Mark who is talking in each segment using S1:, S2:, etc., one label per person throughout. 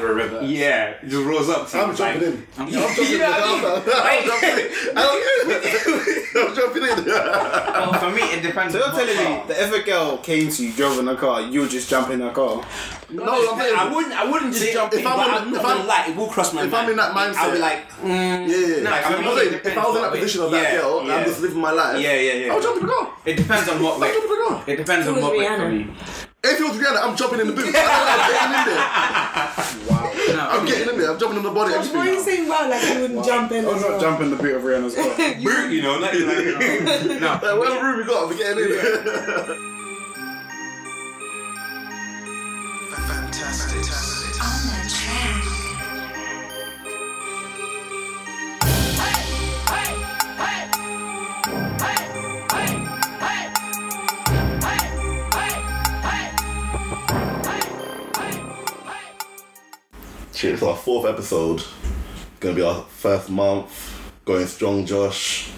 S1: river.
S2: Yeah, it just rolls up. To
S3: I'm
S2: you,
S3: jumping
S2: like-
S3: in.
S2: I'm
S3: I'm jumping in.
S2: You know what I mean?
S3: I'm jumping in. I'm jumping in. I'm jumping in.
S2: Well, for me, it depends.
S4: So you're
S2: on
S4: telling
S2: what
S4: me
S2: car.
S4: that if a girl came to you, drove in a car, you would just jump in her car?
S3: No,
S1: No,
S3: I'm
S1: I
S3: saying.
S1: wouldn't. I wouldn't just
S2: See,
S1: jump
S3: if
S1: in.
S3: I'm
S1: but
S3: on-
S1: I'm not
S3: if I'm-
S1: gonna lie, it will cross my
S3: if
S1: mind.
S3: I'm in that
S1: I'll be
S3: mindset-
S1: like, mm,
S3: Yeah, yeah.
S2: No,
S3: Like,
S2: for
S3: I'm
S2: me,
S3: not saying-
S2: it
S3: if I was in that
S2: depends
S3: position of
S2: what
S3: that
S2: way.
S3: girl,
S2: Yeah,
S3: I'm just living my life.
S2: Yeah, yeah, yeah.
S3: I would jump in the car.
S2: it depends on what
S3: I'm
S2: way.
S3: jumping in the car.
S2: It depends on
S5: It was
S2: what way
S5: Rihanna.
S2: for me.
S3: If it was Rihanna, I'm jumping in the booth. I'm getting in there.
S2: No,
S3: I'm getting in there. I'm jumping in the body.
S5: Why are you
S3: everything.
S5: saying wow like you wouldn't jump
S3: Oh,
S5: in?
S4: I
S5: as
S4: would not
S5: well?
S4: jump in the boot of Rihanna's car.
S2: Boot, you know, not even like, no. no.
S3: Like, whatever room we got, we're getting in there. Cheers. It's our fourth episode. Gonna be our first month. Going strong, Josh.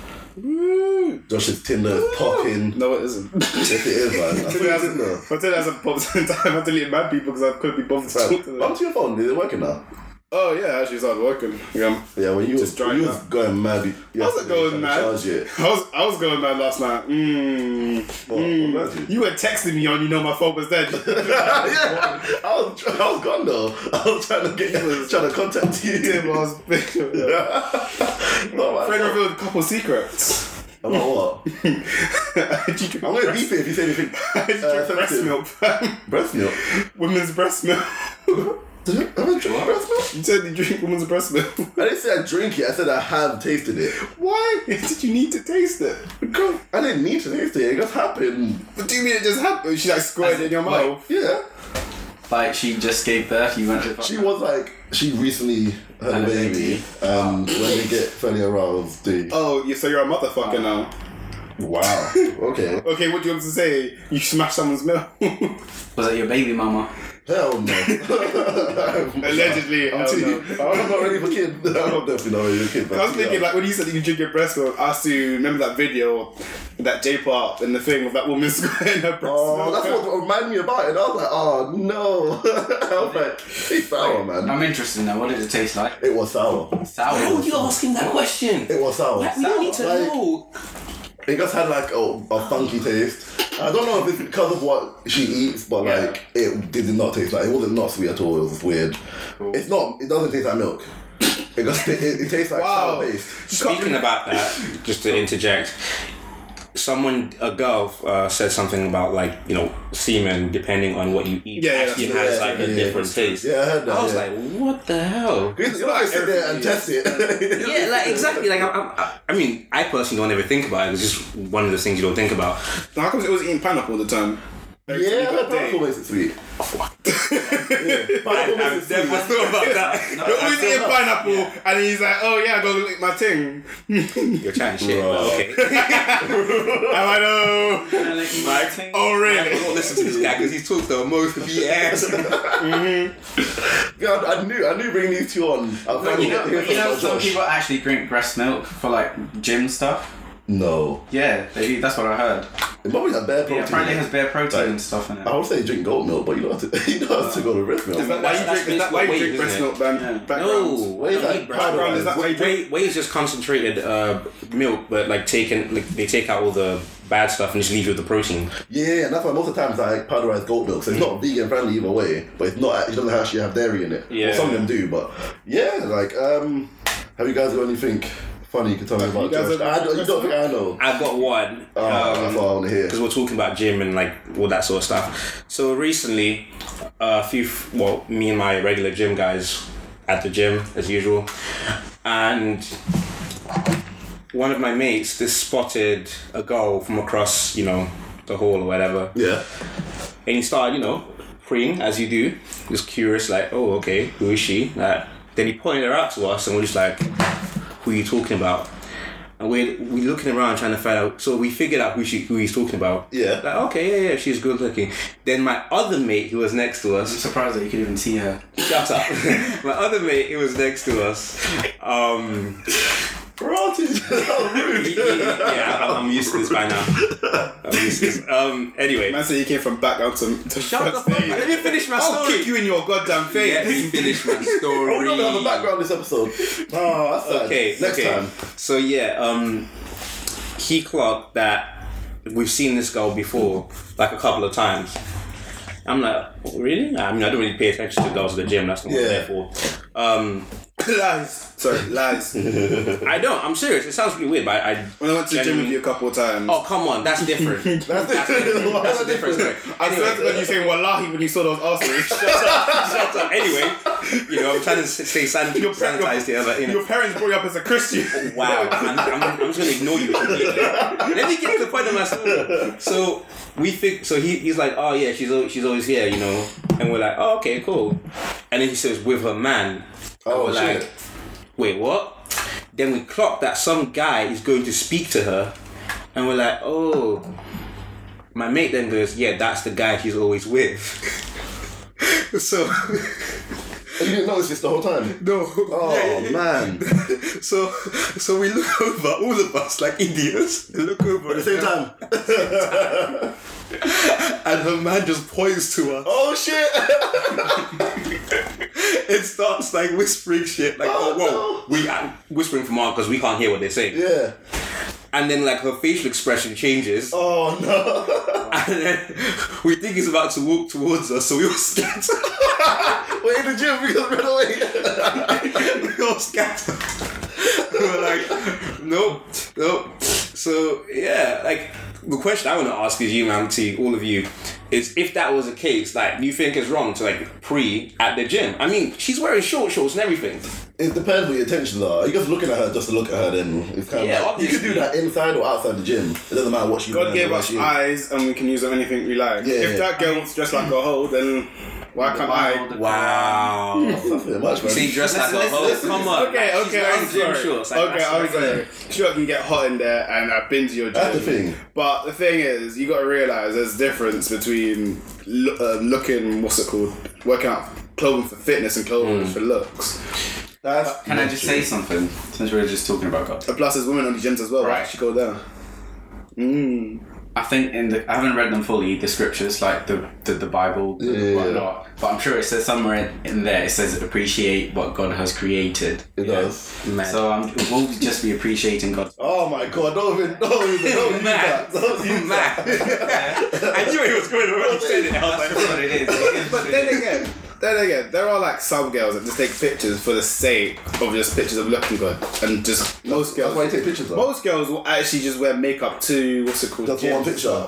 S3: Josh's Tinder is popping.
S4: no, it isn't.
S3: Yes, it is, man. I saw
S4: Tinder
S3: your
S4: hasn't,
S3: Tinder.
S4: my Tinder hasn't popped in time. I deleted my people because I couldn't be bothered to talk to
S3: Right.
S4: them.
S3: Onto your phone. Is it working now?
S4: Oh, yeah, actually started working. Yeah.
S3: Yeah, when you
S4: Just
S3: was,
S4: dry
S3: when you
S4: now.
S3: was going mad. you- You
S4: How's it
S3: yesterday, you
S4: going,
S3: trying to
S4: man? Mm.
S3: Charge it.
S4: I was, I was going mad last night. Mm.
S3: What,
S4: Mm.
S3: what about you?
S4: You were texting me on, you know, my phone was dead.
S3: yeah, I was, I was gone though. I was trying to get, trying to contact you.
S4: Tim, I was Friend
S3: no, man.
S4: revealed couple secrets.
S3: About what?
S4: I'm
S3: I'm gonna beep it if you say anything.
S4: drink breast
S3: sensitive.
S4: milk.
S3: Breast milk.
S4: women's breast milk.
S3: Did you ever drink breast milk?
S4: you said you drink women's breast milk.
S3: I didn't say I drink it. I said I have tasted it.
S4: Why did you need to taste it?
S3: Because I didn't need to taste it. It just happened.
S4: What do you mean it just happened? She like squirted it in your
S1: Wait.
S4: mouth.
S3: Yeah.
S1: Like she just gave birth. You went.
S3: She was like, she recently had a
S1: Had a
S3: baby. Um, when they get fairly aroused, they.
S4: Oh, you so you're a motherfucker now.
S3: Wow. Okay.
S2: Oh.
S4: Okay, what do you want to say? You smashed someone's milk.
S1: Was it your baby mama?
S3: Hell no.
S4: Allegedly,
S3: I'm,
S4: hell
S3: too,
S4: no.
S3: I'm not ready for kid. I'm not definitely not ready for kid.
S4: I was thinking, like, when you said that you drink your breast milk, I asked you, remember that video, that J part and the thing with that woman squirting her breast
S3: Oh,
S4: milk?
S3: that's what reminded me about it. I was like, oh no. I was like, it's sour, man.
S1: I'm interested now. What did it taste like?
S3: It was sour.
S1: Sour.
S2: Oh,
S1: Why would you ask him that question?
S3: It was sour.
S1: We don't need to
S3: Like,
S1: know.
S3: It just had like a, a funky taste. I don't know if it's because of what she eats, but
S1: Yeah.
S3: like it did not taste like it wasn't not sweet at all. It was weird. It's not. It doesn't taste like milk. It just it, it tastes like
S4: Wow.
S3: sour paste.
S2: Speaking about that, just to interject, someone, a girl, uh, said something about like you know semen depending on what you eat
S4: Yeah, yeah,
S2: actually
S4: yeah,
S2: has
S3: yeah,
S2: like a
S3: yeah.
S2: different taste.
S3: Yeah, I heard that.
S2: I was
S3: yeah.
S2: like, what the hell?
S3: You're not gonna sit there and test it.
S2: Yeah, like exactly. Like I, I, I mean, I personally don't ever think about it. It's just one of those things you don't think about.
S4: How come it was eating pineapple all the time?
S3: Yeah, but pineapple makes it sweet. yeah, pineapple makes it sweet.
S2: thought about that.
S4: You're always eating pineapple, and he's like, "Oh yeah, I gotta lick my thing."
S2: You're chatting shit.
S3: Bro.
S2: but Okay.
S4: I'm like, "Oh, oh
S2: I
S4: really?"
S2: won't listen to this guy because he talks the most BS.
S3: Yeah, I, I knew, I knew bringing these two on. I was
S1: But
S3: like,
S1: you know,
S3: yeah,
S1: you know
S3: yeah,
S1: some
S3: Josh.
S1: people actually drink breast milk for like gym stuff.
S3: No,
S1: Yeah, they do. That's what I heard.
S3: it might be a bad protein.
S1: Yeah, apparently it has bare protein
S3: Like,
S1: and stuff in it.
S3: I would say drink goat milk, but you don't have to. You don't have to go to breast milk.
S4: Is that why you
S2: That's-
S4: drink? Is
S2: that's
S4: that why you
S2: basically
S4: drink
S2: what
S4: breast
S2: whey,
S4: milk? Background.
S2: no,
S3: Wait, like, powder,
S4: Background is that why you drink?
S2: Whey, whey is just concentrated uh, milk, but like taken, like they take out all the bad stuff and just leave you with the protein.
S3: Yeah, and that's why most of the times I like powderized goat milk, so it's not vegan friendly either way. But it's not. It doesn't actually have dairy in it. Well,
S2: Yeah.
S3: some of them do, but yeah, like um, have you guys got anything funny you can tell me about?
S4: guys
S3: Josh?
S4: are-
S3: I don't, you don't think I know.
S2: I've got one.
S3: Oh, that's what I want to hear.
S2: because we're talking about gym and like all that sort of stuff. So recently, a few, well, me and my regular gym guys at the gym as usual, and one of my mates just spotted a girl from across, you know, the hall or whatever,
S3: Yeah.
S2: and he started, you know, preying as you do, just curious, like, oh, okay, who is she? Like, then he pointed her out to us, and we're just like, who are you talking about? And we're, we're looking around trying to find out. So we figured out who she who he's talking about.
S3: Yeah.
S2: Like, okay, yeah, yeah, she's good looking. Then my other mate who was next to
S1: I'm
S2: us,
S1: surprised that you could even see her.
S2: shut up. my other mate who was next to us, um,
S3: Bro, started. How rude.
S2: yeah, I- I'm used to this by now. I'm used to this. Um, anyway.
S4: Man said he came from background to, to
S2: Shut the fuck up. Let me finish my
S4: I'll
S2: story.
S4: kick you in your goddamn face.
S2: Let me finish my story.
S3: Oh, we don't have a background this episode. Oh, that's sad.
S2: Okay,
S3: Next
S2: okay.
S3: time.
S2: So yeah, um, he clocked that we've seen this girl before, like a couple of times. I'm like, really? I mean, I don't really pay attention to girls at the gym. That's not what I'm there for. Um,
S4: lies. Sorry, lies. when
S2: I don't. I'm serious. It sounds really weird, but I. I
S4: I went to the gym with you a couple of times.
S2: Oh come on, that's different. that's, different. That's a different story.
S4: I swear to
S2: Anyway,
S4: God, you saying wallahi when you saw those arseholes.
S2: shut up. Anyway, you know, I'm trying to s- stay san-
S4: Your pre-
S2: sanitized here, but you know.
S4: Your parents brought you up as a Christian.
S2: Wow, I'm, I'm, I'm just gonna ignore you. completely. Let me get to the point of my story. So we think. So he, he's like, oh yeah, she's al- she's always here, you know. And we're like, oh okay, cool. And then he says with her man.
S3: Oh,
S2: we're
S3: shit.
S2: like, wait, what? Then we clock that some guy is going to speak to her, and we're like, oh. My mate then goes, yeah, that's the guy she's always with. so
S3: You didn't notice this the whole time.
S2: no.
S3: Oh man!
S2: So, so we look over, all of us like idiots, look over
S3: At the same time.
S2: and her man just points to us
S3: Oh shit!
S2: and starts like whispering shit, like,
S3: Oh,
S2: oh, whoa, we uh, whispering for Mark because we can't hear what they're saying.
S3: Yeah.
S2: And then like her facial expression changes,
S3: Oh no!
S2: and then we think he's about to walk towards us, so we all scatter.
S3: We're in the gym because we're away.
S2: we all scatter. we were like, nope, nope. So yeah, like the question I want to ask is you, man, to all of you, is if that was the case, like, do you think it's wrong to like pre at the gym? I mean, she's wearing short shorts and everything.
S3: It depends what your intentions are. Are you just looking at her just to look at her? Then it's kind
S2: Yeah,
S3: of like, you
S2: obviously.
S3: can do that inside or outside the gym. It doesn't matter what you.
S4: God
S3: want
S4: gave
S3: or what
S4: us
S3: you-
S4: eyes and we can use them anything we like.
S3: Yeah.
S4: If that girl wants to dress like a hoe, then why can't I?
S2: Wow.
S3: Nothing much, man.
S2: See, dressed like a
S1: Listen,
S2: hoe.
S1: listen,
S2: Come on.
S4: Okay,
S2: Like, she's
S4: okay,
S2: wearing
S4: I'm
S2: gym
S4: sorry.
S2: shorts. Like,
S4: okay,
S2: that's
S4: I'm
S2: crazy.
S4: sorry. Sure, I can get hot in there, and I've been to your gym.
S3: That's the thing.
S4: But the thing is, you got to realize there's difference between lo- um, looking what's it called, working out clothing for fitness and clothing
S2: Hmm.
S4: for looks.
S3: That's
S1: Can I just say something? Since we're just talking about God.
S4: And plus, there's women on the gyms as well. Right,
S1: Right.
S4: she go down. Hmm.
S1: I think in the I haven't read them fully the scriptures like the the, the Bible
S3: yeah,
S1: and whatnot, but I'm sure it says somewhere in, in there it says appreciate what God has created.
S3: It does.
S2: Mad.
S1: So um, we'll just be appreciating God.
S3: Oh my god! Don't even, don't even, don't use
S2: Mad.
S3: that. Don't use
S2: Mad. I knew it was going to already said it. I was
S1: That's
S2: like,
S1: what it is. It is
S4: But
S1: what it
S4: then
S1: is.
S4: again, then again, there are like some girls that just take pictures for the sake of just pictures of looking good, and just most
S3: That's why you
S4: girls.
S3: take pictures. Though.
S4: Most girls will actually just wear makeup to what's it called?
S3: Just for one
S4: gyms.
S3: picture.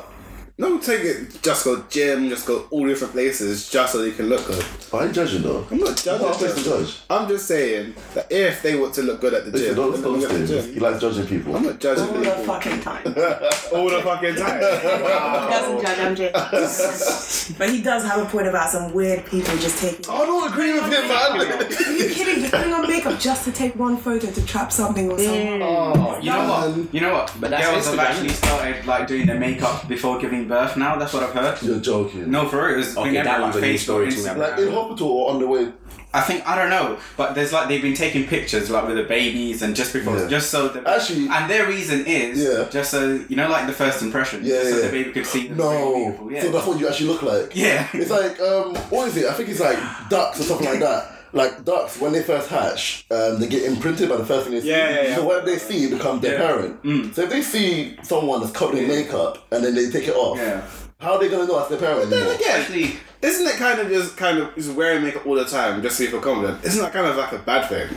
S4: No, take it. Just go gym. Just go all different places, just so they can look good.
S3: Why are you judging though?
S4: I'm not
S3: You're
S4: judging.
S3: not a place to judge.
S4: I'm just saying that if they want to look good at the
S3: Listen,
S4: gym,
S3: don't
S4: then
S3: stop
S4: look at the
S3: things. He
S4: gym.
S3: likes judging people.
S4: I'm not judging
S5: All the
S4: people.
S5: fucking time.
S4: all the fucking time.
S5: He doesn't judge, I'm joking. but he does have a point about some weird people just taking.
S3: I don't agree with him, man.
S5: Are you kidding? You're putting on makeup just to take one photo to trap something or something.
S1: Oh, you know what? You know what? But
S2: Um, that's
S1: Girls
S2: Instagram.
S1: have actually started like doing their makeup before giving birth. Now that's what I've heard.
S3: You're joking.
S1: No, for real, it was
S2: Okay,
S1: been everywhere,
S2: that one's a new
S1: Facebook,
S2: story to me.
S1: Instagram.
S3: Like in hospital or on the way.
S1: I think I don't know, but there's like they've been taking pictures like with the babies and just before,
S3: Yeah.
S1: just so the,
S3: Actually-
S1: and their reason is
S3: Yeah.
S1: just so you know, like the first impression,
S3: Yeah,
S1: just so
S3: yeah.
S1: the baby could see them being
S3: No.
S1: beautiful. Yeah.
S3: So that's what you actually look like.
S1: Yeah.
S3: It's like um, what is it? I think it's like ducks or something like that. Like ducks, when they first hatch, um, they get imprinted by the first thing they see.
S4: Yeah, yeah, Mm. yeah.
S3: So what they see becomes their parent. So if they see someone that's covered in makeup and then they take it off,
S1: Yeah.
S3: how are they gonna know that's their parent
S4: Then
S3: anymore?
S4: again,
S1: Actually,
S4: isn't it kind of just kind of just wearing makeup all the time just to feel confident? Isn't that kind of like a bad thing?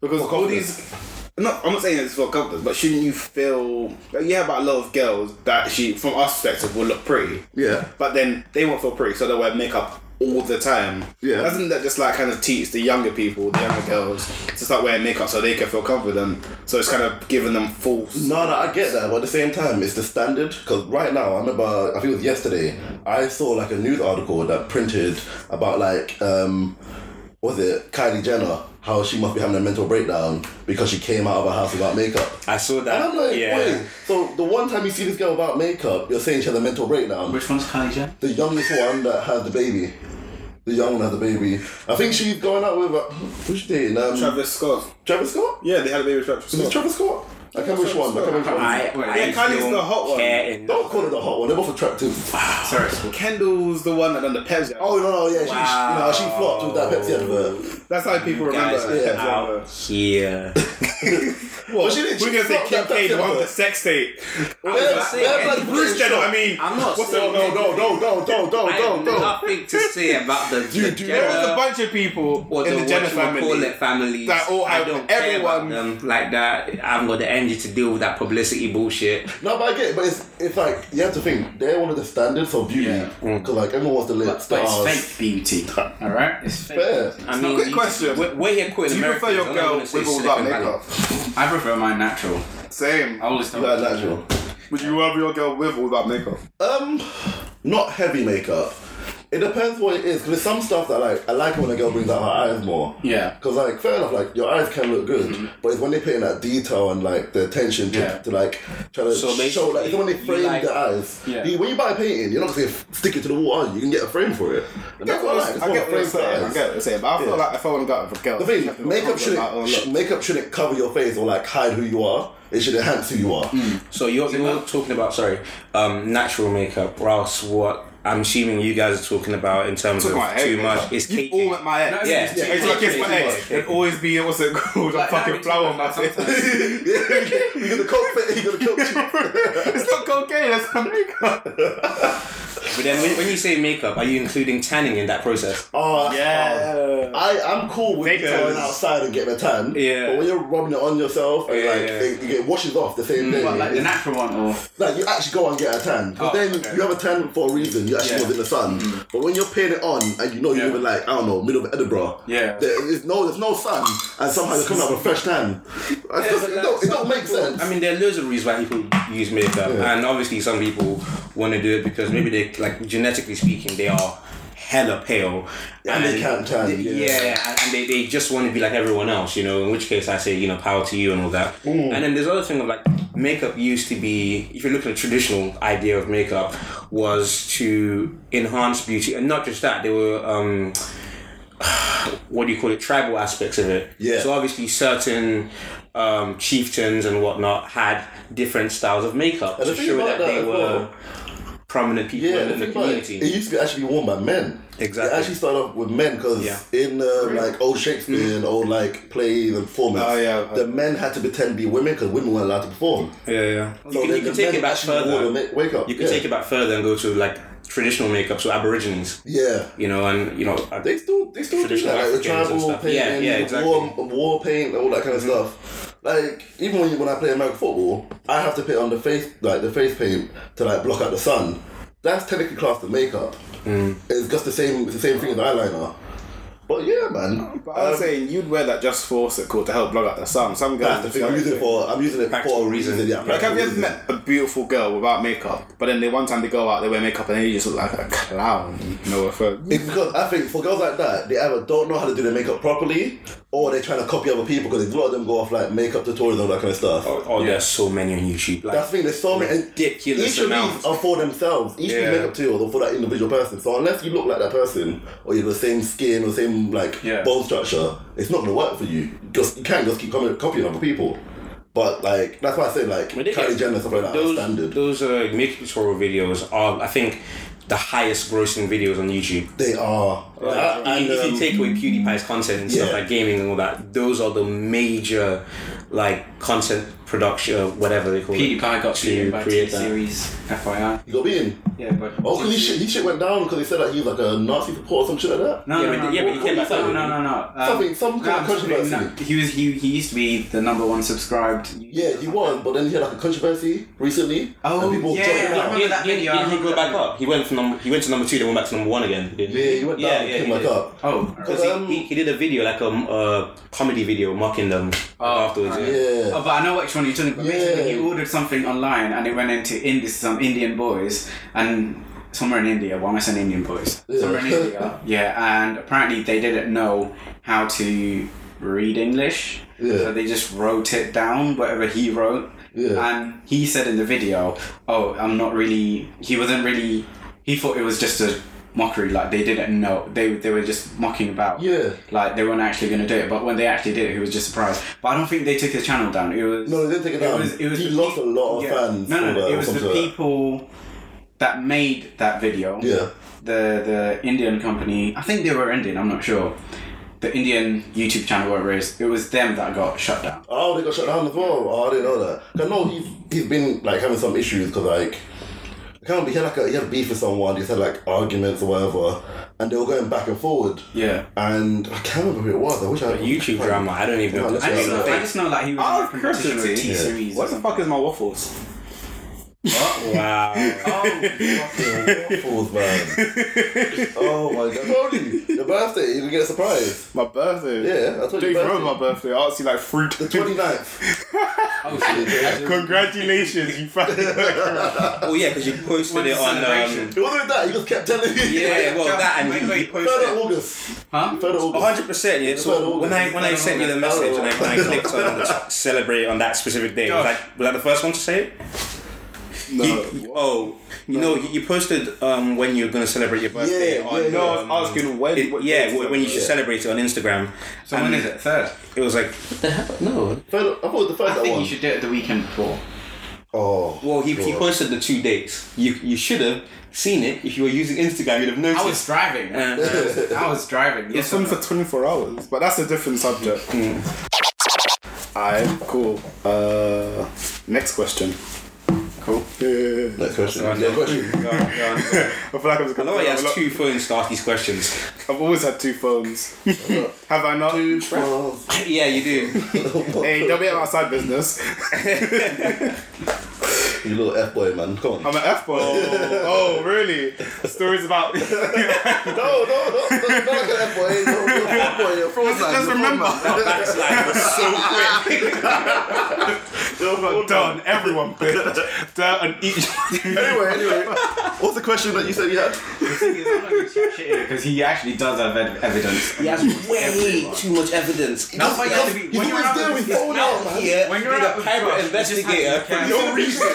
S4: Because all these. No, I'm not saying it's for confidence, but shouldn't you feel? Like you have about a lot of girls that she, from our perspective, will look pretty.
S3: Yeah.
S4: But then they won't feel pretty, so they wear makeup all the time.
S3: Yeah.
S4: Doesn't that just like kind of teach the younger people, the younger girls, to start wearing makeup so they can feel confident? So it's kind of giving them false.
S3: No, no, I get that, but at the same time, it's the standard. Because right now, I remember, I think it was yesterday, I saw like a news article that printed about like, um, what was it Kylie Jenner? How she must be having a mental breakdown because she came out of her house without makeup.
S2: I saw that.
S3: And I'm like,
S2: yeah.
S3: wait. So the one time you see this girl without makeup, you're saying she has a mental breakdown.
S1: which one's Kylie Jenner?
S3: The youngest one that has the baby. The young one has a baby. I think she's going out with uh, who's she dating? Um,
S4: Travis
S3: Travis.
S4: Scott.
S3: Scott?
S4: Yeah, they had a baby with Travis
S3: Is it
S4: Scott.
S3: Travis Scott? I can't remember which one. I can't remember which
S2: I,
S3: one.
S2: I
S4: Yeah, Kylie's
S2: don't
S4: the hot one.
S2: care enough.
S3: Don't call her the hot one. They're both attractive.
S1: Sorry, it's cool.
S4: Kendall's the one that done the Pez.
S3: Oh no, no, yeah, she,
S2: Wow.
S3: she, you know, she flopped with that Pepsi advert.
S4: that's how people remember.
S2: Guys,
S4: her.
S2: we're
S4: Pepsi
S2: out
S4: advert.
S2: here.
S4: Well,
S3: she didn't-
S4: we're
S3: she
S4: gonna say
S3: fucked
S4: Kim
S3: that
S4: K
S3: Pepsi
S4: the one with the
S3: advert.
S4: sex tape.
S3: Where-
S2: saying-
S3: where Black
S4: Bruce
S3: British
S4: Jenner,
S3: shop?
S4: I mean,
S2: I'm not
S4: what's the,
S2: saying
S4: no, no, no, no, no, no,
S2: I have
S4: no, no.
S2: nothing to say about the, the
S3: do
S4: There was a
S2: Jenner
S4: bunch of people
S2: or the,
S4: in the Jenner
S2: call
S4: family.
S2: it families.
S4: that all
S2: I
S4: have
S2: don't care about
S4: everyone-
S2: them like that. I haven't got the energy to deal with that publicity bullshit.
S3: No, but I get it. But it's, it's like, you have to think, they're one of the standards of beauty.
S1: Yeah.
S3: Because,
S4: Mm.
S3: like, everyone wants the lip
S1: But it's
S3: stars.
S1: fake beauty, alright? It's fake.
S3: Fair.
S1: beauty.
S2: I mean,
S4: quick
S2: you-
S4: question.
S2: We're, we're here quitting
S4: Do you prefer your girl with or without makeup?
S1: I prefer mine natural.
S4: Same.
S1: I always tell
S3: You like natural.
S4: Would you rather your girl with or without makeup?
S3: Um, not heavy makeup. It depends what it is. Because there's some stuff that, like, I like it when a girl brings out her eyes more.
S1: Yeah.
S3: Because, like, fair enough, like, your eyes can look good. But it's when they put in that detail and, like, the attention to,
S1: Yeah.
S3: to like, try to
S2: So
S3: show, like, even when they
S2: basically, you
S3: frame
S2: like-
S3: the eyes.
S1: Yeah.
S3: You- when you buy a painting, you're not going to stick it to the wall, are you? You can get a frame for it. And that's what I like. It's
S4: I
S3: more
S4: get what you're
S3: frames for
S4: saying. I
S3: eyes.
S4: get what you're saying. But I feel
S3: Yeah.
S4: like if I want to go out with a girl,
S3: The
S4: she'd have to
S3: thing,
S4: be
S3: makeup
S4: confident about her
S3: shouldn't
S4: look.
S3: sh- makeup shouldn't cover your face or like hide who you are. It should enhance who you are.
S2: So you're, you're talking about sorry, um, natural makeup, or else what? I'm assuming you guys are talking about in terms
S4: Talking
S2: of
S4: about hair
S2: too
S4: makeup.
S2: much. It's
S4: You
S2: KK.
S4: all met my head.
S1: No,
S2: Yeah.
S1: it's-
S2: Yeah.
S1: it's-
S4: It's like it's my ex. It'd always be what's it called? A
S1: Like,
S4: fucking
S1: no,
S4: flower on my
S1: it's-
S4: face.
S3: you got the coat fit. You got the coat.
S4: It's not cocaine. That's not makeup.
S2: But then when, when you say makeup, are you including tanning in that process?
S3: Oh,
S4: Yeah.
S3: I I'm cool with
S4: Because-
S3: going outside and getting a tan.
S2: Yeah.
S3: But when you're rubbing it on yourself and
S2: Yeah,
S3: like
S2: yeah.
S3: It, you get washes off the same day.
S1: But like the
S3: it's-
S1: natural one or
S3: Like you actually go and get a tan. But
S1: Oh,
S3: then
S1: okay.
S3: you have a tan for a reason. You actually
S1: Yeah.
S3: was in the sun.
S2: Mm.
S3: But when you're paying it on and you know you
S1: Yeah.
S3: live in like I don't know middle of Edinburgh.
S1: Yeah.
S3: There is no there's no sun and somehow you're coming up with a fresh tan. It's just-
S2: but
S3: it, don't, it don't make sense.
S2: I mean, there are loads of reasons why people use makeup,
S3: Yeah.
S2: and obviously some people want to do it because maybe they like genetically speaking they are hella pale,
S3: And they can't tan,
S2: they-
S3: yeah.
S2: and- and they, they just want to be like everyone else, you know. In which case, I say you know power to you and all that.
S3: Mm.
S2: And then there's other thing of like makeup used to be, if you look at the traditional idea of makeup, was to enhance beauty, and not just that, they were. um what do you call it tribal aspects of it
S3: Yeah.
S2: so obviously certain um, chieftains and whatnot had different styles of makeup
S3: And
S2: to
S3: the thing
S2: show
S3: about
S2: that, they
S3: that as
S2: were
S3: well-
S2: prominent people
S3: Yeah, the
S2: in the
S3: thing about it,
S2: community
S3: it used to be actually worn by men.
S2: Exactly.
S3: It actually started off with men because
S2: Yeah.
S3: in uh, like old Shakespeare and old like plays and performances,
S4: Oh, yeah.
S3: the men had to pretend to be women because women weren't allowed to perform.
S2: yeah yeah you can,
S3: then
S2: you can
S3: the
S2: take
S3: men
S2: it back
S3: actually wore
S2: further
S3: the ma- wake up.
S2: you can
S3: yeah.
S2: take it back further and go to like traditional makeup so aborigines
S3: Yeah.
S2: you know and you know I-
S3: They still, they still do
S2: Traditional
S3: that, like the
S2: Africans and
S3: tribal
S2: stuff.
S3: painting,
S2: Yeah, yeah, exactly. Mm-hmm.
S3: war, war paint, all that kind of stuff. Like even when you, when I play American football, I have to put on the face like the face paint to like block out the sun. That's technically classed as makeup.
S2: Mm.
S3: It's just the same, it's the same thing as eyeliner. But yeah, man.
S4: But I was saying you'd wear that just for what's it called to help block out Um, the sun. Some guys
S3: That's the thing. I'm using it for. I'm using it
S2: Practical
S3: for a
S2: reason.
S3: reason. Yeah.
S4: Like, have
S3: practical
S4: you ever
S3: reason.
S4: met a beautiful girl without makeup, but then they one time they go out, they wear makeup, and then you just look like a clown? No offense.
S3: It's because I think for girls like that, they either don't know how to do their makeup properly, or they're trying to copy other people because a lot of them go off like makeup tutorials and all that kind of stuff.
S2: oh, oh there's so many on YouTube like
S3: That's the thing. There's so many and
S2: Ridiculous
S3: Each of
S2: amounts.
S3: these are for themselves. Each
S2: Yeah.
S3: of these makeup tutorials are for that individual person. So unless you look like that person, or you have the same skin or same like
S1: Yeah.
S3: bone structure, it's not gonna work for you. Just you can't just keep coming, copying other people. But like that's why I say like
S2: But they-
S3: Kylie Jenner stuff like that are
S2: those,
S3: standard.
S2: Those uh, makeup tutorial videos are, I think, the highest grossing videos on YouTube.
S3: they are. That
S2: If-
S3: and,
S2: Uh, if you
S3: um,
S2: take away PewDiePie's content and stuff
S3: yeah.
S2: like gaming and all that, those are the major, like, content production, uh, whatever they call it.
S1: PewDiePie got
S2: to
S1: beaten by
S2: create
S1: T
S2: that.
S1: Series, FYI.
S3: you got me in.
S1: Yeah, but
S3: Oh, because his shit, his shit went down because they said that he was like a Nazi support or some shit like that.
S1: No,
S2: Yeah,
S1: no,
S2: but-
S1: no,
S2: yeah, but he
S1: no,
S2: came
S1: no,
S2: back up.
S1: No, no, no, no.
S3: Something- some kind of
S1: no,
S3: controversy.
S1: no, He was he, he used to be the number one subscribed.
S3: Yeah, he was, but then he had like a controversy recently.
S1: Oh,
S3: and people
S1: yeah.
S3: jumped him
S2: He
S3: out.
S1: remember
S2: didn't
S1: that
S2: he
S1: video,
S2: didn't
S1: I
S2: he go
S1: remember
S2: back
S1: that.
S2: up. He went from number, he went to number two, then went back to number one again. didn't
S3: Yeah, he went down,
S2: Yeah,
S3: and
S2: yeah,
S3: came
S2: he
S3: back
S2: did.
S3: up.
S1: Oh, alright.
S2: Because he,
S3: Um,
S2: he, he did a video like a um, uh, comedy video mocking them afterwards.
S1: alright.
S2: Yeah.
S3: Yeah.
S1: Oh, but I know which one you're talking about. Basically,
S3: Yeah.
S1: he ordered something online and it went into Indi- some Indian boys and somewhere in India. Why am I saying Indian boys? Somewhere in
S3: Yeah.
S1: India. Yeah, and apparently they didn't know how to read English,
S3: Yeah.
S1: so they just wrote it down whatever he wrote.
S3: Yeah.
S1: And he said in the video, "Oh, I'm not really. He wasn't really. He thought it was just a." mockery. Like they didn't know. They they were just mocking about.
S3: Yeah.
S1: Like they weren't actually going to do it. But when they actually did it, he was just surprised. But I don't think they took the channel down. It was
S3: No, they didn't take it down. He
S1: the
S3: lost a lot of
S1: yeah.
S3: fans
S1: No, no,
S3: over-
S1: no. It
S3: or
S1: was
S3: something
S1: the
S3: like that.
S1: people that made that video.
S3: Yeah.
S1: The the Indian company. I think they were Indian. I'm not sure. The Indian YouTube channel, whatever it is, it was them that got shut down.
S3: Oh, they got shut down as well. Oh, I didn't know that. 'Cause no, he's he's been like having some issues because like. I can't be, he had like a, he had beef with someone. He had like arguments or whatever, and they were going back and forward.
S1: Yeah.
S3: And I can't remember who it was. I wish I had
S2: YouTube drama. I don't even know.
S3: Yeah,
S1: I just,
S3: Yeah.
S1: know, I just know that he was
S4: Out
S1: in
S4: of
S1: a competition with
S4: curiosity,
S1: T series.
S4: What the fuck is my waffles?
S2: Wow.
S3: Waffles, man. oh my god! Tony, Your birthday, you can get a surprise.
S4: My birthday.
S3: Yeah, I told
S4: Don't
S3: you
S4: even
S3: birthday.
S4: remember my birthday. I asked you like fruit.
S3: The 29th.
S1: Oh,
S4: Congratulations, you fucking.
S2: oh yeah, because you posted
S1: When's
S2: it
S1: the
S2: on. Um,
S1: celebration?
S3: It wasn't that. You just kept telling me.
S2: yeah, well that and
S1: Wait,
S2: you-
S1: wait.
S2: you posted.
S3: Third
S2: it.
S3: of August.
S1: Huh?
S3: Third of August.
S2: hundred percent. Yeah. So when I when I sent you the message and I, when I clicked on the celebrate on that specific day, was
S1: Josh.
S2: that, was that the first one to say it? You- oh, you know, you you posted um, when you're gonna celebrate your birthday.
S3: Yeah,
S2: on,
S3: yeah,
S4: No, I
S2: um,
S4: was asking when.
S2: it-
S4: what
S2: yeah,
S4: day
S2: wh- when you should
S3: Yeah.
S2: celebrate it on Instagram.
S1: So when is it? Third.
S2: It was like, what the hell? No.
S3: Third of- I thought it was the third
S1: I
S3: that
S1: think
S3: one.
S1: you should do it the weekend before.
S3: Oh.
S2: Well, he, he
S3: God.
S2: posted the two dates. You you should have seen it if you were using Instagram. You'd have
S1: I was
S2: noticed.
S1: driving. I was driving.
S4: It's on for 24 hours, but that's a different subject.
S2: Hmm.
S4: Alright, cool. Uh, next question.
S1: cool.
S4: Yeah, yeah, yeah.
S3: Next question. Next question.
S4: I feel like I'm just
S2: I
S4: gonna.
S2: love how he
S4: I've
S2: has
S4: lo-
S2: two phones to ask these questions.
S4: I've always had two phones. Have I not?
S3: Oh.
S2: yeah, you do.
S4: Hey, don't be outside business.
S3: You little F boy, man. Come on.
S4: I'm an F boy. Oh, really? Stories about.
S3: no, no, no, no, no, not like an F boy. No, no, F boy. You're fraud man.
S4: Just
S3: You're fraud man.
S4: remember,
S2: Backslide was so quick.
S4: done. Everyone bit dirt on each.
S3: Anyway, anyway. What's the question that you said you had?
S1: Because he actually does have ev- evidence.
S2: He has way too much evidence.
S1: That's why you have to
S3: He's
S1: be. When you're
S3: always
S1: out
S3: there
S1: with
S3: with
S1: his-
S3: phone out, man.
S2: Yeah,
S1: When
S2: when
S1: you're
S2: you're
S1: out
S2: a
S1: with
S2: private
S1: drugs, you just have to
S2: investigator
S1: be
S2: for
S1: careful.
S2: no reason.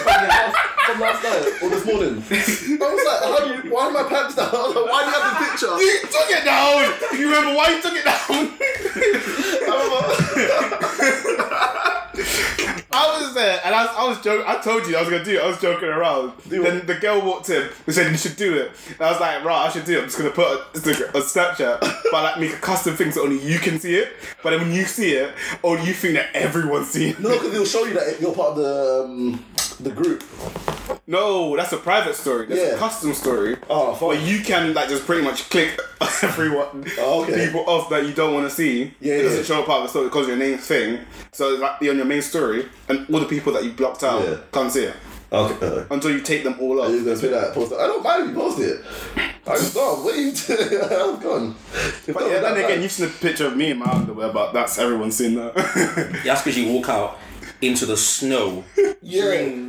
S3: from last night or this morning. I was like, how do you, why are my pants down? I was like, why do you have the picture?
S4: You took it down. You remember why you took it down? I was there and I was, I was joking. I told you I was gonna do it. I was joking around. then the girl walked in and said you should do it. And I was like, right, I should do it. I'm just gonna put a, Instagram- a Snapchat, but like make a custom thing so only you can see it. But then when you see it, or you think that everyone's seeing. it.
S3: No, because it'll show you that you're part of the um, the group.
S4: No, that's a private story. That's
S3: Yeah.
S4: a custom story.
S3: Oh, fuck.
S4: But you can like just pretty much click everyone,
S3: Oh, okay.
S4: people off that you don't want to see.
S3: Yeah,
S4: it
S3: yeah.
S4: doesn't show up part of the story because your name's thing. So it's like on your main story, and all the people that you blocked out
S3: Yeah.
S4: can't see it
S3: Okay. Uh,
S4: until you take them all
S3: He's
S4: off.
S3: gonna put that post. I don't mind if you post it. I just don't wait. I was gone.
S4: But yeah, then again, you've seen a picture of me in my underwear, but that's everyone's seen that.
S2: That's because you walk out into the snow during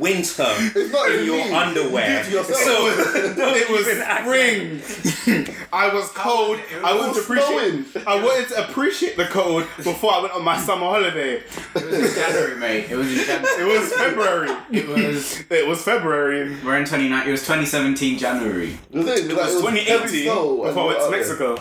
S2: winter
S3: not
S2: in
S3: even
S2: your
S3: me.
S2: underwear.
S3: You do it to yourself.
S2: So
S4: it was
S2: even act
S4: spring. I was cold. I wanted to
S3: was
S4: appreciate. I wanted to appreciate the cold before I went on my summer holiday.
S1: It was in January, mate. It was in
S4: It
S1: January.
S4: was February.
S1: It was.
S4: It was February.
S1: We're in 29. It was 2017 January.
S3: The thing, like,
S4: It was 2018
S3: so,
S4: before I went to Mexico.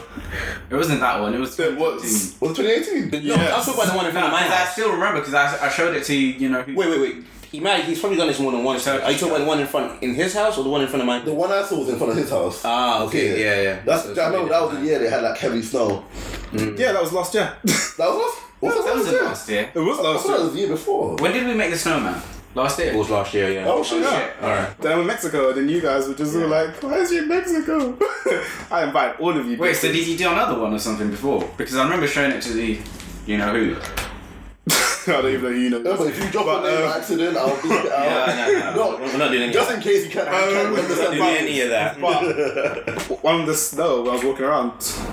S1: It wasn't that one. It was.
S4: It was.
S1: 2017.
S3: Was it 2018?
S2: no,
S4: Yeah.
S2: I'm talking about the one in front of my
S1: 'Cause I
S2: house.
S1: still remember because I, I showed it to you. You know. Who,
S2: Wait, wait, wait. He might. He's probably done this more than once. Are you talking about the one in front in his house or the one in front of mine?
S3: The one I saw was in front of his house.
S2: Ah, okay, yeah, yeah.
S3: That's,
S2: So it's
S3: I remember that
S2: really
S3: was the year they had like heavy snow.
S4: Yeah, that was last year. it
S3: That was what
S1: That was
S3: was
S1: in last year.
S4: was last
S3: I thought that
S4: year.
S3: was the year before.
S1: When did we make the snowman? Last year.
S2: It was last year, yeah.
S3: Oh shit!
S4: Yeah.
S1: Shit.
S2: All right.
S4: Then I went to Mexico, then you guys were just all like, why is he in Mexico? I invite all of you.
S1: Wait, so did you do another one or something before? Because I remember showing it to the, you know who.
S4: I don't even know who you know.
S3: Yeah, but if you drop
S4: But,
S3: a name
S4: uh,
S3: by accident, I'll beat it out.
S2: No, no, no.
S3: No.
S2: We're not doing any of
S3: Just
S2: that.
S3: in case you can't, I can't
S4: Um,
S2: We're not
S3: understand.
S2: doing any of that.
S4: But on the snow when I was walking around.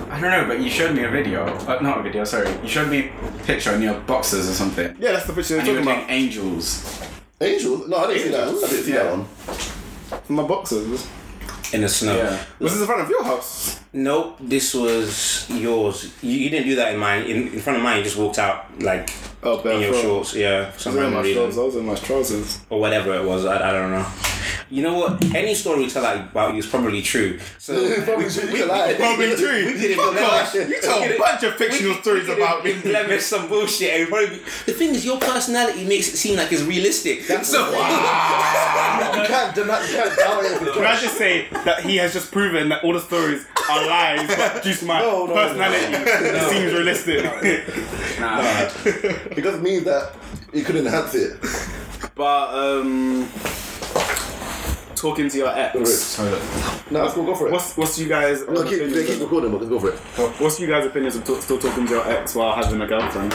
S1: I don't know, but you showed me a video. Uh, not a video, sorry. You showed me a picture on your boxes or something.
S4: Yeah, that's the picture you're
S1: And you were
S4: talking
S1: doing
S4: about.
S1: angels.
S3: Angels? No, I didn't see that. I didn't see
S1: Yeah.
S3: that one.
S4: My boxes.
S2: In the snow.
S1: Yeah.
S4: Was this in front of your house?
S2: Nope, this was yours. You, you didn't do that in mine. In, in front of mine, you just walked out like
S4: Oh,
S2: in your
S4: barefoot.
S2: shorts, yeah, for
S4: I
S2: some
S4: was in
S2: random
S4: my
S2: reason.
S4: shorts. I was in my trousers.
S2: or whatever it was. I, I don't know. you know what? Any story we tell about you is probably true. So
S3: Probably true, you lie.
S4: Probably true.
S2: we did it
S4: Fuck off.
S2: blemish.
S4: You tell a bunch of fictional stories about me.
S2: Blemish some bullshit. And we probably the thing is, your personality makes it seem like it's realistic. so
S3: You can't deny. You can't doubt it.
S4: Can I just say that he has just proven that all the stories are lies, but due to my
S3: No, no, no.
S4: personality, it seems realistic.
S1: Nah.
S3: It doesn't mean that you could enhance it.
S4: But um, talking to your ex.
S3: No, let's go go for it.
S4: What's what's you guys?
S3: no, keep, yeah, keep recording, but let's go for it.
S4: What's you guys' opinions of t- still talking to your ex while having a girlfriend?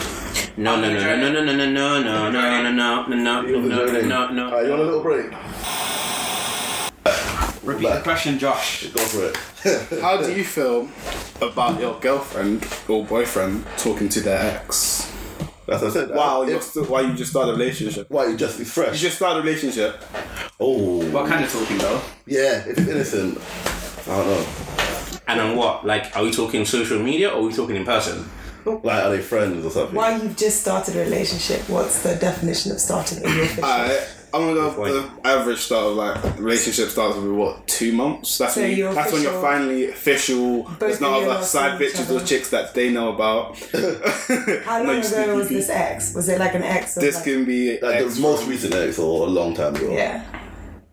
S2: no, no, no, no, no, no, no, no, no, no, no, no, no, no,
S3: You're
S2: no, no,
S3: joking.
S2: no,
S3: Alright, you
S2: no.
S3: want a little break?
S1: Repeat the question, Josh.
S3: Go for it.
S4: How do you feel about your girlfriend or boyfriend talking to their ex?
S3: That's what I said.
S4: Wow,
S3: Uh,
S4: you're
S3: if-
S4: still, why you just started a relationship?
S3: Why you just it's
S4: You
S3: fresh?
S4: just started a relationship.
S3: oh,
S1: What kind of talking though?
S3: yeah. If it's innocent, I don't know.
S2: And on what? Like, are we talking social media or are we talking in person?
S3: Like, are they friends or something?
S5: While you've just started a relationship, what's the definition of starting a relationship?
S4: Alright, I'm gonna go with the average start of like relationship starts with what two months. That's
S5: So
S4: when you,
S5: you're
S4: that's when you're
S5: official-
S4: finally official. There's
S5: of
S4: not
S5: you
S4: other
S5: are
S4: side
S5: seeing each
S4: bitches or
S5: other.
S4: chicks that they know about.
S5: How long ago was this ex? Was it like an ex? Of
S4: This
S5: like,
S4: can be
S3: like
S4: ex-
S3: the most recent ex or a long time ago.
S5: yeah.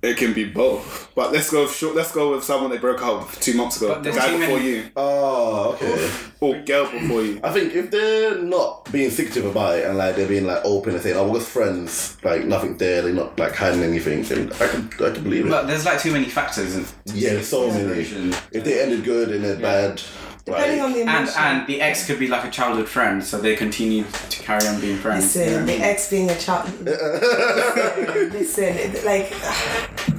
S4: it can be both. But let's go with short, let's go with someone they broke up with two months ago.
S1: But there's
S4: Guy
S1: too
S4: before
S1: many-
S4: you
S3: Oh, okay.
S4: or girl before you.
S3: I think if they're not being secretive about it and like they're being like open and saying, "Oh, we're just friends," like nothing there, they're not like hiding anything, then I can I can believe it.
S1: But there's like too many factors, and
S3: yeah, there's so many.
S1: Consideration.
S3: If they ended good and they're bad,
S5: Depending
S3: like,
S5: on the
S1: and,
S5: emotion.
S1: and the ex could be like a childhood friend, so they continue to carry on being friends. you know
S5: Listen,
S1: what I
S5: the
S1: mean?
S5: ex being a child. listen, it- like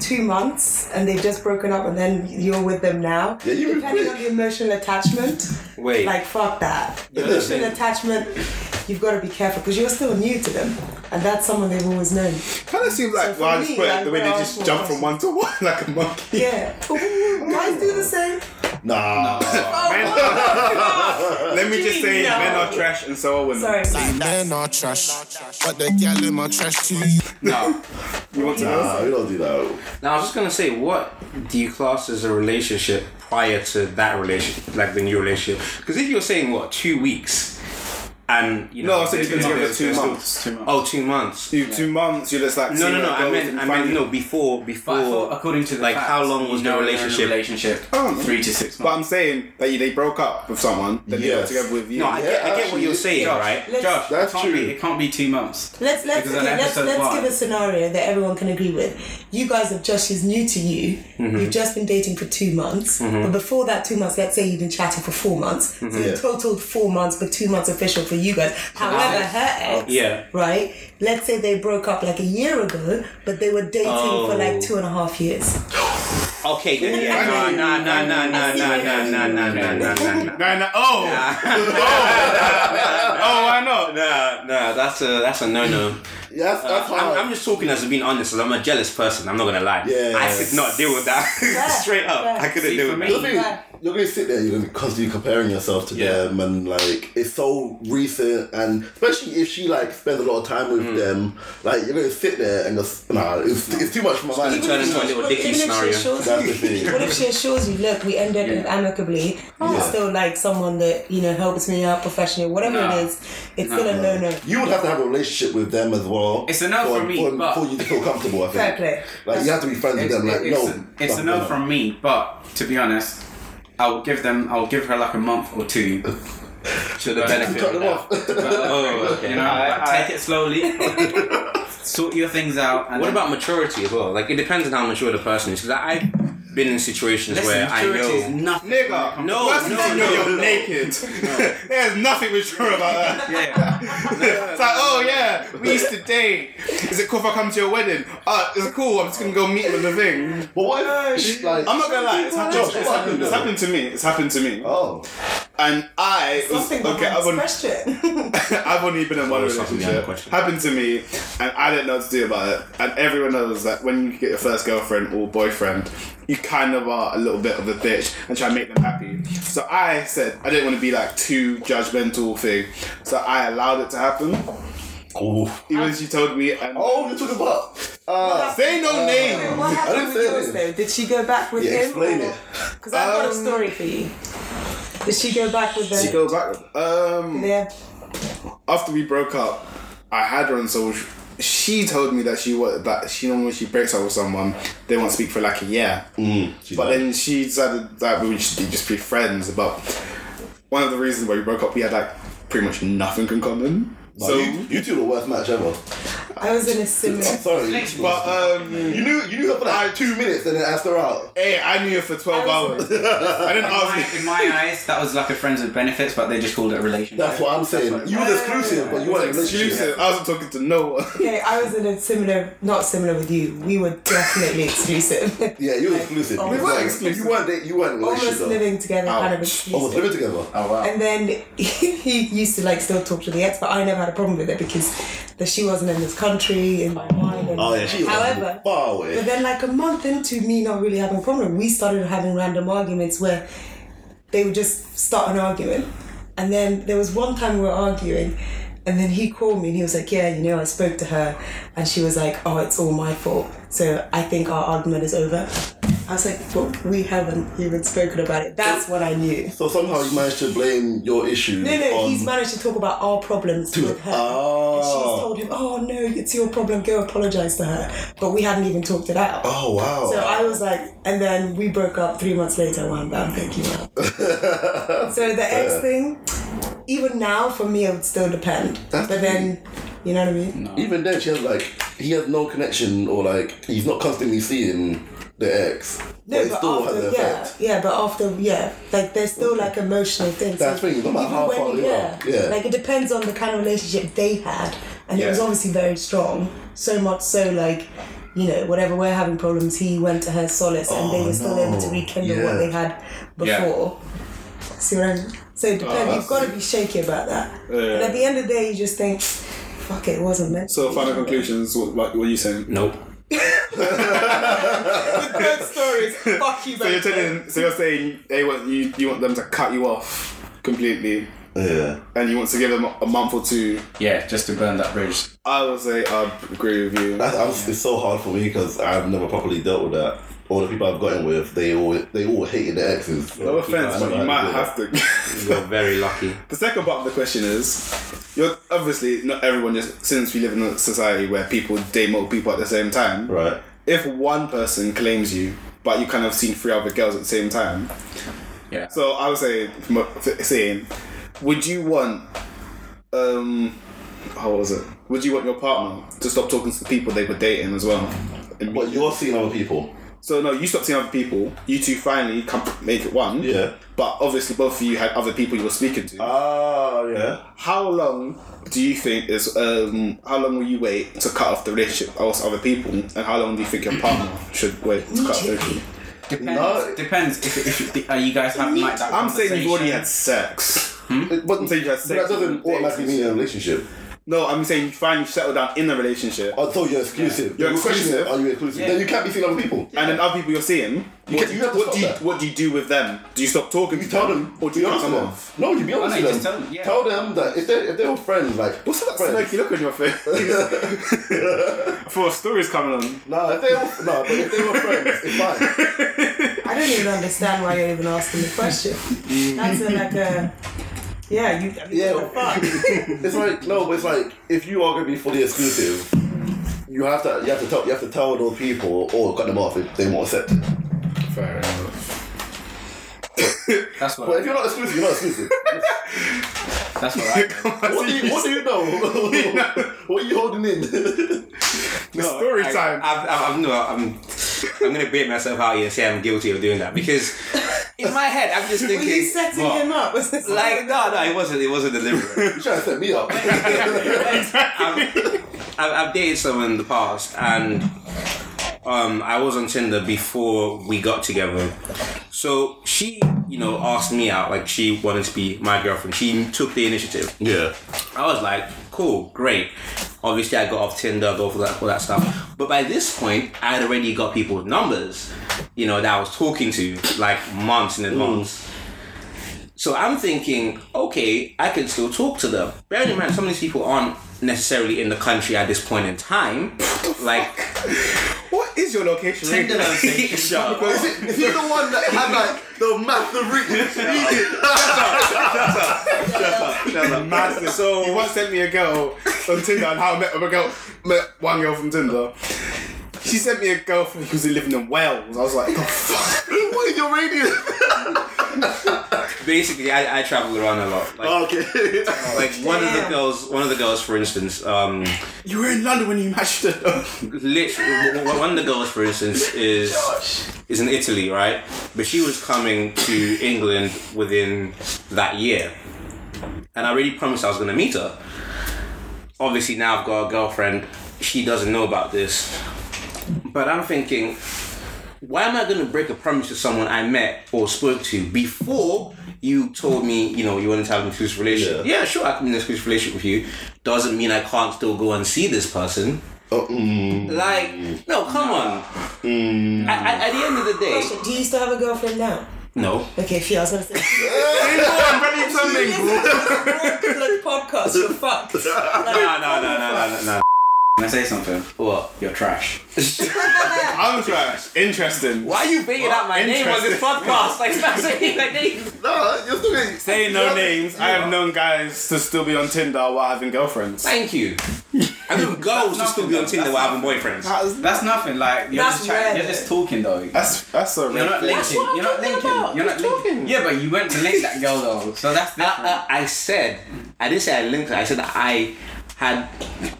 S5: two months and they've just broken up and then you're with them now.
S3: Yeah, you were
S5: Depending
S3: quick.
S5: on the emotional attachment.
S2: Wait.
S5: Like, fuck that. Emotional attachment, you've got to be careful because you're still new to them. And that's someone they've always known.
S4: Kind of seems like
S5: for
S4: well, I
S5: me,
S4: just put it
S5: like,
S4: the way they
S5: when I
S4: just
S5: was
S4: jump
S5: small-
S4: from one to one like a monkey.
S5: Yeah. Ooh, Guys do the same.
S3: nah.
S4: Let me just say,
S5: No.
S4: men are trash and so are women.
S5: Sorry.
S6: Men are trash, but the gal them are trash too.
S1: No,
S4: You want to know?
S3: Nah, we don't do that.
S2: Now, I was just gonna say, what do you class as a relationship prior to that relationship, like the new relationship? Because if you're saying what two weeks, and you know,
S4: No, I said you've been together
S1: it's
S4: two
S1: still-
S4: months.
S1: Two months.
S2: oh, two months.
S4: You two months, you're just like
S2: No, no, no. I meant, I meant, no. Before, before.
S1: But I thought according to the
S2: like,
S1: facts,
S2: how long was
S1: you
S2: the
S1: know they're in a
S2: relationship?
S1: Relationship
S4: Oh.
S1: three to six
S4: But
S1: months.
S4: I'm saying that you, they broke up with someone, then they got
S3: Yes.
S4: together with you.
S2: No, I, get, I get what
S3: actually,
S2: you're saying,
S1: Josh,
S2: right?
S5: Let's-
S1: Josh,
S3: That's
S1: it can't
S3: true.
S1: Be, it can't be two months.
S5: Let's let's
S1: Because on
S5: okay, let's,
S1: episode
S5: let's
S1: one-
S5: give a scenario that everyone can agree with. You guys have just is new to you.
S1: Mm-hmm.
S5: You've just been dating for two months, but before that two months, let's say you've been chatting for four months.
S1: Mm-hmm.
S5: So
S3: Yeah.
S5: you totaled four months, but two months official for you guys. However, her ex,
S2: Yeah.
S5: right? Let's say they broke up like a year ago, but they were dating for like two and a half years.
S2: Okay, then yeah. No, no, no, no, no, no, no, no, no, no, no, no, no.
S4: No, no, oh! oh! oh, why not?
S2: Nah, nah, that's a that's a no no.
S3: Yeah,
S5: Uh,
S3: that's, that's how.
S2: I'm, I'm just talking as being honest, 'cause I'm a jealous person. I'm not gonna lie.
S3: Yeah.
S2: I could not deal with that straight up. I couldn't
S1: See,
S2: deal
S1: for
S2: with
S1: me-
S2: that.
S3: The thing is, you're gonna sit there, you're gonna be constantly comparing yourself to them, and like it's so recent, and especially if she like spends a lot of time with
S5: Mm.
S3: them, like you're gonna sit there and just nah, it's, it's too much for my mind.
S2: turn into a little
S5: Well,
S2: dicky
S5: even if she
S2: scenario.
S5: assures
S3: That's
S5: you-
S3: the thing.
S5: What if she assures you, look, we ended it amicably. You're still like someone that you know helps me out professionally, whatever
S1: No.
S5: it is. It's still a no no.
S3: You would have to have a relationship with them as well.
S1: It's a no
S3: for,
S1: for me,
S3: for,
S1: but-
S3: for you to feel comfortable. I think.
S5: Fair play.
S3: Like you have to be friends with them. Like
S1: it's,
S3: no,
S1: it's
S3: that's
S1: a no from me. But to be honest, I'll give them. I'll give her like a month or two.
S2: To the benefit.
S3: Cut
S2: of
S3: them
S2: that.
S3: off.
S2: Oh, okay.
S1: You know, like, take it slowly. sort your things out. And
S2: What
S1: then-
S2: about maturity as well? Like it depends on how mature the person is. Because I've been in situations
S1: Listen,
S2: where I
S1: maturity is
S2: know.
S1: nothing.
S4: Nigga,
S2: No,
S4: First
S2: no,
S4: thing you
S2: no,
S4: know, you're
S2: no.
S4: naked. There's nothing mature about that.
S1: Yeah.
S4: It's like, oh yeah, we used to date. Is it cool if I come to your wedding? Uh, it's cool, I'm just gonna go meet him at the thing.
S3: But what if like
S4: I'm not gonna lie, it's happened,
S3: Josh,
S4: it's,
S3: what
S4: happened,
S3: happened
S4: it's
S3: though?
S4: happened to me, it's happened to me.
S3: Oh,
S4: And I was,
S5: Something
S4: okay,
S5: behind
S4: I wouldn't,
S5: this question.
S4: I've only been in one
S2: Always something behind the
S4: relationship.
S2: question.
S4: Happened to me, and I didn't know what to do about it. And everyone knows that when you get your first girlfriend or boyfriend, you kind of are a little bit of a bitch and try to make them happy. So I said I didn't want to be like too judgmental thing, so I allowed it to happen.
S3: oh,
S4: Even she told me, and Uh,
S3: oh, you're talking about Ah,
S4: Say no name.
S5: What happened
S3: didn't
S5: with
S3: say
S5: yours
S3: anything.
S5: though? Did she go back with
S3: Yeah,
S5: him?
S3: explain it.
S5: Because I've got a story for you. Did she go back with
S4: You go
S5: them?
S4: back. Um,
S5: Yeah.
S4: after we broke up, I had her on social. She told me that she wa that she normally when she breaks up with someone, they won't speak for like a year.
S3: she
S4: But
S3: died.
S4: then she decided that we would just be, just be friends. But one of the reasons why we broke up, we had like pretty much nothing in common.
S3: Nah,
S4: so,
S3: you, you two are the worst match ever.
S5: I was in a similar.
S3: I'm sorry.
S4: but um,
S3: you knew you knew her for like two minutes and then asked her out.
S4: hey, I knew her for twelve
S5: I
S4: hours.
S5: was-
S4: I didn't
S1: My,
S4: ask.
S1: in my eyes, that was like a friends with benefits, but they just called it a relationship.
S3: That's what I'm saying. You were exclusive, but you weren't
S4: Exclusive.
S3: exclusive.
S4: I wasn't talking to no one.
S5: Okay, I was in a similar, not similar with you. We were definitely exclusive.
S3: Yeah, you were exclusive.
S5: Oh, We
S3: You
S5: were
S3: weren't-
S4: exclusive.
S3: You weren't. da- You weren't in a relationship
S5: Almost
S3: though.
S5: living together, kind of
S3: Almost
S5: exclusive.
S3: living together.
S1: Oh wow.
S5: And then he used to like still talk to the ex, but I never had a problem with it because that she wasn't in this country in my mind. and-
S3: Oh yeah, she was
S5: However,
S3: far away.
S5: But then, like a month into me not really having a problem, we started having random arguments where they would just start an argument. And then there was one time we were arguing, and then he called me and he was like, Yeah, you know, I spoke to her, and she was like, Oh, it's all my fault. So I think our argument is over. I was like, Well, we haven't even spoken about it. That's what I knew.
S3: So somehow you managed to blame your issue
S5: No, no,
S3: on.
S5: he's managed to talk about our problems with her.
S3: Oh.
S5: And she's told him, Oh, no, it's your problem. Go apologize to her. But we hadn't even talked it out.
S3: oh wow.
S5: So I was like, and then we broke up three months later. Wham bam, thank you. so the ex thing, even now for me, it would still depend. but then, you know what I mean?
S3: Even then, she has like he has no connection or like he's not constantly seeing the ex. but it still has
S5: after,
S3: an
S5: yeah,
S3: effect.
S5: yeah, but after, yeah, like there's still like emotional things.
S3: That's
S5: like,
S3: the thing, no matter
S5: even
S3: how
S5: when-
S3: far you
S5: yeah,
S3: are, yeah.
S5: like it depends on the kind of relationship they had, and it was
S4: Yeah.
S5: obviously very strong. So much so, like. You know, whenever we're having problems, he went to her solace, and they were still able to rekindle what
S3: Oh, yeah.
S5: they had before. See what I mean? So
S4: Oh,
S5: it depends. You've got to be shaky about that. And at the end of the day, you just think, fuck it, it wasn't meant.
S4: So,
S5: to be."
S4: final conclusions. What, what, what are you saying?
S2: Nope.
S5: good stories. fuck you,
S4: So you're
S5: both.
S4: telling, so you're saying they want you, you want them to cut you off completely,
S3: Yeah.
S4: and you want to give them a month or two.
S1: Yeah, just to burn that bridge.
S4: I would say I agree with you.
S3: That's, I'm, It's so hard for me because I've never properly dealt with that. All the people I've gotten with, they all they all hated their exes.
S4: No offense, but you might have
S2: You
S4: to.
S2: got very lucky.
S4: the second part of the question is, you're obviously not everyone. Just since we live in a society where people date multiple people at the same time,
S3: Right.
S4: if one person claims you, but you kind of seen three other girls at the same time,
S1: Yeah.
S4: So I was saying, saying, would you want, um, how was it? Would you want your partner to stop talking to the people they were dating as well?
S3: But you're seeing other people.
S4: So no, you stopped seeing other people. You two finally come make it one.
S3: Yeah.
S4: But obviously, both of you had other people you were speaking to.
S3: Ah, yeah.
S4: how long do you think is um? How long will you wait to cut off the relationship with other people? And how long do you think your partner should wait to cut off the relationship?
S1: Depends.
S3: No.
S1: Depends if, if, if are you guys having like that.
S4: I'm saying you've already had
S1: conversation?
S4: sex.
S3: But, but
S4: So you had
S3: that
S4: sex
S3: doesn't
S4: with
S3: automatically
S4: the
S3: mean a relationship.
S4: No, I'm saying you finally settle down in a relationship.
S3: Oh, so you're exclusive.
S4: You're
S3: The question is,
S4: exclusive.
S3: Are you exclusive? Then you can't be seeing other people.
S4: and then other people you're seeing.
S3: You
S4: what do
S3: can- you
S4: you,
S3: have to
S4: what
S3: stop
S4: do you
S3: that.
S4: what do you do with them? Do you stop talking?
S3: You
S4: to
S3: tell
S4: them,
S3: them,
S4: or do you
S3: be
S4: cut
S3: honest
S4: them
S3: with them. Oh,
S4: off?
S3: No, you be honest
S1: no, you just
S3: with them.
S1: tell them, yeah.
S3: Tell them that if they if they were friends, like what's that friends?
S4: Smoky, look on your face. For stories coming on.
S3: No, if they were no, but if they were friends, it's fine.
S5: I don't even understand why you're even asking the question. That's a, like a. Yeah, you. I mean,
S3: Yeah.
S5: what the fuck?
S3: It's like no, but it's like if you are gonna be fully exclusive, you have to you have to tell you have to tell those people or cut them off if they won't accept it.
S4: Fair enough.
S1: That's what.
S3: But if
S1: I,
S3: you're not exclusive, you're not exclusive.
S1: that's what. I,
S3: what do you what do you know? what are you holding in?
S4: Story
S2: I,
S4: time.
S2: I've, I've, I've, no, I'm, I'm gonna bait myself out here and say I'm guilty of doing that because in my head I'm just
S5: Were
S2: thinking.
S5: you setting
S2: what?
S5: him up? Was this
S2: Like no, no, it wasn't. It wasn't deliberate.
S3: You're trying to set me up.
S2: I've, I've, I've dated someone in the past, and um, I was on Tinder before we got together. So she, you know, asked me out. Like she wanted to be my girlfriend. She took the initiative.
S3: yeah.
S2: I was like, cool, great. Obviously, I got off Tinder, all that, all that stuff. But by this point, I had already got people's numbers, you know, that I was talking to like months in advance. So I'm thinking, okay, I can still talk to them. Bearing in mind, some of these people aren't necessarily in the country at this point in time. like,
S4: What is your location?
S7: Tinder
S4: really?
S7: location.
S2: shut up.
S3: Is it- is he the one that had like the math, the reading?
S4: Madness.
S2: So-
S4: So you once sent me a girl on Tinder and how I met a girl, met one girl from Tinder. She sent me a girl from who's living in Wales. I was like, the fuck?
S3: what is your radius?
S2: Basically, I, I travel around a lot. Like,
S3: okay.
S2: like one of the
S5: Damn.
S2: girls, one of the girls, for instance, um,
S4: You were in London when you matched her.
S2: literally, one of the girls, for instance, is is in Italy, right? But she was coming to England within that year, and I already promised I was gonna meet her. Obviously, now I've got a girlfriend. She doesn't know about this, but I'm thinking, why am I gonna break a promise to someone I met or spoke to before? You told me, you know, you wanted to have an exclusive relationship. Yeah, sure, I can be in an exclusive relationship with you. Doesn't mean I can't still go and see this person.
S3: Oh, mm.
S2: Like, no, come on. I, I, at the end of the day,
S5: Question, Do you still have a girlfriend now?
S2: no.
S5: Okay, if you, I was gonna say.
S4: I'm ready to mingle.
S5: like podcast, you're fucked.
S2: No, no, no, no, no, no.
S1: Can I say something?
S2: What?
S1: You're trash.
S4: I'm trash. Interesting.
S2: Why are you banging out my name on this
S4: Interesting.
S2: podcast? Like, stop saying my name.
S3: Nah, you're still getting.
S4: Say no names. I have known guys to still be on Tinder while having girlfriends.
S2: Thank you. I mean, girls to still be on Tinder while having boyfriends.
S1: That's nothing. Like you're
S5: That's
S1: just chatting,
S5: rare.
S1: you're just talking though.
S4: That's that's so
S1: you're
S4: real.
S1: not linking.
S5: what I'm
S1: You're not
S5: talking
S1: linking.
S5: about.
S1: You're not
S5: Just
S1: linking.
S5: talking.
S1: Yeah, but you went to link that girl though, so that's different.
S2: Uh, I said, I didn't say I linked her, I said that I had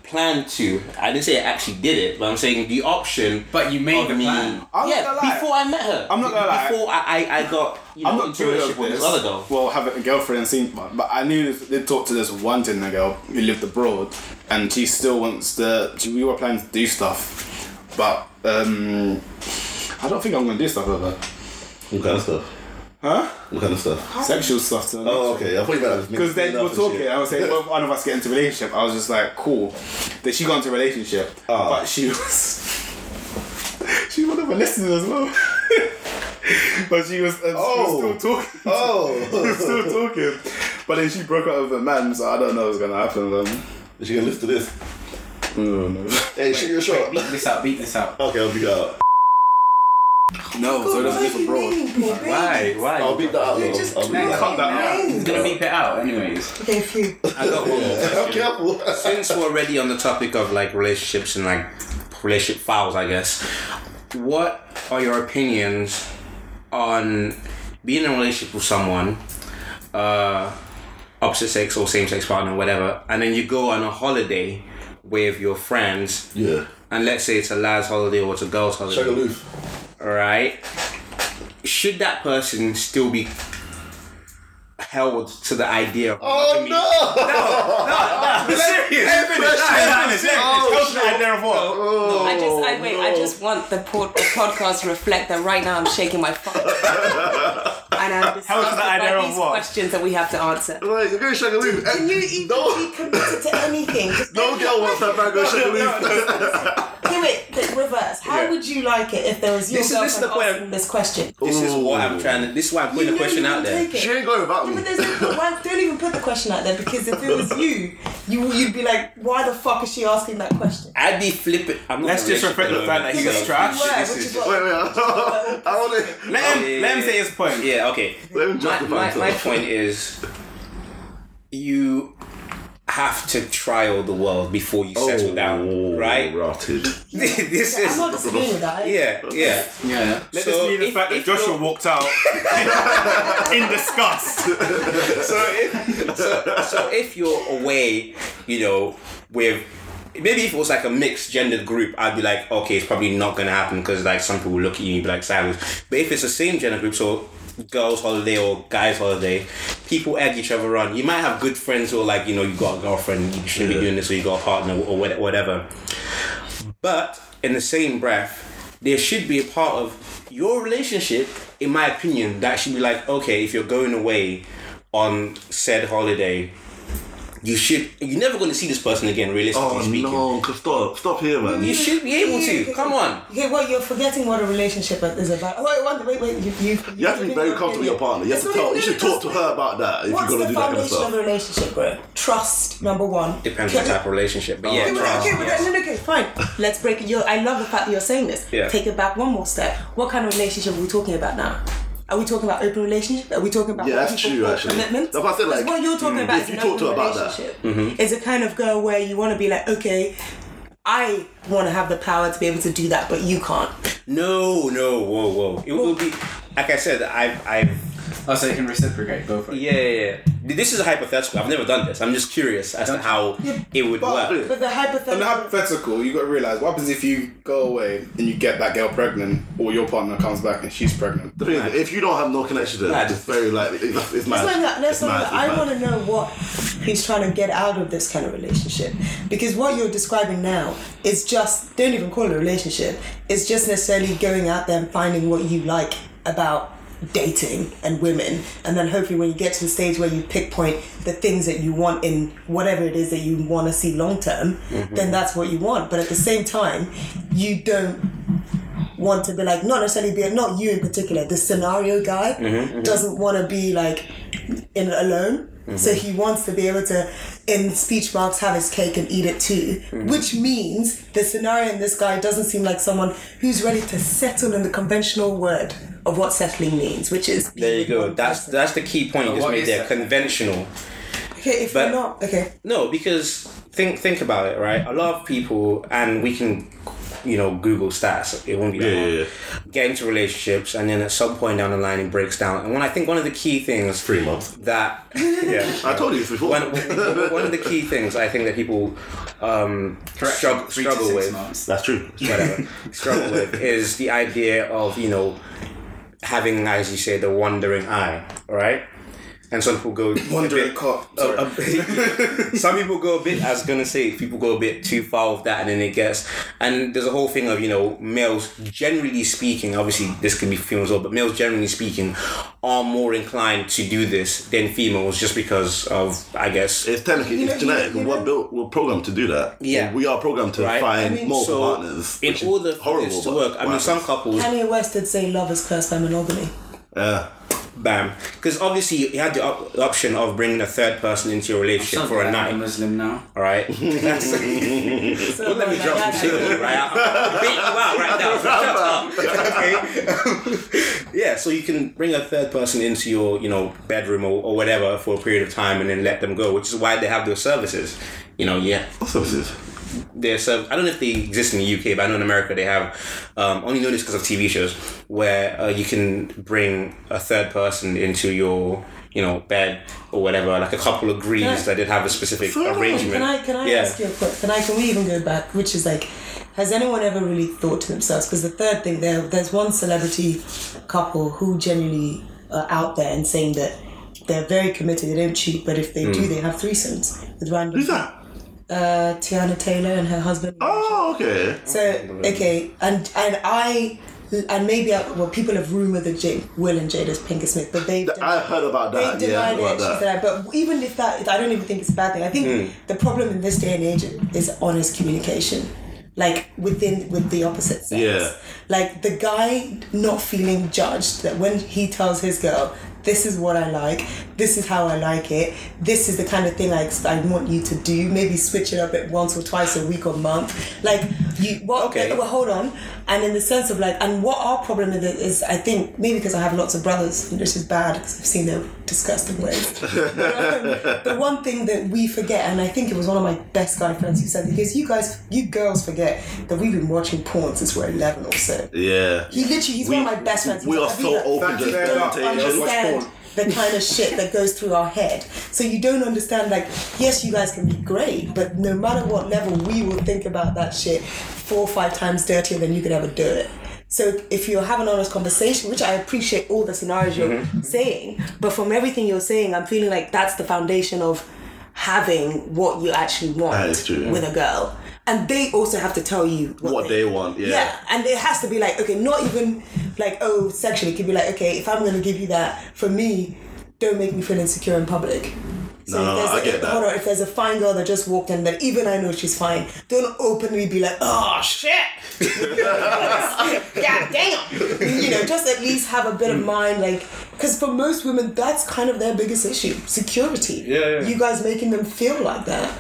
S2: planned to. I didn't say I actually did it, but I'm saying the option
S1: but you
S2: of
S1: made the
S2: me.
S1: plan.
S4: I'm not
S2: yeah,
S4: gonna lie.
S2: before I met her.
S4: I'm not gonna lie.
S2: Before I, I, I got you know,
S4: I'm not
S2: into a
S4: curious with
S2: relationship with
S4: this.
S2: this other girl.
S4: Well, having a girlfriend seemed fun, but I knew this- they talked to this one Tinder girl who lived abroad, and she still wants to. She, we were planning to do stuff, but um, I don't think I'm gonna do stuff with her.
S3: What kind of stuff?
S4: Huh?
S3: What kind of stuff?
S4: Sexual stuff. To
S3: Oh, okay. I thought you meant I was
S4: Because
S3: mixing
S4: then
S3: it up
S4: we're
S3: and
S4: talking,
S3: shit.
S4: I was saying, well, if one of us get into a relationship. I was just like, cool. Then she got into a relationship,
S3: Ah.
S4: but she was. She's one of our listeners as well. but she was, uh, she was
S3: Oh.
S4: still talking.
S3: Oh,
S4: We're still talking. But then she broke up with a man, so I don't know what's gonna happen with them.
S3: is she gonna listen to this?
S4: No, no.
S3: Hey, shoot your shot.
S1: Beat this out. Beat this out.
S3: Okay, I'll beat that out.
S4: so it doesn't
S5: Why
S4: live
S5: are you
S4: abroad. Oh,
S5: mean, poor baby?
S2: Why? Why?
S3: I'll beat that out.
S5: You're
S3: though.
S5: just
S3: I'll beat that
S4: Cut
S3: out.
S4: that out.
S5: mean.
S1: Gonna beep it out, anyways.
S5: Okay, if you.
S2: I got one more.
S3: I'm careful.
S2: since we're already on the topic of like relationships and like relationship files, I guess, what are your opinions on being in a relationship with someone, uh, opposite sex or same sex partner, whatever, and then you go on a holiday with your friends,
S3: Yeah.
S2: and let's say it's a lad's holiday or it's a girl's holiday,
S3: Shag aloof.
S2: right? Should that person still be held to the idea of
S3: Oh
S2: monogamy?
S3: no!
S5: Oh,
S3: Oh,
S8: I just, I wait.
S4: Oh,
S8: I just want the, pod, the podcast to reflect that right now I'm shaking my phone. and I'm disgusted
S4: that idea
S8: by
S4: of
S8: these
S4: what?
S8: questions that we have to answer.
S3: Like, you're going shagaloo.
S5: Can you even
S3: No,
S5: be committed to anything? Just
S3: no girl wants her man going shagaloo.
S5: Do it the reverse. How would you like it if there was your
S2: This is-
S5: girlfriend
S2: this is the point I'm-
S5: asking this question?
S2: This is what I'm trying to. This is why I'm putting the
S5: You know
S2: question
S5: oh. you
S2: out
S5: can
S2: there.
S5: take it.
S3: She ain't going without
S5: Yeah,
S3: me.
S5: but there's no, why, don't even put the question out there because if it was you, you you'd be like, why the fuck is she asking that question?
S2: I'd be flipping. I'm not
S4: Let's
S2: in a
S4: just
S2: relationship
S4: reflect
S2: at
S4: the fact that he
S5: Yeah,
S4: was
S5: but
S4: trash.
S5: you were,
S4: This
S5: which
S4: is-
S5: is what-
S3: Wait, wait. I want to.
S4: Let him, let him
S2: yeah,
S4: say his point.
S2: Yeah. Okay.
S3: Let him
S2: My,
S3: justify
S2: my, my
S3: himself.
S2: point is, you have to trial the world before you settle
S4: Oh.
S2: down, right?
S3: Rotted.
S2: this
S5: I'm
S2: is.
S5: not disagreeing with that.
S2: Yeah. Yeah.
S1: Yeah.
S4: Let
S2: So
S4: this mean the
S2: if-
S4: fact that
S2: if you're-
S4: Joshua walked out in disgust.
S2: so if so, so if you're away, you know, with maybe if it was like a mixed gendered group, I'd be like, okay, it's probably not gonna happen because like some people look at you and be like savage. But if it's the same gender group, so girls holiday or guys holiday, people egg each other on. You might have good friends who are like, you know, you got a girlfriend, you shouldn't be doing this, or you got a partner, or what- whatever. But in the same breath, there should be a part of your relationship, in my opinion, that should be like, okay, if you're going away on said holiday, you should. You're never going to see this person again, realistically
S3: Oh
S2: speaking.
S3: no, c- stop, stop here, man.
S2: You should be able to. Come on.
S5: Okay, well, you're forgetting what a relationship is about. Wait, wait, wait, wait. You, you,
S3: You have to be very comfortable with your partner. You have
S5: It's
S3: to
S5: not
S3: tell.
S5: even-
S3: You should talk to her about that if you're
S5: What's
S3: gonna
S5: the
S3: do that kind of
S5: foundation
S3: stuff.
S5: of a relationship, bro? Trust, number one.
S2: Depends
S5: Okay,
S2: on the type of relationship, but yeah,
S5: Oh, Okay, well,
S2: trust,
S5: okay, well,
S2: yes.
S5: then, okay, fine. Let's break it. You're, I love the fact that you're saying this.
S2: Yeah.
S5: Take it back one more step. What kind of relationship are we talking about now? Are we talking about open relationship? Are we talking about
S3: Yeah,
S5: what
S3: that's
S5: people
S3: true,
S5: call
S3: actually.
S5: commitment?
S3: That's what I said,
S5: 'Cause
S3: like,
S5: what you're talking
S3: mm,
S5: about
S3: if
S5: is
S3: you
S5: an
S3: talk to
S5: open
S3: her about that. Mm-hmm.
S5: relationship. It's a kind of girl where you want to be like, okay, I want to have the power to be able to do that, but you can't.
S2: No, no, whoa, whoa. It will be like I said. I've, I've.
S1: Oh, so you can reciprocate. Go for it.
S2: Yeah, yeah, yeah. This is a hypothetical. I've never done this. I'm just curious as to how it would
S4: But-
S2: work.
S5: But the hypothetical.
S4: And the hypothetical, you got to realize what happens if you go away and you get that girl pregnant, or your partner comes back and she's pregnant.
S3: The thing is, if you don't have no connection to
S2: Mad.
S3: them, it's very likely it's, it's mad.
S5: Let's not that. Let's
S3: It's
S5: not
S3: mad,
S5: that.
S3: it's
S5: I
S3: mad.
S5: want to know what he's trying to get out of this kind of relationship because what you're describing now is just don't even call it a relationship. It's just necessarily going out there and finding what you like about dating and women and then hopefully when you get to the stage where you pick point the things that you want in whatever it is that you want to see long term
S3: Mm-hmm.
S5: then that's what you want but at the same time you don't want to be like not necessarily be not you in particular the scenario guy
S2: Mm-hmm,
S5: doesn't want to be like in alone so
S2: Mm-hmm.
S5: he wants to be able to in speech marks have his cake and eat it too
S2: Mm-hmm.
S5: which means the scenario in this guy doesn't seem like someone who's ready to settle in the conventional word of what settling means which is
S2: There you go. That's that's the key point you just
S1: what
S2: made
S1: is
S2: there.
S1: that?
S2: Conventional.
S5: okay if
S2: but-
S5: you're not okay
S2: No, because think think about it, right? A lot of people, and we can, you know, Google stats. It won't be that
S3: Yeah,
S2: long.
S3: yeah, yeah.
S2: Get into relationships, and then at some point down the line, it breaks down. And when I think one of the key things
S3: Three months.
S2: that yeah,
S3: I told you this before.
S2: one, one of the key things I think that people um, struggle,
S1: Three to
S2: struggle
S1: six
S2: with
S1: months.
S3: That's true.
S2: whatever struggle with is the idea of you know having as you say the wandering eye all right and some people go
S4: Wandering
S2: a bit-
S4: cock.
S2: a- a bit- Oh, some people go a bit i was gonna say people go a bit too far with that and then it gets and there's a whole thing of you know males generally speaking obviously this can be females as well but males generally speaking are more inclined to do this than females just because of i guess
S3: It's technically it's
S5: know, you
S3: genetic.
S5: know- you
S3: we're
S5: know-
S3: built, we're programmed to do that.
S2: Yeah.
S3: we are programmed to
S2: Right.
S3: find
S2: I mean,
S3: multiple
S2: so
S3: partners.
S2: in
S3: which is
S2: order for
S3: horrible,
S2: this to
S3: but
S2: work i mean
S3: what
S2: some
S3: happens?
S2: couples
S5: Kanye West did say love is cursed by monogamy
S3: Yeah,
S2: Bam. Because obviously you had the op- option of bringing a third person into your relationship
S1: Sounds
S2: for
S1: like
S2: a
S1: I'm
S2: night,
S1: Muslim now.
S2: all right? That's-
S5: so
S2: Don't let me
S5: like
S2: drop some
S5: that,
S2: shit on you, right? I'll beat you out right now. Shut up. Okay. yeah, so you can bring a third person into your, you know, bedroom or, or whatever for a period of time and then let them go, which is why they have those services. You know, yeah,
S3: what services?
S2: their service. I don't know if they exist in the UK, but I know in America they have. Um, only know this because of TV shows where uh, you can bring a third person into your you know bed or whatever. Like a couple agrees
S5: Can I-
S2: that they'd have a specific
S3: Hold on,
S2: arrangement.
S5: Can I can I
S2: yeah.
S5: ask you a quick? Can I can we even go back? Which is like, has anyone ever really thought to themselves? Because the third thing there, there's one celebrity couple who genuinely are out there and saying that they're very committed. They don't cheat, but if they do, they have threesomes with random.
S3: Hmm. Who's that?
S5: Uh, Tiana Taylor and her husband.
S3: Oh, okay.
S5: So okay, and and I. And maybe I, well, people have rumored that Jade, Will and Jada's Pinker Smith, but they
S3: I heard about that.
S5: they
S3: uh, Yeah, I heard
S5: denied
S3: about
S5: it. She
S3: that.
S5: said, but even if that, I don't even think it's a bad thing. I think the problem in this day and age is honest communication, like within with the opposite sex.
S3: Yeah.
S5: Like the guy not feeling judged that when he tells his girl, "This is what I like. This is how I like it. This is the kind of thing I ex- I want you to do. Maybe switch it up at once or twice a week or month. Like you. What,
S2: Okay.
S5: well, hold on. And in the sense of like, and what our problem is, is I think maybe because I have lots of brothers, and this is bad because I've seen their disgusting ways. But, um, the one thing that we forget, and I think it was one of my best guy friends who said, because you guys, you girls forget that we've been watching porn since we're 11 or so.
S3: Yeah.
S5: He literally, he's one of my best friends. He's
S3: We are
S5: like,
S3: so
S5: Aviva,
S3: open to
S4: Back there, back
S3: experimentation.
S4: there.
S5: understand the kind of shit that goes through our head. So you don't understand, like, yes, you guys can be great, but no matter what level, we will think about that shit four or five times dirtier than you could ever do it. So if you have an honest conversation, which I appreciate all the scenarios you're
S3: Mm-hmm.
S5: saying, but from everything you're saying, I'm feeling like that's the foundation of having what you actually
S3: That
S5: want
S3: is true, yeah.
S5: with a girl. And they also have to tell you what,
S3: What they want, yeah.
S5: yeah, and it has to be like, okay, not even like, oh, sexually. It could be like, okay, if I'm going to give you that, for me, don't make me feel insecure in public. So
S3: No,
S5: if there's
S3: I
S5: a,
S3: get that.
S5: Hold on, if there's a fine girl that just walked in, that even I know she's fine, don't openly be like, oh shit, god damn. You know, just at least have a bit of mind, like, because for most women, that's kind of their biggest issue: security.
S2: Yeah, yeah.
S5: You guys making them feel like that.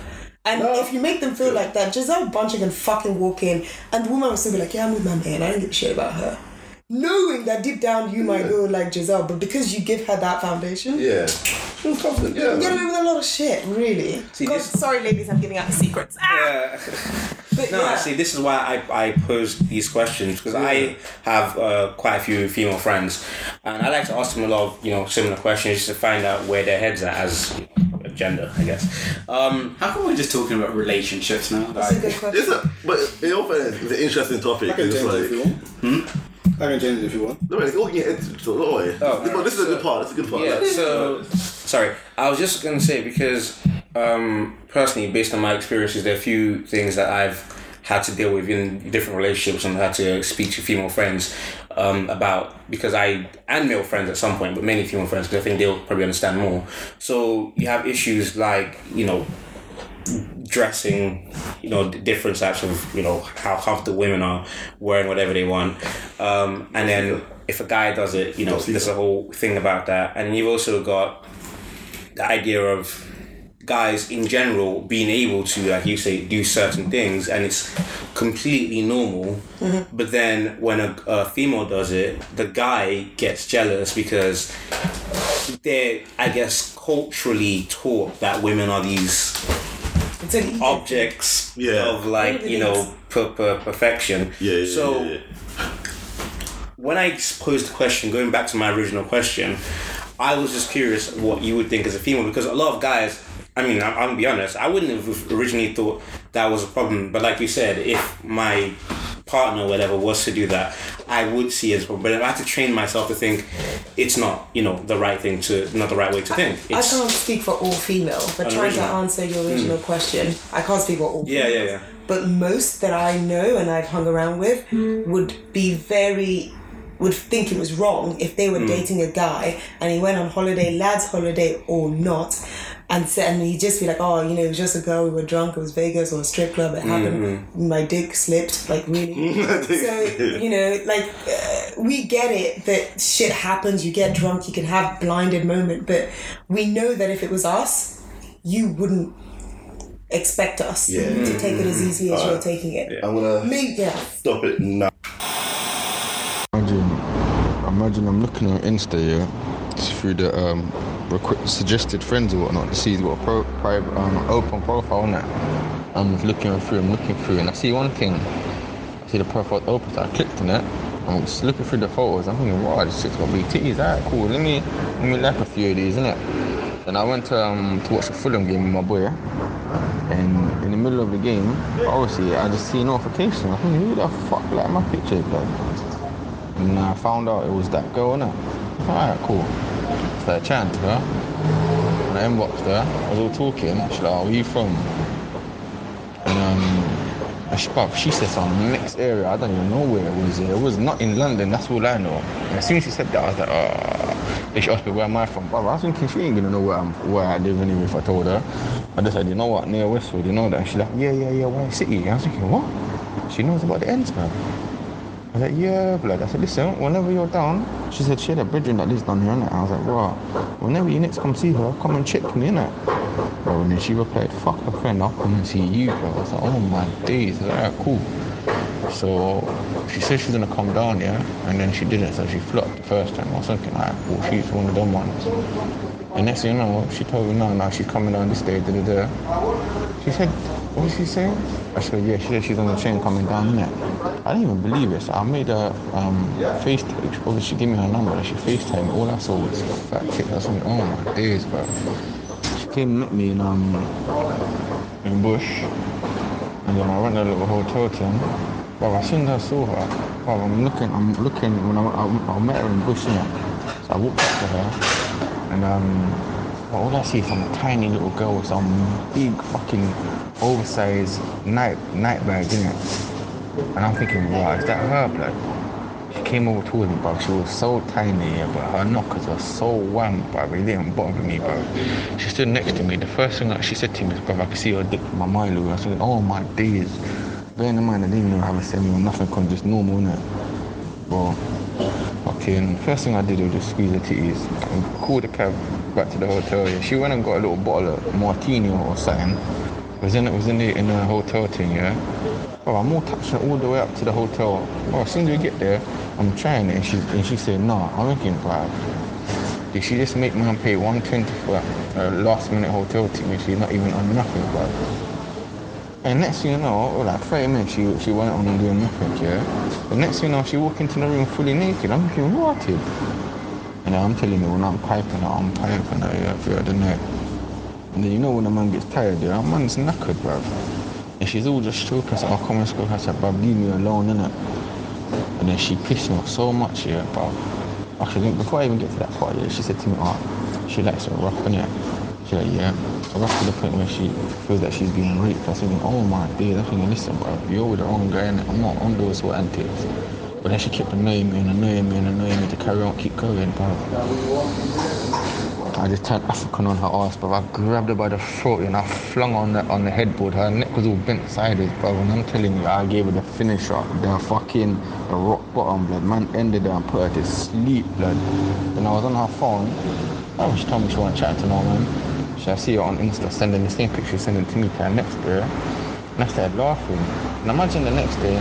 S5: And if you make them feel like that, Giselle Buncher can fucking walk in, and the woman will still be like, "Yeah, I'm with my man. I don't give a shit about her." Knowing that deep down you might go like Giselle, but because you give her that foundation,
S3: Yeah. She was confident, yeah.
S5: Get away with a lot of shit, really. God,
S2: this-
S5: sorry, ladies, I'm giving out the secrets. Ah!
S2: Yeah.
S5: But
S2: No,
S5: yeah.
S2: see, this is why I, I pose these questions because I have uh, quite a few female friends, and I like to ask them a lot of you know similar questions just to find out where their heads are as a gender, I guess. Um,
S1: How come we're just talking about relationships now?
S5: That's a
S1: Like,
S5: good question.
S3: It's a, but in all fairness, it's an interesting topic.
S4: I can
S3: It's
S4: change it if you
S3: like,
S4: want. Hmm? I can change it if you want.
S3: no, it's all getting edited, so don't worry.
S2: Oh,
S3: this, but this is a good part. It's a good part.
S2: yeah.
S3: like-
S2: So, sorry, I was just gonna say because um, personally, based on my experiences, there are a few things that I've had to deal with in different relationships and had to speak to female friends um, about because I and male friends at some point, but mainly female friends because I think they'll probably understand more. So you have issues like you know dressing, you know, d- different types of, you know, how half the women are wearing whatever they want. Um, and then if a guy does it, you know, there's a whole thing about that. And you've also got the idea of guys in general being able to, like you say, do certain things and it's completely normal. But then when a, a female does it, the guy gets jealous because they're, I guess, culturally taught that women are these
S5: It's an ego.
S2: objects
S3: Yeah.
S2: of like you know per, per, perfection.
S3: yeah, yeah,
S2: so
S3: yeah, yeah.
S2: when I posed the question, going back to my original question, I was just curious what you would think as a female because a lot of guys. I mean, I'm, I'm gonna be honest. I wouldn't have originally thought that was a problem, but like you said, if my partner, or whatever, was to do that, I would see it as a problem. But if I had to train myself to think, it's not, you know, the right thing to, not the right way to think.
S5: I
S2: It's,
S5: can't speak for all female, but trying to
S2: original.
S5: answer your original question, I can't speak for all
S2: Hmm. yeah, yeah, yeah.
S5: but most that I know and I've hung around with would be very would think it was wrong if they were
S2: Hmm.
S5: dating a guy and he went on holiday, lad's holiday or not, and said and he'd just be like, oh, you know, it was just a girl, we were drunk, it was Vegas or a strip club, it
S2: Hmm,
S5: happened, my dick slipped, like really. so you know, like uh, we get it that shit happens, you get drunk, you can have blinded moment, but we know that if it was us, you wouldn't expect us to take it as
S3: Mm-hmm.
S5: easy as you're taking it.
S3: I'm gonna
S5: Me, yeah.
S3: stop it now.
S7: Imagine, imagine I'm looking on Insta, yeah, it's through the um, requ- suggested friends or whatnot to see what pro- private, um, open profile on that. I'm looking through, I'm looking through, and I see one thing. I see the profile open, so I clicked on it. I'm just looking through the photos. I'm thinking, wow, this chick's got big titties. All right, cool. Let me, let me like a few of these, innit? Then I went to, um, to watch the Fulham game with my boy, yeah? and in the middle of the game, obviously, I just see a notification. I'm thinking, who the fuck like my picture, blood? And I found out it was that girl, innit? Alright, cool. So I chatted to her. And I inboxed her. I was all talking. She's like, oh, where you from? And um, and she, bruv, she said some next area. I don't even know where it was. It was not in London. That's all I know. And as soon as she said that, I was like, oh. Then she asked me, where am I from? Bruv, I was thinking she ain't gonna know where, I'm, where I live anyway if I told her. I just said, you know what, near Westwood, you know that? She's like, yeah, yeah, yeah, White City. I was thinking, what? She knows about the ends, man. I was like, yeah, blood. I said, listen, whenever you're down, she said she had a brethren that lives down here, innit? I was like, right, whenever you next come see her, come and check me, innit? Bro, and then she replied, fuck her friend, I'll come and see you, bro. I was like, oh my days, I was like, alright, cool. So she said she's gonna come down, yeah? And then she didn't, so she flopped the first time. I was thinking, alright, cool, she's one of them ones. And next thing you know, she told me, no, no, she's coming down this day, da da da. She said, what was she saying? I said, yeah, she said she's on the train coming down there. I didn't even believe it. So I made her um, FaceTime. She- Obviously, she gave me her number and she FaceTime. All I saw was a fat chick. I was like, oh my days, bro. She came and met me in, um, in Bush. And then I went to a little hotel thing. Bro, as soon as I saw her, bro, I'm looking, I'm looking, when I, I, I met her in Bush, innit? So I walked up to her and um, but all I see is some tiny little girl with some big fucking oversized night night bag in it. And I'm thinking, wow, is that her blood? She came over towards me, bro. She was so tiny, yeah, but her knockers were so wham, bro. They didn't bother me, bro. She stood next to me. The first thing that she said to me is, bro, I could see her dick from my mile away. I was thinking, oh my days. Bearing in mind, I didn't even have a semi or nothing, cause just normal, innit? Bro, Okay, and first thing I did was just squeeze her titties and called a cab back to the hotel. Yeah. She went and got a little bottle of martini or something. Was in it was in the in the hotel thing, yeah. Bro, I'm all touching her all the way up to the hotel. Well, as soon as we get there, I'm trying it and she and she said, nah, I'm looking five. Did she just make man pay 120 for a last minute hotel ticket? She's not even on nothing, bro. And next thing you know, like 30 minutes, she, she went on and doing nothing, yeah? The next thing you know, she walked into the room fully naked. I'm thinking, what? it? And I'm telling you, when I'm piping her, I'm piping her, yeah, throughout the night. And then you know when a man gets tired, yeah, a man's knackered, bruv. And she's all just stroking, so I'll come and stroke her, I said, bruv, leave me alone, innit? And then she pissed me off so much, yeah, but actually, before I even get to that part, yeah, she said to me, oh, she likes it rough, innit? She like, yeah. I got to the point where she feels that she's being raped. I was thinking, oh my dear, I'm thinking, listen, bro, you're with the wrong guy, innit? I'm not on those sort of antics. But then she kept annoying me and annoying me and annoying me to carry on, keep going, bro. I just turned African on her ass, but I grabbed her by the throat and I flung her on the on the headboard. Her neck was all bent sideways, bro. And I'm telling you, I gave her the finisher, the fucking the rock bottom, blood. Man ended her and put her to sleep, blood. Then I was on her phone. Oh, she told me she wanted to chat to no man. She I see her on Insta sending the same picture, sending to me to her next day. And I started laughing. And imagine the next day.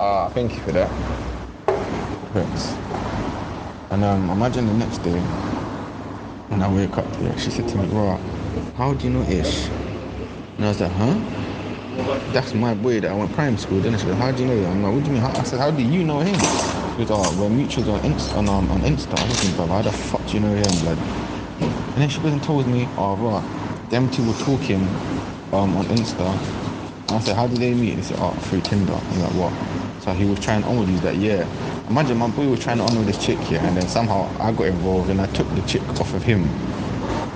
S7: Ah, thank you for that. Thanks. And um, imagine the next day. When I wake up, yeah, she said to me, Raw, how do you know Ish? And I was like, huh? That's my boy that I went primary school. Then she said, how do you know him? I'm like, what do you mean? How? I said, how do you know him? She goes, oh, we're mutuals on Insta. On, um, on Insta. I was like, brother, how the fuck do you know him? Like, and then she goes and tells me, oh, Raw, them two were talking um, on Insta. I said, how did they meet? They said, oh, through Tinder. I'm like, what? So he was trying on with these that year. Imagine my boy was trying on with this chick here, and then somehow I got involved and I took the chick off of him.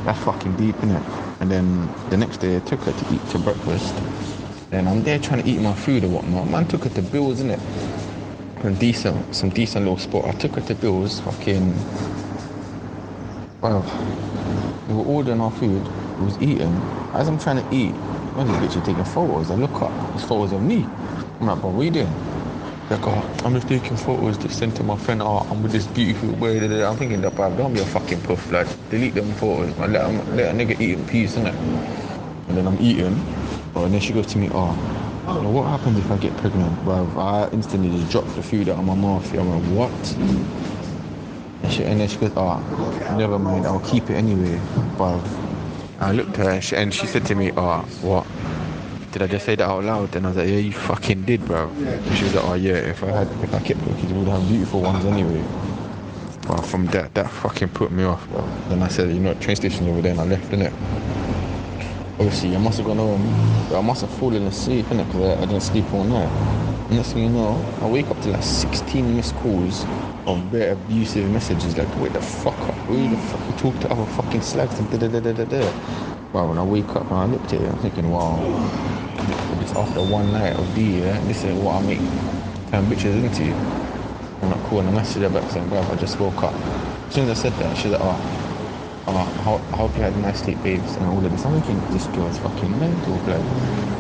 S7: That's fucking deep, innit? And then the next day I took her to eat to breakfast. Then I'm there trying to eat my food or whatnot. Man took her to Bill's, innit? Some decent, some decent little spot. I took her to Bill's, fucking. Well, we were ordering our food, we was eating. As I'm trying to eat, one of the bitches taking photos. I look up, it's photos of me. I'm like, bro, what are you doing? They're Like, oh, I'm just taking photos to send to my friend. Oh, I'm with this beautiful boy. da, da, da." I'm thinking, that, bro, don't be a fucking puff. Like, delete them photos. Man. Let, 'em- let a nigga eat in peace, innit? And then I'm eating. Bro, and then she goes to me, oh, now what happens if I get pregnant? Bro, I instantly just dropped the food out of my mouth. I went, what? And she, and then she goes, ah, never mind, I'll keep it anyway. But I looked at her and she, and she said to me, ah, what? Did I just say that out loud? And I was like, yeah, you fucking did, bro. And she was like, oh yeah, if I had, if I kept cookies, we would have beautiful ones anyway. But from that, that fucking put me off, bro. Then I said, you know, what, train station over there, and I left, innit? Obviously, I must have gone home. I must have fallen asleep, innit? Because I, I didn't sleep all night. Next thing you know, I wake up to like 16 missed calls of bare abusive messages. Like, wait the fuck up. Who the fuck you talk to other fucking slags and da da da da da da. Wow, when I wake up and I looked at it, I'm thinking, wow, it's after one night of D, yeah? This is what I make turn bitches into. I'm like, cool, and I messaged her back saying, bruv, I just woke up. As soon as I said that, she's like, oh, Oh, I hope you had a nice sleep, babes, and all of this. I'm thinking, this girl's fucking mental, blood.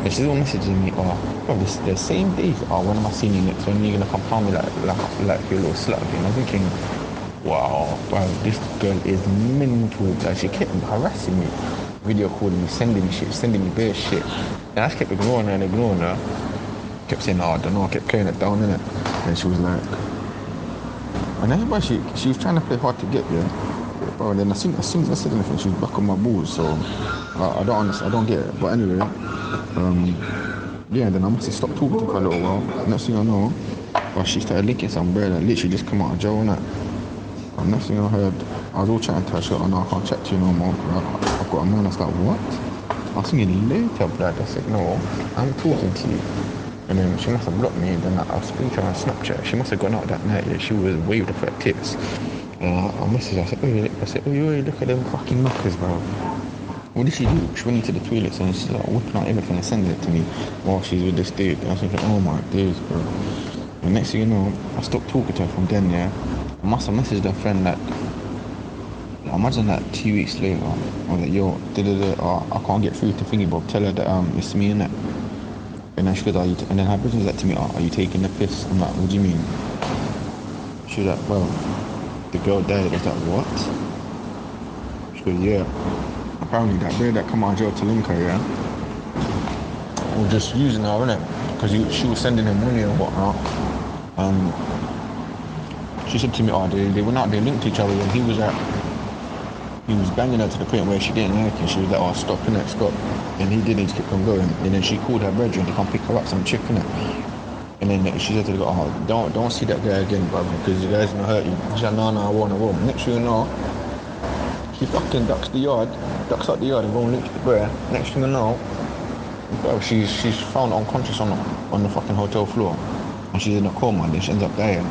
S7: And she's all messaging me, oh, bro, this, the same days, oh, when am I seeing you next? When are you gonna come find me like, like, like your little slut again? I'm thinking, wow, bro, this girl is mental, blood. She kept harassing me, video calling me, sending me shit, sending me bare shit. And I just kept ignoring her and ignoring her. Kept saying, oh, I don't know, I kept playing it down, innit? And she was like, and then, but she, she was trying to play hard to get, yeah. Bro, and then as soon, as soon as I said anything, she was back on my balls, so I, I don't understand, I don't get it. But anyway, um, yeah, then I must have stopped talking to her for a little while. Next thing I know, well, she started linking some bread and literally just come out of jail, innit? And next thing I heard, I was all chatting to her, she was like, oh, no, I can't chat to you no more, bro. I've got a man. I was like, what? I was thinking later, blood. I said, no, I'm talking to you. And then she must have blocked me. Then I, I was speaking to her on Snapchat. She must have gone out that night. Yeah. She was waved off her tits. And I, I messaged her. I said, oi, look- I said, oi, oi, look at them fucking knockers, bro. What did she do? She went into the toilets and she's like whipping out everything and sending it to me while she's with this dude. And I was thinking, oh my days, bro. The next thing you know, I stopped talking to her from then, yeah. I must have messaged her friend like, I imagine that two weeks later, I was like, yo, da da da, uh, I can't get through to Thingy Bob. Tell her that um, it's me, innit? And then she goes, are you, t-? and then her bitch was like to me, oh, are you taking the piss? I'm like, what do you mean? She was like, well, the girl died. I was like, what? She goes, yeah. Apparently that bird that come out of jail to link her, yeah? We're just using her, innit? Because she was sending him money and whatnot. Um, she said to me, oh, they, they went out, they linked each other, and he was at, he was banging her to the point where she didn't like it. She was like, oh, stop, innit, stop. And he didn't keep on going. And then she called her brethren to come pick her up, some chick, innit? And then she said to the guy, oh, don't, don't see that guy again, brother, because the guy's gonna hurt you. She said, no, no, I won't, I won't. Next thing you know, she fucking ducks the yard, ducks out the yard and go and link the bear. Next thing you know, bro, she's, she's found unconscious on, on the fucking hotel floor. And she's in a coma and then she ends up dying.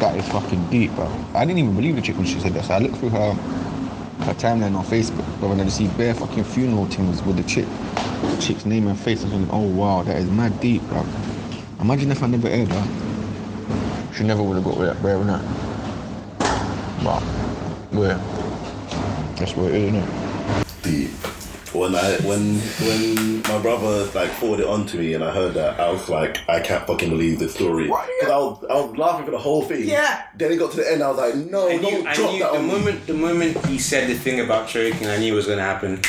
S7: That is fucking deep, bro. I didn't even believe the chick when she said that. So I looked through her her timeline on Facebook, bro, and I just see bare fucking funeral things with the chick, the chick's name and face. I think, oh wow, that is mad deep, bro. Imagine if I never aired her. She never would have got with that bear, innit? But, yeah. That's what it is, innit?
S3: deep. When I when when my brother like poured it onto me and I heard that, I was like, I can't fucking believe this story. Because I was I was laughing for the whole thing.
S5: Yeah.
S3: Then it got to the end. I was like, no,
S2: I
S3: don't
S2: knew, I
S3: drop
S2: knew
S3: that
S2: the
S3: on me.
S2: moment the moment he said the thing about choking, I knew it was gonna happen.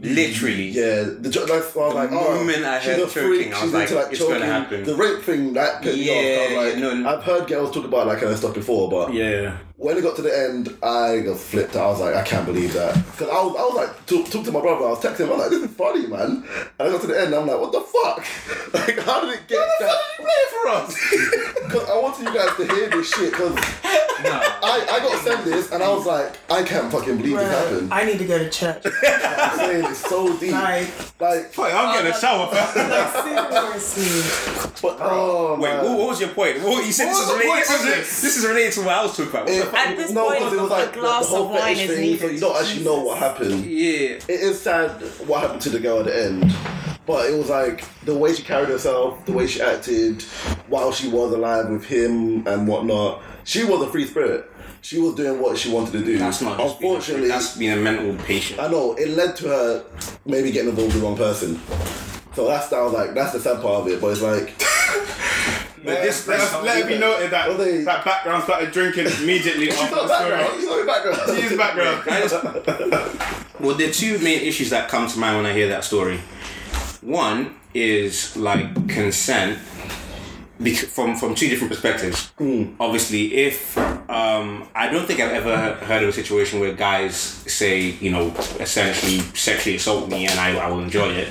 S2: Literally.
S3: Yeah, the jo- that's why I was like, oh,
S2: moment I
S3: she's
S2: heard
S3: a freak.
S2: choking, I
S3: She's
S2: was
S3: into
S2: like,
S3: like
S2: it's gonna
S3: choking.
S2: happen.
S3: The rape thing that pissed me off. I
S2: Yeah,
S3: was like,
S2: yeah, no.
S3: I've heard girls talk about like kind of stuff before, but
S2: Yeah.
S3: when it got to the end, I got flipped out. I was like, I can't believe that. Because I was, I was like, talk, talk to my brother. I was texting him. I was like, this is funny, man. And I got to the end. I'm like, what the fuck? Like, how did it get? How the fuck did you play it for us? Because I wanted you guys to hear this shit. Because I, I got sent this, and I was like, I can't fucking believe this
S5: Bro,
S3: happened.
S5: I need to go to church.
S3: I'm saying it's so deep.
S5: Like,
S3: Like,
S2: I'm getting a shower first.
S5: like seriously.
S3: but oh
S2: Wait,
S3: man.
S2: what, what was your point? What you said
S3: What was
S2: this is
S3: the
S2: related.
S3: point
S2: This
S3: of
S2: is,
S3: this?
S2: this is related to what I was talking about. What the fuck?
S8: At this
S3: no,
S8: point,
S3: because it was
S8: a
S3: like
S8: glass
S3: the whole
S8: of wine
S3: fetish
S8: is
S3: thing, so you
S8: needed.
S3: don't actually know what happened.
S2: Yeah.
S3: It is sad what happened to the girl at the end, but it was like the way she carried herself, the way she acted, while she was alive with him and whatnot. She was a free spirit. She was doing what she wanted to do.
S2: That's not. just being a freak,
S3: Unfortunately,
S2: that's being a mental patient.
S3: I know it led to her maybe getting involved with the wrong person. So that's that was like that's the sad part of it. But it's like
S4: But this, let, us, let it be noted that
S3: Well, they-
S4: that background started drinking immediately after
S3: She's not
S4: the story.
S3: background. She's not in background.
S4: She's background.
S2: Can I just- well, there are two main issues that come to mind when I hear that story. One is like consent bec- from from two different perspectives.
S3: Hmm.
S2: Obviously, if um, I don't think I've ever he- heard of a situation where guys say, you know, essentially sexually assault me and I, I will enjoy it.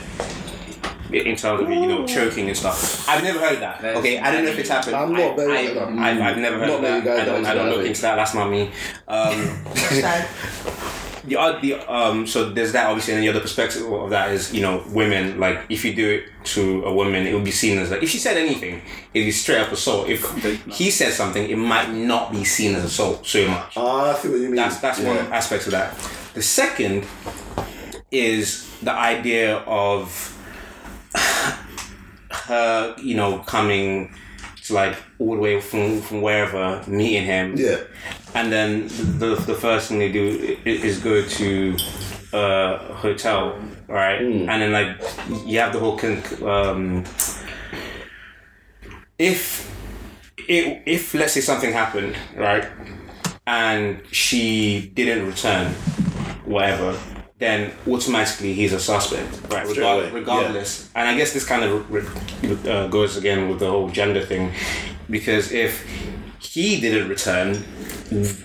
S2: In terms of you know choking and stuff, I've never heard of that. Okay, I don't know if it's happened.
S3: I'm not
S2: I-
S3: very-
S2: I, have I've never heard
S3: Not
S2: of
S3: many
S2: that.
S3: guys
S2: I don't.
S3: that
S2: I don't
S3: have
S2: look
S3: it.
S2: into that. That's not me. Um,
S5: Hashtag.
S2: the, oth- the um so there's that obviously and then the other perspective of that is you know women like if you do it to a woman it will be seen as like if she said anything it is straight up assault if he said something it might not be seen as assault so much
S3: Ah, I see what you mean.
S2: that's that's one aspect of that the second is the idea of her you know coming to like all the way from from wherever meeting him
S3: Yeah.
S2: and then the, the first thing they do i- is go to a hotel, right? And then like you have the whole con- um, if it, if let's say something happened, right, and she didn't return, whatever, then automatically he's a suspect, right? Regard-
S3: away,
S2: regardless, and I guess this kind of re- re- uh, goes again with the whole gender thing, because if he didn't return,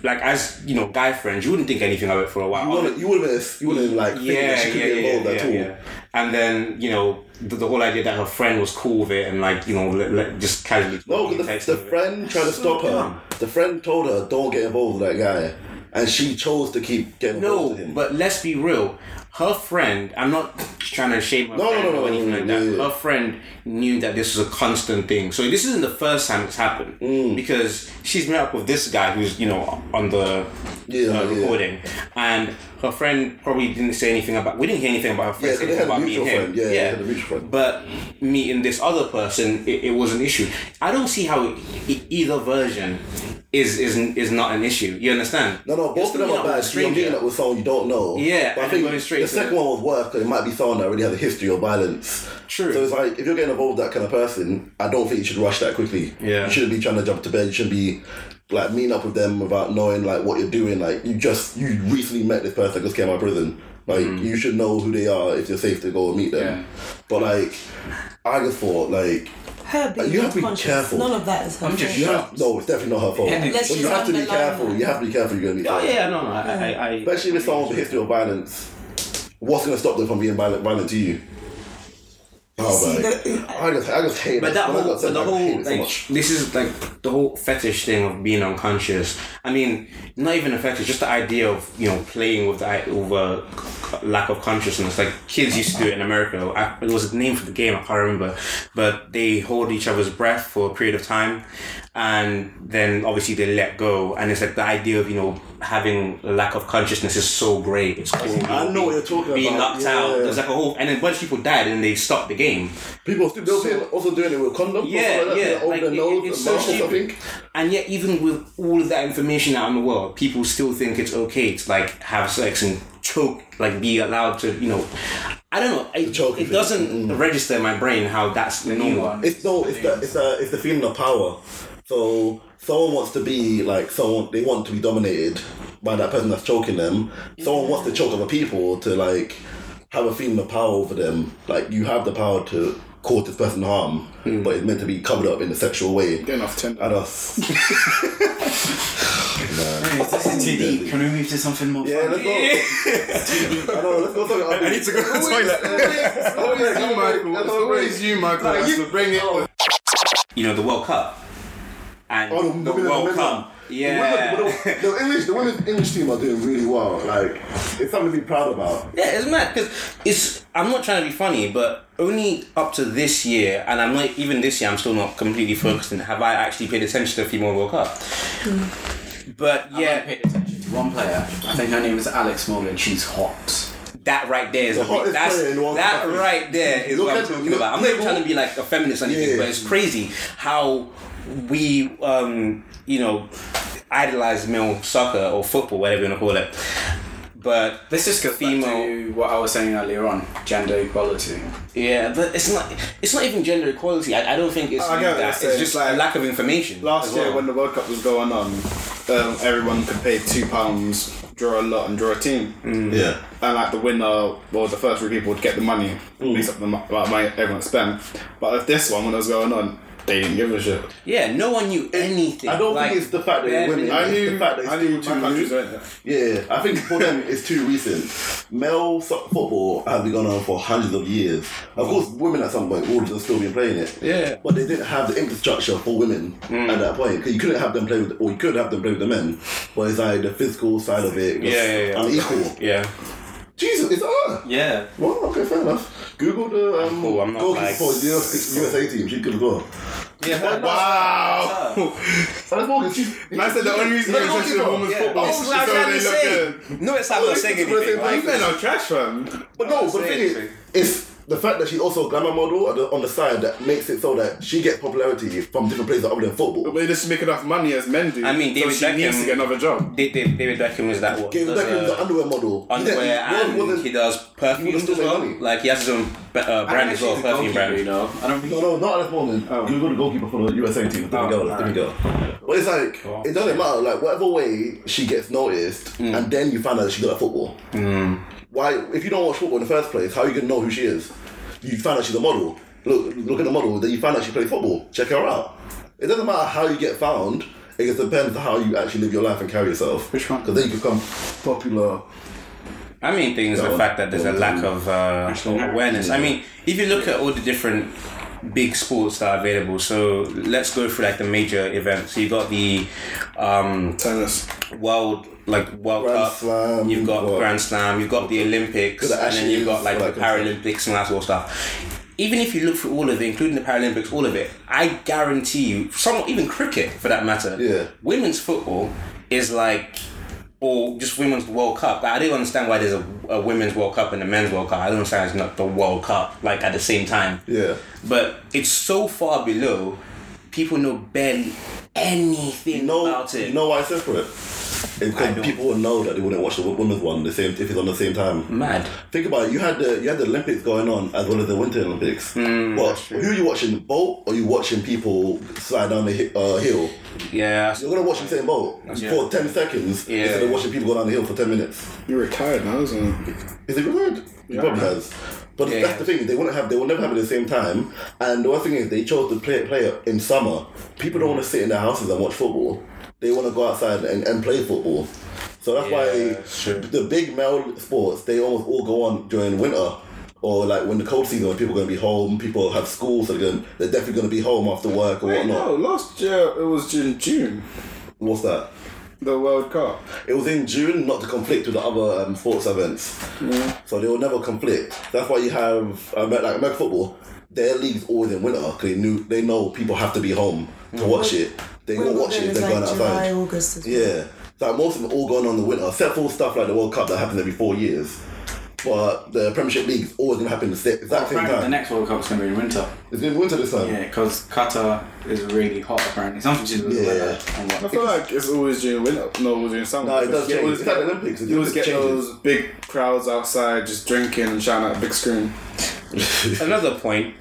S2: like as you know, guy friends, you wouldn't think anything of it for a while.
S3: You wouldn't, you wouldn't, have- you wouldn't like think that she could be involved at all.
S2: And then you know the, the whole idea that her friend was cool with it and like you know le- le- just casually
S3: No, 'cause
S2: texting
S3: the, the
S2: with it.
S3: friend tried to stop her. The friend told her, "Don't get involved with that guy." and she chose to keep getting
S2: No,
S3: involved with him.
S2: but let's be real. Her friend, I'm not trying to shame her
S3: No,
S2: friend
S3: no, no,
S2: or anything
S3: no,
S2: like
S3: no,
S2: that.
S3: yeah, yeah.
S2: Her friend knew that this was a constant thing. So this isn't the first time it's happened
S3: Mm.
S2: because she's met up with this guy who's, you know, on the
S3: Yeah,
S2: uh,
S3: yeah.
S2: recording. And her friend probably didn't say anything about, we didn't hear anything about her friend
S3: Yeah, 'cause
S2: saying
S3: they had a
S2: about
S3: mutual
S2: meeting him.
S3: friend. Yeah, they had a mutual friend.
S2: But meeting this other person, it, it was an issue. I don't see how e- either version is, is is not an issue. You understand?
S3: No, no, both of them
S2: meeting
S3: are
S2: up with a
S3: bad. because You're meeting
S2: stranger.
S3: up with someone you don't know.
S2: Yeah,
S3: but I
S2: and
S3: think
S2: going straight
S3: the
S2: to
S3: second
S2: the-
S3: one was worse because it might be someone that already has a history of violence.
S2: True.
S3: So it's like if you're getting involved with that kind of person, I don't think you should rush that quickly.
S2: Yeah.
S3: you shouldn't be trying to jump to bed. You shouldn't be like meeting up with them without knowing like what you're doing. Like you just you recently met this person that just came out of prison. Like
S2: Mm.
S3: you should know who they are if you're safe to go and meet them. But like, I just thought like
S5: Her being
S3: You have to be
S5: conscious,
S3: careful.
S5: None of that is her
S1: I'm just
S5: fault.
S3: you have no, it's definitely not her fault.
S5: Let's
S3: but you
S5: just
S3: have to be
S5: underline
S3: careful.
S5: that.
S3: You have to be careful. You're gonna be.
S2: Oh yeah, no, no, I, I, I
S3: Especially with someone with a history of violence, what's going to stop them from being violent, violent to you? Oh,
S5: See,
S3: like,
S5: the-
S3: I just, I just hate
S2: But
S3: it.
S2: that
S3: When I
S2: whole,
S3: got sent
S2: but the
S3: back, I
S2: whole,
S3: hate it so
S2: like,
S3: much.
S2: this is like the whole fetish thing of being unconscious. I mean, not even a fetish, just the idea of you know playing with the i- with a c- c- lack of consciousness. Like kids used to do it in America. I, it was a name for the game I can't remember, but they hold each other's breath for a period of time, and then obviously they let go. And it's like the idea of you know having a lack of consciousness is so great. It's cool.
S3: I know what you're talking
S2: being
S3: about.
S2: knocked
S3: Yeah.
S2: out. There's like a whole, and then a bunch of people died, and they stopped the game.
S3: people still they're being- also doing it with condoms.
S2: Yeah,
S3: like that,
S2: yeah,
S3: over
S2: like,
S3: their
S2: it-
S3: nose
S2: it's
S3: and
S2: so
S3: mouth, I
S2: stupid.
S3: think.
S2: And yet, even with all of that information out in the world, people still think it's okay to like have sex and choke, like be allowed to, you know. I don't know. It,
S3: choke
S2: it
S3: thing.
S2: doesn't register in my brain how that's normal.
S3: It's no, it's the, it's the, it's the feeling of power. So someone wants to be like someone they want to be dominated by that person that's choking them. Someone wants to choke other people to like have a feeling of power over them. Like you have the power to cause this person harm, but it's meant to be covered up in a sexual way.
S4: Getting off Tinder.
S3: And us.
S1: This is too deep. Can we move to something more?
S3: Yeah, let's go. I know, let's go talk about I need to go to the toilet. It's always you, Michael. It's always you, Oh, Michael. That's the bring it on.
S2: You know, the World Cup. And
S3: Oh,
S2: the
S3: women-
S2: World
S3: women-
S2: Cup.
S3: The,
S2: Yeah.
S3: women- the, the English, the women's English team are doing really well. Like, it's something to be proud about.
S2: Yeah, it's mad because it's. I'm not trying to be funny, but only up to this year, and I'm not even this year. I'm still not completely focused. And have I actually paid attention to female World Cup? But
S1: Yeah,
S2: yeah,
S1: paid attention to one player. I think her name is Alex Morgan. She's hot.
S2: that right there is
S3: The
S2: a big-
S3: hottest
S2: that's,
S3: player in World
S2: that
S3: Cup.
S2: right there is
S3: Look
S2: what I'm
S3: at-
S2: talking
S3: look-
S2: about. I'm not even trying to be like a feminist or anything,
S3: Yeah.
S2: but it's crazy how we, um, you know, idolize male soccer or football, whatever you want to call it. But
S1: This just goes
S2: female.
S1: back to what I was saying earlier on, gender equality.
S2: Yeah, but it's not. It's not even gender equality. I, I don't think it's
S4: I get what
S2: that.
S4: you're
S2: It's just
S4: saying.
S2: a lack of information.
S4: Last
S2: as
S4: year,
S2: well.
S4: when the World Cup was going on, um, everyone could pay two pounds, draw a lot, and draw a team.
S3: Yeah.
S4: And like the winner or the first three people would get the money, mix up the mo- like, money everyone spent. But with this one, when it was going on, they didn't give a shit.
S2: yeah, no one knew anything.
S3: I don't
S2: Like,
S3: think it's the fact that
S2: bare
S3: it's women.
S2: minimum.
S3: it's the fact that it's
S4: I knew
S3: still too
S4: my country's
S3: new.
S4: doing it.
S3: Yeah, I think for them it's too recent. Male so- football has been going on for hundreds of years. Of course, women at some point would have still been playing it.
S2: Yeah. Mm.
S3: But they didn't have the infrastructure for women at that point. 'Cause You couldn't have them play with, or you could have them play with the men, but it's like the physical side of it was
S2: Yeah, yeah, yeah.
S3: unequal.
S2: Yeah.
S3: Jesus, it's her.
S2: Yeah.
S3: Well, okay, fair enough. Google the um,
S2: Cool, I'm not
S3: goalkeeper
S2: like-
S3: for the US USA team. She could as well.
S2: Yeah.
S4: Wow!
S3: Alice Morgan, she's.
S4: I said the only reason they're interested in women's football
S2: That's
S4: is
S2: what I'm
S4: so
S2: trying
S4: they
S2: to
S4: look good.
S2: say. No, it's not
S3: Well,
S2: saying
S3: it's the
S2: anything.
S3: same
S4: These
S3: thing.
S2: Like,
S4: men are trash, fam.
S3: But no, but the thing is, it's the fact that she's also a glamour model on the, on the side that makes it so that she gets popularity from different places other than football.
S4: They just make enough money as men do.
S2: I mean,
S4: so
S2: David
S4: she needs
S2: Beckham-
S4: to get another job.
S2: Da- Da- David Beckham is that what?
S3: Gabe
S2: does,
S3: Beckham's
S2: uh,
S3: the underwear model.
S2: underwear
S3: Yeah, he
S2: and
S3: wasn't-
S2: he does perfume
S3: wasn't
S2: as well.
S3: doing money.
S2: Like he has his own uh, brand as well, perfume
S1: You
S2: brand.
S1: know, I don't think
S3: No, no, not Alice Morgan.
S1: Oh.
S3: Google the goalkeeper for the USA team. There we go. There we go. But it's like it doesn't matter. Like whatever way she gets noticed,
S1: Mm.
S3: and then you find out that she's good at football. Why? If you don't watch football in the first place, how are you gonna know who she is? You find out she's a model. Look, look at the model. Then you find out she plays football. Check her out. It doesn't matter how you get found. It just depends on how you actually live your life and carry yourself.
S1: Which one?
S3: Because then you become popular.
S2: I mean, things the
S3: No,
S2: fact that there's a
S3: no,
S2: lack
S3: no.
S2: of uh, awareness. I mean, if you look at all the different big sports that are available, so let's go through like the major events. So you got the um,
S4: Tennis.
S2: world like World
S3: Grand
S2: Cup.
S3: Slam,
S2: you've got
S3: what?
S2: Grand Slam. You've got the Olympics,
S3: Because it
S2: and then
S3: actually
S2: you've got
S3: is
S2: like the
S3: like a-
S2: Paralympics and that sort of stuff. Even if you look through all of it, including the Paralympics, all of it, I guarantee you, somewhat even cricket for that matter.
S3: Yeah.
S2: Women's football is like. Or just women's World Cup. I don't understand why there's a, a women's World Cup and a men's World Cup. I don't understand it's not the World Cup like at the same time
S3: Yeah.
S2: but it's so far below. People know barely anything
S3: You know,
S2: about it.
S3: you know why it's separate? It's
S2: don't.
S3: because people will know that they wouldn't watch the women's one the same if it's on the same time.
S2: mad.
S3: Think about it. You had the you had the Olympics going on as well as the Winter Olympics. what? Who are you watching? Boat? Or are you watching people slide down the hi- uh, hill?
S2: Yeah.
S3: You're gonna watch the same boat for ten seconds
S2: Yeah.
S3: instead of watching people go down the hill for ten minutes.
S4: You're retired now, isn't it?
S3: Is it retired? He probably has. But
S2: Yeah,
S3: that's the thing, they wouldn't have they will never have it at the same time. And the one thing is they chose to play play it in summer. People don't want to sit in their houses and watch football. They want to go outside and, and play football. So that's
S2: Yeah,
S3: why
S2: that's true.
S3: the big male sports they almost all go on during winter. Or like when the cold season, when people are going to be home, people have school, so they're, going, they're definitely going to be home after work or
S4: Wait, no,
S3: whatnot.
S4: last year it was in June,
S3: What's that?
S4: the World Cup.
S3: It was in June, not to conflict with the other um, sports events. So they will never conflict. That's why you have um, like American football. Their league's always in winter because they knew they know people have to be home to watch it. They won't watch it if
S5: Wimbledon is
S3: they're going
S5: like July,
S3: outside.
S5: August. As well.
S3: Yeah, so like, most of them all going on in the winter, except for stuff like the World Cup that happens every four years. But the Premiership League's always gonna happen the sa- exact same
S1: Oh, Apparently, the
S3: time.
S1: next World Cup's going to be in winter.
S3: It's been winter this time.
S1: Yeah, because Qatar is really hot apparently. Something to do with the
S3: Yeah.
S1: weather. and
S4: I
S1: what-
S4: feel like it's always during winter. No, it was during summer.
S3: No, it does
S4: You
S3: change.
S4: always
S3: It's
S4: get-
S3: like the Olympics, it
S4: You always
S3: just
S4: get
S3: changes.
S4: those big crowds outside just drinking and shouting at a big screen.
S2: Another point.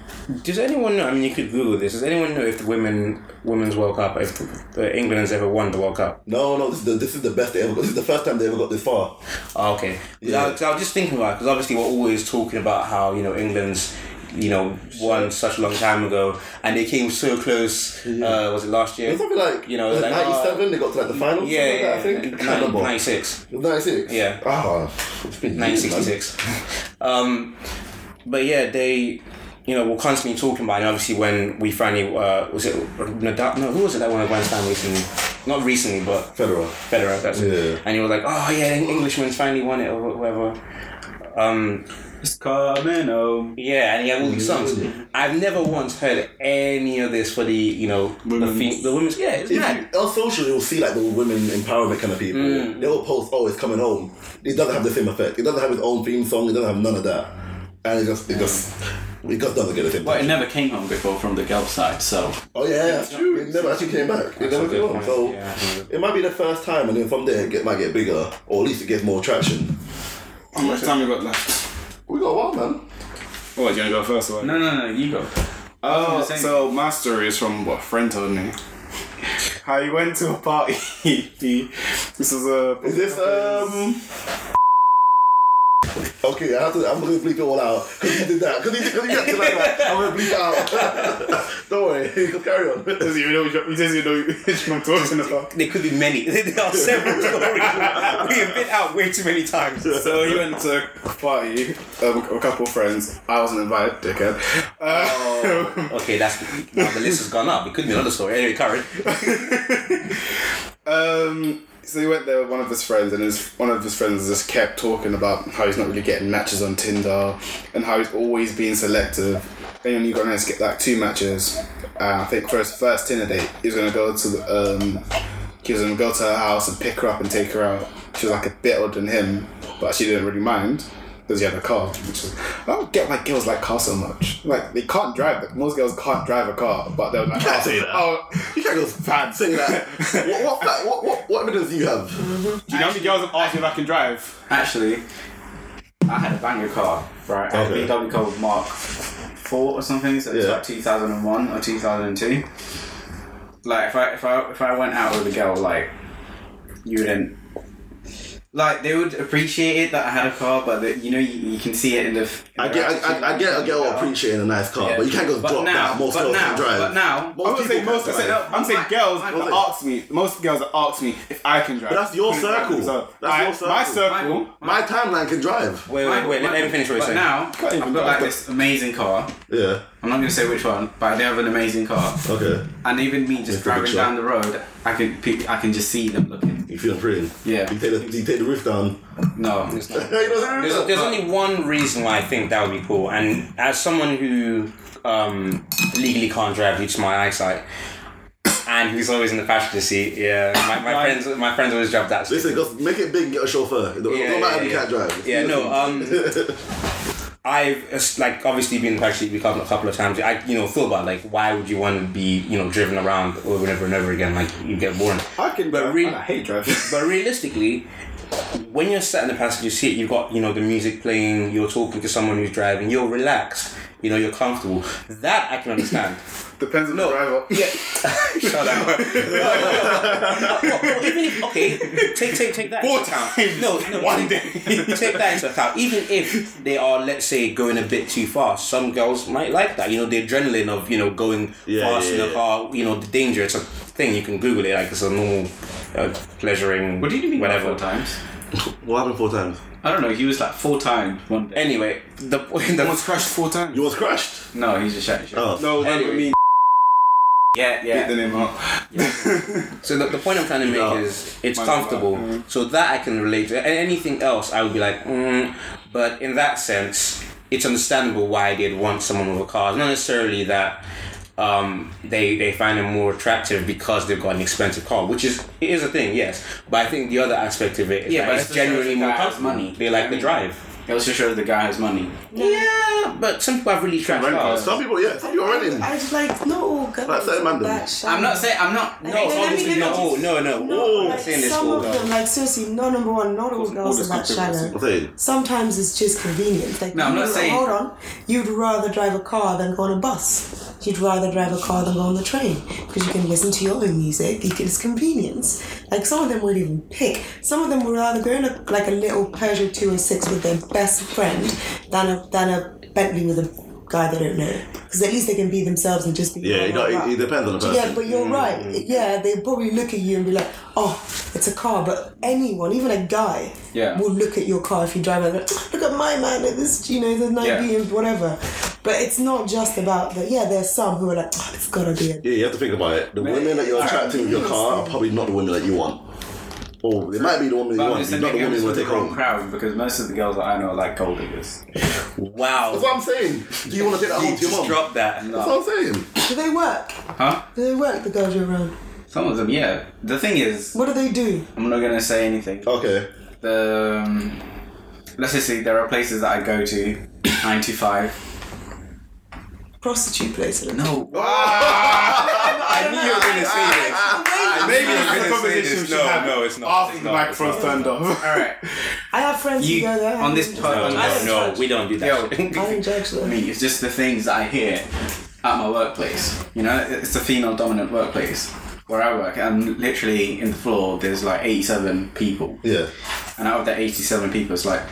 S2: Does anyone know? I mean, you could Google this. Does anyone know if the women women's World Cup, if the England's ever won the World Cup?
S3: No, no, this is the this is the best they ever. got. This is the first time they ever got this far.
S2: Oh, okay. Yeah. I, 'cause I was just thinking about because obviously we're always talking about how you know England's you know won such a long time ago and they came so close. Uh, was it last year?
S3: It's something like
S2: you know
S3: like
S2: like, oh,
S3: '97. they got to like the final.
S2: yeah, yeah,
S3: I think
S2: yeah,
S3: Cannonball.
S2: ninety six.
S3: It was 96?
S2: Yeah.
S3: Ah, it's been years, man.
S2: 1966. um, but yeah, they, you know, were constantly talking about it. And obviously, when we finally, uh, was it Nadal? No, who was it that won a Grand Slam recently? Not recently, but
S3: Federer.
S2: Federer. That's
S3: Yeah.
S2: it. And he was like, oh yeah, the Englishman's finally won it or whatever. Um,
S1: It's coming home.
S2: yeah, and he had all these songs. I've never once heard any of this for the, you know, the, fe- the women's. Yeah, Mm. it's
S3: If you,
S2: mad.
S3: on social, you'll see like the women empowerment kind of people. They will post, "Oh, it's coming home." It doesn't have the same effect. It doesn't have its own theme song. It doesn't have none of that. And it just, it just, it just doesn't get the same.
S1: But it
S3: touch.
S1: never came home before from the girls' side, so
S3: oh yeah, that's true. It never actually came back. It never
S2: a good
S3: came home.
S2: point.
S3: So
S2: Yeah, I think-
S3: it might be the first time, and then from there, it get, might get bigger, or at least it gets more traction.
S4: How much time you got left?
S3: We got a while, man.
S4: Oh, you gonna go first or what?
S1: no, no, no, you go.
S4: Oh,
S1: Same.
S4: so my story is from what a friend told me. How he went to a party. this is a.
S3: Is this um? Okay, I have to, I'm gonna bleep it all out because he did that. Because he, 'cause he acted like that. I'm gonna bleep it out. Don't worry, just carry on.
S4: Doesn't even know which- he doesn't even know which one I'm talking about.
S2: There could be many. There are several stories. We have been out way too many times.
S4: So he went to a party um, with a couple of friends. I wasn't invited, dickhead. Uh,
S2: Okay, that's now the list has gone up. It could be another story. Anyway, Karen.
S4: Um, so he went there with one of his friends, and his one of his friends just kept talking about how he's not really getting matches on Tinder, and how he's always being selective. And when he got to get like two matches, uh, I think for his first Tinder date, he was gonna go to the, um, he was gonna go to her house and pick her up and take her out. She was like a bit older than him, but she didn't really mind. Because he had a car, which is I don't get why girls like cars so much. Like they can't drive it. Most girls can't drive a car, but they're like, oh,
S3: can't say that.
S4: oh,
S3: You can't go fat. Say that. What, what, fact- what, what, what evidence do you have?
S4: do you know how many girls have asked me if I can drive?
S1: Actually, I had a banger car, right? I had
S3: Okay.
S1: a BMW called Mark Four or something. So it's
S3: Yeah.
S1: like two thousand and one or two thousand and two. Like if I if I if I went out with a girl, like you wouldn't. Like they would appreciate it that I had a car, but the, you know you, you can see it in the. f-
S3: I get, I, I, I get a girl appreciating a nice car,
S1: Yeah.
S3: but you can't go
S1: But
S3: drop
S1: now-
S3: that. Most
S1: but
S3: girls
S1: now-
S3: can drive.
S1: but now-
S4: I'm
S3: most
S4: not saying
S3: people
S4: most.
S3: can
S4: I'm saying,
S3: drive.
S4: I'm saying girls
S1: my-
S4: that
S3: my-
S4: ask me. Most girls that ask me if I can drive.
S3: But that's your
S4: couldn't drive
S3: circle.
S4: themselves.
S3: That's your
S4: I- My
S3: circle.
S4: circle.
S3: My timeline can drive.
S2: Wait, wait, wait. Let me finish what you're
S1: But
S2: saying.
S1: now
S4: even
S1: I've got
S4: drive.
S1: like this amazing car.
S3: Yeah.
S1: I'm not gonna say which one, but I do have an amazing car.
S3: Okay.
S1: And even me just
S3: Make a
S1: driving
S3: picture.
S1: down the road, I can pe- I can just see them looking.
S3: You feel pretty.
S1: Yeah.
S3: You take the, you take the roof down.
S1: No,
S3: Hey, you know,
S2: There's, there's only one reason why I think that would be cool, and as someone who um, legally can't drive due to my eyesight, and who's always in the passenger seat, yeah, my, my friends, my friends always drive that.
S3: Listen, just make it big and get a chauffeur. It don't,
S2: Yeah,
S3: don't matter if
S2: yeah,
S3: you can't drive.
S2: Yeah, no. Um, I've it's like obviously been in the backseat a couple, a couple of times. I you know feel about like why would you want to be you know driven around over and over and over again? Like you get bored.
S4: I can,
S2: But
S4: drive,
S2: re-
S4: and I hate driving.
S2: But realistically, when you're sat in the passenger seat, you've got you know the music playing, you're talking to someone who's driving, you're relaxed, you know you're comfortable. That I can understand.
S4: Depends on the driver. Yeah.
S2: Shut up. No, no, no. Well, even if, okay, take take take that.
S4: Four
S2: into account.
S4: times
S2: No, no.
S4: one
S2: take-
S4: day.
S2: take that into account. Even if they are, let's say, going a bit too fast, some girls might like that. You know, the adrenaline of you know going
S3: Yeah,
S2: fast
S3: yeah,
S2: in a
S3: yeah.
S2: car. You know, the danger. It's a thing. You can Google it. Like it's a normal uh, pleasuring.
S1: what did you mean by
S2: Whatever.
S1: four times?
S3: What happened four times?
S1: I don't know. He was like four times one day.
S2: Anyway, the the
S4: Almost crashed four times.
S3: You was crashed.
S1: no, he's just shouting shit.
S3: Oh.
S4: No, that
S2: Anyway.
S4: would mean
S1: Yeah,
S4: beat the
S1: yeah.
S4: name up.
S2: So the, the point I'm trying to make is it's
S4: Mine's
S2: comfortable.
S4: about-
S2: So that I can relate to. A- Anything else, I would be like, mm. but in that sense, it's understandable why they'd want someone with a car. It's not necessarily that um, they they find it more attractive because they've got an expensive car, which is it is a thing, yes. But I think the other aspect of it is
S1: Yeah,
S2: that
S1: but
S2: it's
S1: it's just
S2: genuinely
S1: the
S2: more
S1: guy has
S2: comfortable.
S1: money.
S2: They like
S1: I
S2: the
S1: mean-
S2: drive.
S1: It also shows the guy has money.
S2: Yeah, but some people have really trash
S1: rent
S2: cars.
S3: Some people, yeah, some people are running.
S5: I was like, no, all girls
S3: Like certain man
S5: are that shy.
S1: I'm not saying I'm not.
S5: No,
S2: No,
S5: Let me-
S2: obviously
S5: let me
S2: not.
S5: just-
S2: all. oh, no, no.
S5: No,
S2: I'm
S5: like
S2: not saying this
S5: some
S2: all
S5: of them, like seriously, no number one, not all girls are that shallow.
S3: I'm saying.
S5: Sometimes it's just convenient. Like,
S1: No, I'm not
S5: you-
S1: saying-
S5: Hold on, you'd rather drive a car than go on a bus. You'd rather drive a car than go on the train because you can listen to your own music. You can, it's convenience. Like some of them would even pick. Some of them would rather go in a, like a little Peugeot two hundred six with their best friend than a than a Bentley with a guy they don't know. Because at least they can be themselves and just be.
S3: Yeah, it, it, it depends on the person.
S5: Yeah, but
S1: mm,
S5: you're right. Yeah, they probably look at you and be like, "Oh, it's a car." But anyone, even a guy,
S1: Yeah.
S5: will look at your car if you drive like, "Look at my man at this, you know, the ninety
S1: Yeah.
S5: and whatever." But it's not just about that. Yeah, there's some who are like, oh, "It's gotta be a."
S3: Yeah, you have to think about it. The women that you're attracting with your car are probably not the women that you want. Or they might be the woman you
S1: But I'm
S3: want,
S1: just
S3: but not the
S1: thinking
S3: woman
S1: it's
S3: you
S1: for
S3: want to
S1: the
S3: take
S1: wrong
S3: home.
S1: crowd because most of the girls that I know are like gold diggers.
S2: Wow.
S3: That's what I'm saying. Do you want to take that home
S2: You
S3: to your
S2: just
S3: mom?
S2: dropped that.
S3: That's what I'm saying.
S5: Do they work?
S1: Huh?
S5: Do they work? The girls you're around.
S1: Some of them, yeah. The thing is,
S5: What do they do?
S1: I'm not gonna say anything.
S3: Okay.
S1: The um, let's just see. There are places that I go to. Nine to five.
S5: Prostitute places.
S1: No. Ah. I knew you were gonna say this.
S4: Maybe
S1: I'm
S4: it's
S1: gonna
S4: a
S1: say
S4: conversation
S1: this.
S4: we should
S2: No,
S4: have
S2: no, it's not.
S4: After
S2: It's
S4: the
S2: not.
S4: microphone's turned off.
S1: All right.
S5: I have friends
S1: You
S5: who go there.
S1: on this
S5: I
S1: pod?
S5: don't
S2: No,
S5: judge-
S2: no, we don't do
S1: Yo,
S2: that.
S5: I don't judge them.
S1: me. It's just the things that I hear at my workplace. You know, it's a female dominant workplace where I work. I'm literally in the floor, there's like 87 people.
S3: Yeah.
S1: And out of that 87 people, it's like,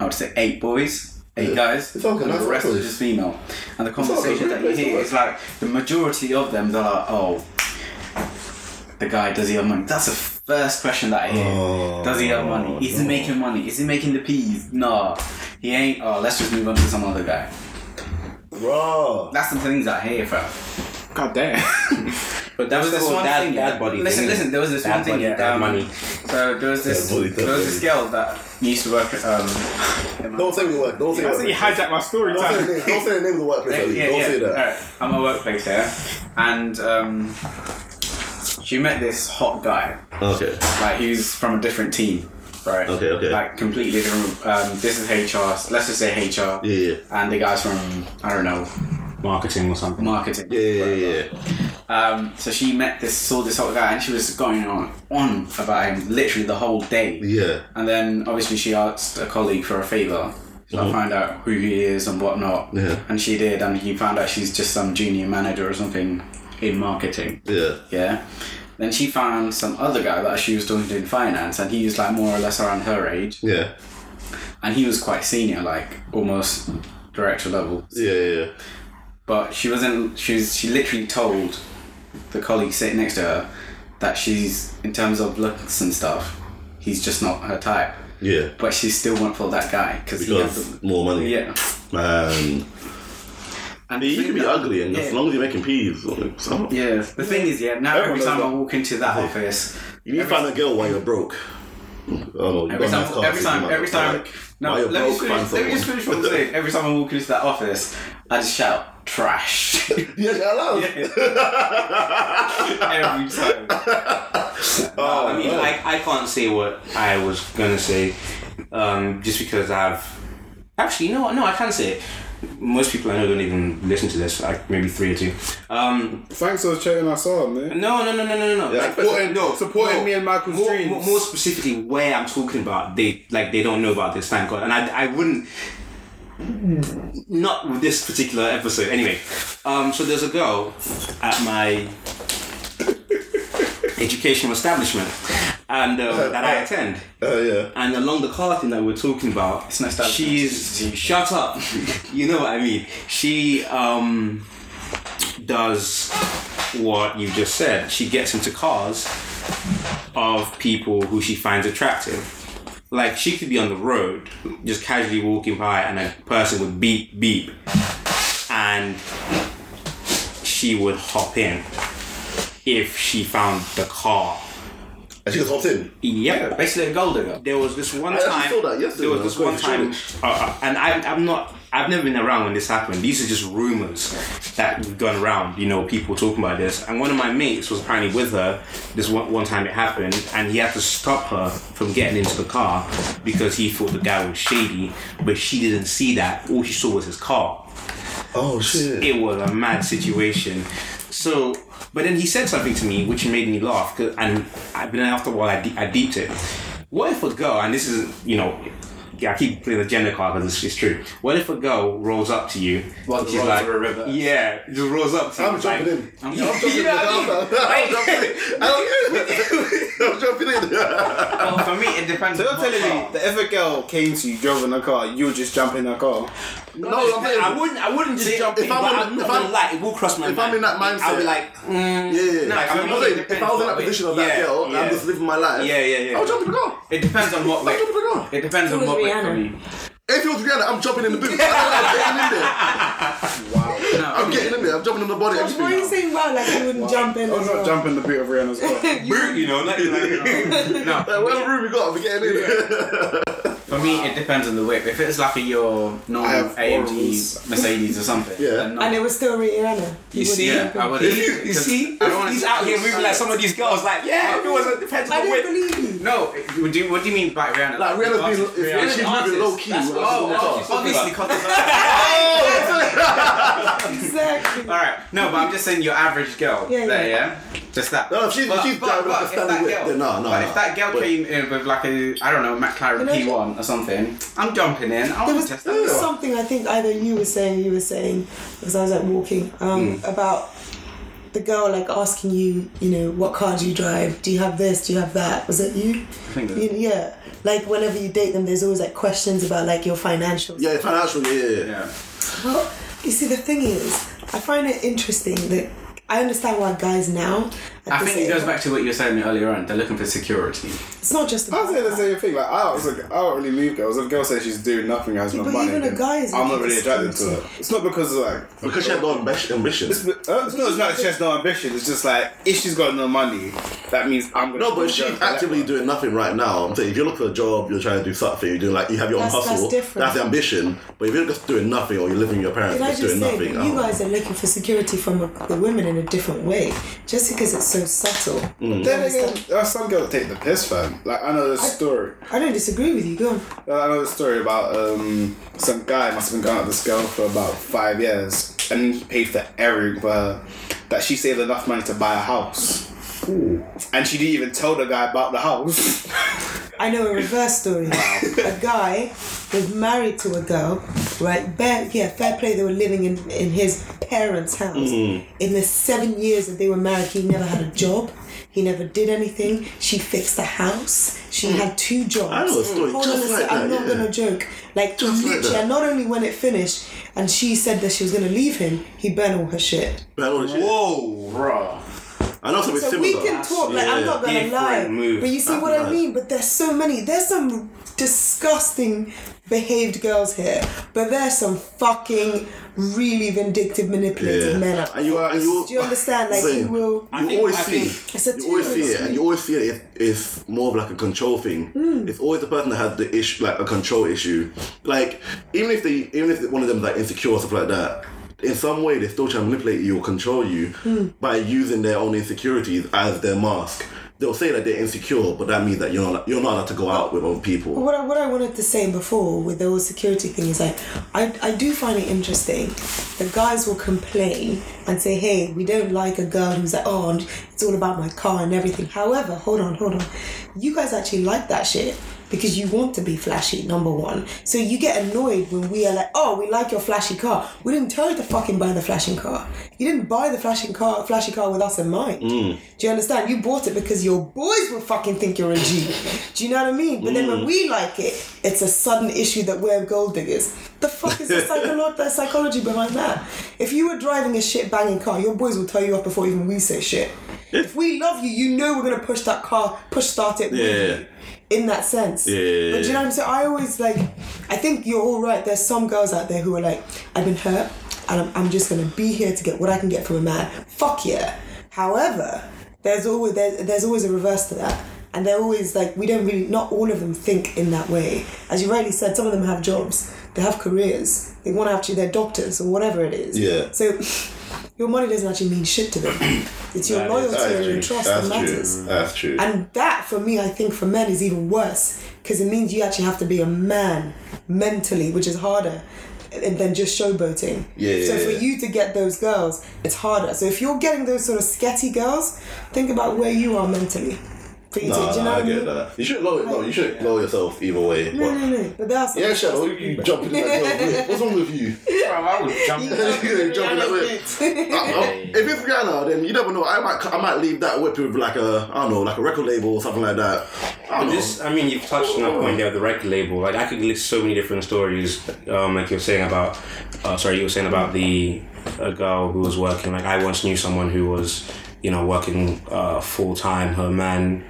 S1: I would say eight boys, eight guys.
S3: It's okay,
S1: and
S3: that's
S1: the rest
S3: okay.
S1: is just female. And the
S3: okay,
S1: conversations that you
S3: it's
S1: hear
S3: alright.
S1: is like, the majority of them, they're like, oh, the guy, does he have money? That's the first question that I hear.
S3: Oh,
S1: does he have money? Is he making money? Is he making the peas? No. He ain't. Oh, let's just move on to some other guy.
S3: Bro.
S1: That's the things I hear, fam.
S4: God damn.
S2: But that was
S1: There's
S2: this one dad, dad body.
S1: Listen,
S2: thing.
S1: listen. There was this
S2: Dad
S1: one thing.
S2: body,
S1: yeah,
S2: dad
S1: um,
S2: money.
S1: So there was this.
S3: Yeah, body, dad
S1: there was this
S3: body.
S1: girl that used to work. At, um,
S3: Don't say we work. Don't say we
S4: I think you
S3: work.
S4: hijacked my story
S3: Don't say the
S4: time.
S3: name- don't say the name of the workplace.
S1: yeah,
S3: Ali.
S1: yeah,
S3: Don't
S1: yeah.
S3: say that.
S1: Alright, I'm a workplace here, and um, she met this hot guy.
S3: Okay.
S1: Like he's from a different team, right?
S3: Okay, okay.
S1: Like completely different. Um, this is HR. Let's just say HR.
S3: Yeah, yeah.
S1: And the guy's from I don't know
S2: Marketing or something.
S1: marketing.
S3: Yeah, yeah, yeah, yeah.
S1: Um, so she met this saw this hot guy, and she was going on on about him literally the whole day.
S3: Yeah.
S1: And then obviously she asked a colleague for a favour. to like find out who he is and whatnot.
S3: Uh-huh. Yeah.
S1: And she did, and he found out she's just some junior manager or something in marketing.
S3: Yeah.
S1: Yeah. Then she found some other guy that she was talking to in finance, and he was like more or less around her age,
S3: Yeah.
S1: and he was quite senior, like almost director level.
S3: Yeah, yeah, yeah.
S1: But she wasn't. She was. She literally told the colleague sitting next to her that she's, in terms of looks and stuff, he's just not her type.
S3: Yeah.
S1: But she still went for that guy because he had
S3: Because
S1: the
S3: more money.
S1: yeah.
S3: Man.
S1: And And
S3: You
S1: the
S3: can
S1: thing
S3: be
S1: that-
S3: ugly, and
S1: yeah.
S3: as long as you're making peas, like, so-
S1: Yeah. The thing is, yeah. Now
S3: Everyone
S1: every time
S3: knows
S1: I walk into that office,
S3: you need to find a girl while you're broke. Oh, no,
S1: Every
S3: you
S1: time,
S3: got nice
S1: every
S3: cars,
S1: time,
S3: you
S1: every
S3: might-
S1: time.
S3: like,
S1: No,
S3: while you're
S1: let me
S3: broke, find
S1: finish. Let me just
S3: someone.
S1: finish what I'm saying. Every time I walk into that office, I just shout trash.
S3: Yeah, you're allowed.
S1: every time.
S2: Oh, I mean, I, I can't say what I was gonna say, um, just because I've actually no, no, I can say it. Most people I know don't even listen to this. Like maybe three or two. Um,
S4: Thanks for chatting us on, man.
S2: no, no, no, no, no, no. no. Like,
S4: Supporting, no, supporting me and Michael's
S2: more,
S4: dreams.
S2: more, more specifically, where I'm talking about, they like they don't know about this. Thank God, and I, I wouldn't. Not with this particular episode. Anyway, um, so there's a girl at my educational establishment, and uh, that I attend.
S3: Oh, yeah.
S2: And along the car thing that we we're talking about,
S1: not establishment, it's
S2: she's
S1: institution.
S2: shut up. you know what I mean. She um, does what you just said. She gets into cars of people who she finds attractive. Like she could be on the road, just casually walking by, and a person would beep beep, and she would hop in if she found the car.
S3: And she just hopped in.
S2: Yep
S1: Basically, a gold digger.
S2: there was this one
S3: I actually
S2: time.
S3: saw that yesterday
S2: There was
S3: when I
S2: this
S3: was going to
S2: one time,
S3: church.
S2: uh, uh, and I, I'm not. I've never been around when this happened. These are just rumors that have gone around. You know, people talking about this. And one of my mates was apparently with her. This one, one time it happened, and he had to stop her from getting into the car because he thought the guy was shady. But she didn't see that. All she saw was his car
S3: Oh, shit.
S2: it was a mad situation. So, but then he said something to me which made me laugh, 'cause- and I've been after a while. I, de- I deeped it. What if a girl, and this is you know, I keep playing the gender card because it's, it's true. What if a girl rolls up to you?
S1: Well,
S2: and
S1: the roll over a river.
S2: Yeah, just rolls up to you.
S3: I'm jumping
S2: like-
S3: in.
S2: I'm,
S3: I'm jumping in.
S2: you know what I mean?
S3: I'm jumping in. I don't care. I'm jumping in.
S1: Well, for me, it depends.
S4: So you're
S1: on
S4: telling
S1: what
S4: me
S1: car.
S4: that if a girl came to you, drove in her car, you would just jump in her car?
S3: No, I'm saying-
S2: I wouldn't. I wouldn't just
S3: See,
S2: jump
S3: if
S2: in.
S3: I'm
S2: but
S3: on-
S2: I'm not
S3: if I'm-
S2: gonna lie, it will cross my
S3: if
S2: mind.
S3: I'm in that
S2: I'll be
S3: mindset-
S2: like,
S3: Yeah,
S2: mm,
S3: yeah.
S2: No,
S3: yeah.
S2: I'm
S3: I'm
S2: not-
S3: saying, if I was in that position of that
S2: Yeah,
S3: girl, and
S2: yeah.
S3: I'm just living my life.
S2: Yeah, yeah, yeah.
S3: I'll jump in the car.
S1: It depends on what.
S3: I'll
S1: Like,
S3: jump in the car.
S1: it depends on
S5: was
S1: what. Like,
S5: Rihanna.
S1: for me.
S3: If it was Rihanna, I'm jumping in the booth. I'm getting in there.
S1: No,
S3: I'm getting in there. I'm jumping on the body.
S5: Why are you
S3: everything.
S5: saying wow like you wouldn't jump
S1: Oh,
S5: in?
S4: I
S5: as
S4: would Oh, not
S5: well?
S4: jump in the boot of Rihanna's car.
S2: brute, you know, not like,
S3: Like, whatever room we got, we're getting in there.
S1: for me, it depends on the whip. If it's like a your normal
S4: have
S1: AMG
S4: morals.
S1: Mercedes or something,
S3: Yeah.
S1: then no.
S5: And it was still Rihanna.
S2: You see,
S1: yeah, I would.
S2: You see,
S1: I don't wanna-
S2: he's out here moving like some of these girls. Like, yeah, if it wasn't depends
S5: I
S2: on
S5: don't
S2: where.
S5: believe you.
S1: No, what do you, what do you mean by Rihanna?
S3: Like, Rihanna's being- if
S1: Rihanna's
S3: she's
S1: an
S3: moving
S1: artist.
S3: low-key,
S1: That's-
S3: we're not gonna
S1: Oh,
S3: talk.
S1: oh, obviously,
S5: Exactly.
S1: All right, no, but I'm just saying your average girl.
S5: Yeah,
S1: there, yeah. Just that.
S3: No, if she's- if she's driving like a
S1: if
S3: standard
S1: that
S3: whip,
S1: girl-
S3: then no, no,
S1: But
S3: no.
S1: if that girl
S3: But-
S1: came in with like a, I don't know, McLaren
S5: But I
S1: P1 or something, I'm jumping in. I
S5: There
S1: want
S5: was,
S1: to test
S5: there was
S1: that.
S5: something I think either you were saying, you were saying, because I was like walking, um,
S1: Hmm.
S5: about the girl like asking you, you know, what car do you drive? Do you have this? Do you have that? Was it you?
S1: think that-
S5: You- yeah. Like whenever you date them, there's always like questions about like your financials.
S3: Yeah, financial, yeah, yeah.
S1: Yeah.
S5: Well, you see, the thing is, I find it interesting that I understand why guys now. at
S1: I
S5: this
S1: think it
S5: age-
S1: goes back to what you were saying earlier on. They're looking for security.
S5: It's not just.
S4: I was
S5: about
S4: saying the
S5: that.
S4: same thing. Like I was like, I don't really move girls. If a girl says she's doing nothing, has no
S5: But
S4: money,
S5: even a
S4: then
S5: guy is
S4: I'm
S5: looking
S4: not
S5: for
S4: really attracted to
S5: security.
S4: her. It's not because like
S3: Because she had no ambi- ambition.
S4: it's, uh, it's not it's not that she has no ambition. It's just like if she's got no money, that means I'm gonna.
S3: No, but
S4: go
S3: if she's
S4: for that
S3: actively
S4: one.
S3: doing nothing right now, I'm saying if you look for a job, you're trying to do something, you're doing like you have your own
S5: That's- that's
S3: hustle, that's,
S5: different.
S3: the ambition. But if you're just doing nothing or you're living with your parents,
S5: Did I
S3: just
S5: just
S3: doing
S5: say
S3: nothing. oh. I
S5: that you
S3: don't know.
S5: guys are looking for security from the women in a different way, just because it's so subtle.
S4: Then again, there are some girls that take the piss, fam. Like I know this story.
S5: I don't disagree with you. Go on.
S4: Uh, I know the story about um, some guy must have been going out with this girl for about five years, and he paid for everything for her. That she saved enough money to buy a house, and she didn't even tell the guy about the house.
S5: I know a reverse story. a guy was married to a girl, right? Bare, yeah, fair play. They were living in, in his parents' house.
S3: Mm-hmm.
S5: In the seven years that they were married, he never had a job. He never did anything. She fixed the house. She had two jobs.
S3: Mm. I know a story
S5: Hold
S3: just
S5: on a
S3: like
S5: sec- I'm
S3: that,
S5: not
S3: yeah.
S5: gonna joke. Like
S3: Just like
S5: literally,
S3: that.
S5: and not only when it finished, and she said that she was gonna leave him, he burned all her shit.
S3: But I don't know, she-
S1: Whoa, bro.
S3: I I know something
S5: So
S3: similar.
S5: we can talk, like, I'm not gonna
S2: Different
S5: lie.
S2: move.
S5: But you see what I mean? But there's so many. There's some disgusting behaved girls here, but there's some fucking really vindictive, manipulative
S3: Yeah.
S5: men out
S3: And you are. And you,
S5: Do you understand? Like,
S3: Same.
S5: you will.
S3: You always
S2: I
S3: see.
S2: think-
S5: It's a
S3: you always see it,
S5: two-way
S3: and you always see it. If, if more of like a control thing.
S5: Mm.
S3: It's always the person that has the issue, like a control issue. Like even if they, even if one of them is like insecure or stuff like that. In some way, they're still trying to manipulate you or control you
S5: Mm.
S3: by using their own insecurities as their mask. They'll say that they're insecure, but that means that you're not you're not allowed to go out with other people.
S5: What I, what I wanted to say before with the whole security thing is like, I, I do find it interesting that guys will complain and say, hey, we don't like a girl who's like, oh, and it's all about my car and everything. However, hold on, hold on. You guys actually like that shit because you want to be flashy, number one. So you get annoyed when we are like, oh, we like your flashy car. We didn't tell you to fucking buy the flashing car. You didn't buy the flashing car, flashy car with us in mind.
S3: Mm.
S5: Do you understand? You bought it because your boys will fucking think you're a G. Do you know what I mean? But then
S3: Mm.
S5: when we like it, it's a sudden issue that we're gold diggers. The fuck is the, psycholo- the psychology behind that? If you were driving a shit banging car, your boys will tell you off before even we say shit. If we love you, you know we're gonna push that car, push start it. with
S3: Yeah.
S5: you in that sense. But do you know what I'm saying? I always like, I think you're all right. There's some girls out there who are like, I've been hurt and I'm, I'm just gonna be here to get what I can get from a man. Fuck yeah. However, there's always there's, there's always a reverse to that. And they're always like, we don't really, not all of them think in that way. As you rightly said, some of them have jobs, they have careers, they want to actually, they're doctors or whatever it is.
S3: Yeah.
S5: So your money doesn't actually mean shit to them. It's your
S2: That is-
S5: loyalty
S3: That's
S5: and your
S3: true.
S5: trust
S3: That's
S5: that matters.
S3: true. That's true.
S5: And that, for me, I think for men is even worse because it means you actually have to be a man mentally, which is harder and- than just showboating.
S3: Yeah,
S5: So
S3: yeah,
S5: for
S3: yeah.
S5: you to get those girls, it's harder. So if you're getting those sort of sketchy girls, think about where you are mentally. For you to,
S3: Nah,
S5: do you know
S3: I
S5: what I
S3: get
S5: mean?
S3: that. You should lower. No, you should lower yourself either way.
S5: No,
S3: What-
S5: no, no. But there are some
S3: Yeah, Shadow, you jumping in that girl's whip. What's wrong with you?
S2: I would jump.
S3: you jumping in that whip. I- I- If it's Ghana, then you never know. I might, I might leave that whip with like a, I don't know, like a record label or something like that. I don't know.
S2: This, I mean, you've touched on a point there, the record label. Like, I could list so many different stories, um, like you were saying about, uh, sorry, you were saying about the a girl who was working. Like, I once knew someone who was, you know, working uh, full time. Her man,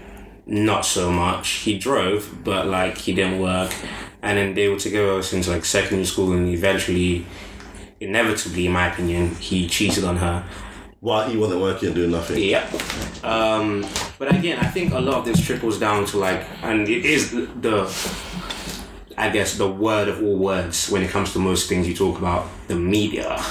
S2: not so much. He drove, but like he didn't work. And then they were together since like secondary school, and eventually, inevitably, in my opinion, he cheated on her.
S3: While he wasn't working, doing nothing.
S2: Yep. Um, but again, I think a lot of this trickles down to like, and it is the, the, I guess, the word of all words when it comes to most things you talk about, the media.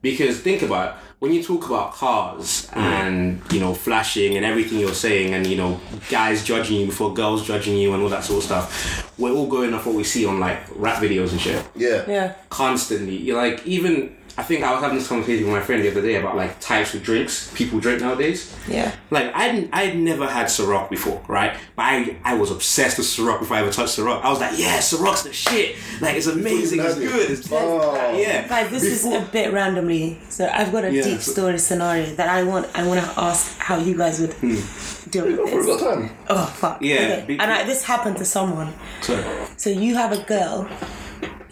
S2: Because think about it, when you talk about cars and you know flashing and everything you're saying and you know guys judging you before girls judging you and all that sort of stuff, we're all going off what we see on like rap videos and shit
S3: Yeah.
S5: Yeah.
S2: constantly. You're like even I think I was having this conversation with my friend the other day about like types of drinks people drink nowadays.
S5: Yeah.
S2: Like I didn't- I had never had Ciroc before, right? But I I was obsessed with Ciroc before I ever touched Ciroc. I was like, yeah, Ciroc's the shit. Like it's amazing,
S3: had
S2: it's
S3: it.
S2: good, it's
S3: Oh.
S2: yeah.
S8: Guys, this is a bit randomly. So I've got a
S2: Yeah,
S8: deep
S2: so-
S8: story scenario that I want. I want to ask how you guys would
S3: Hmm.
S8: deal with
S3: We've got
S8: this.
S3: time.
S8: Oh fuck.
S2: Yeah,
S8: Okay.
S2: be-
S8: and I, this happened to someone.
S2: So,
S8: So you have a girl.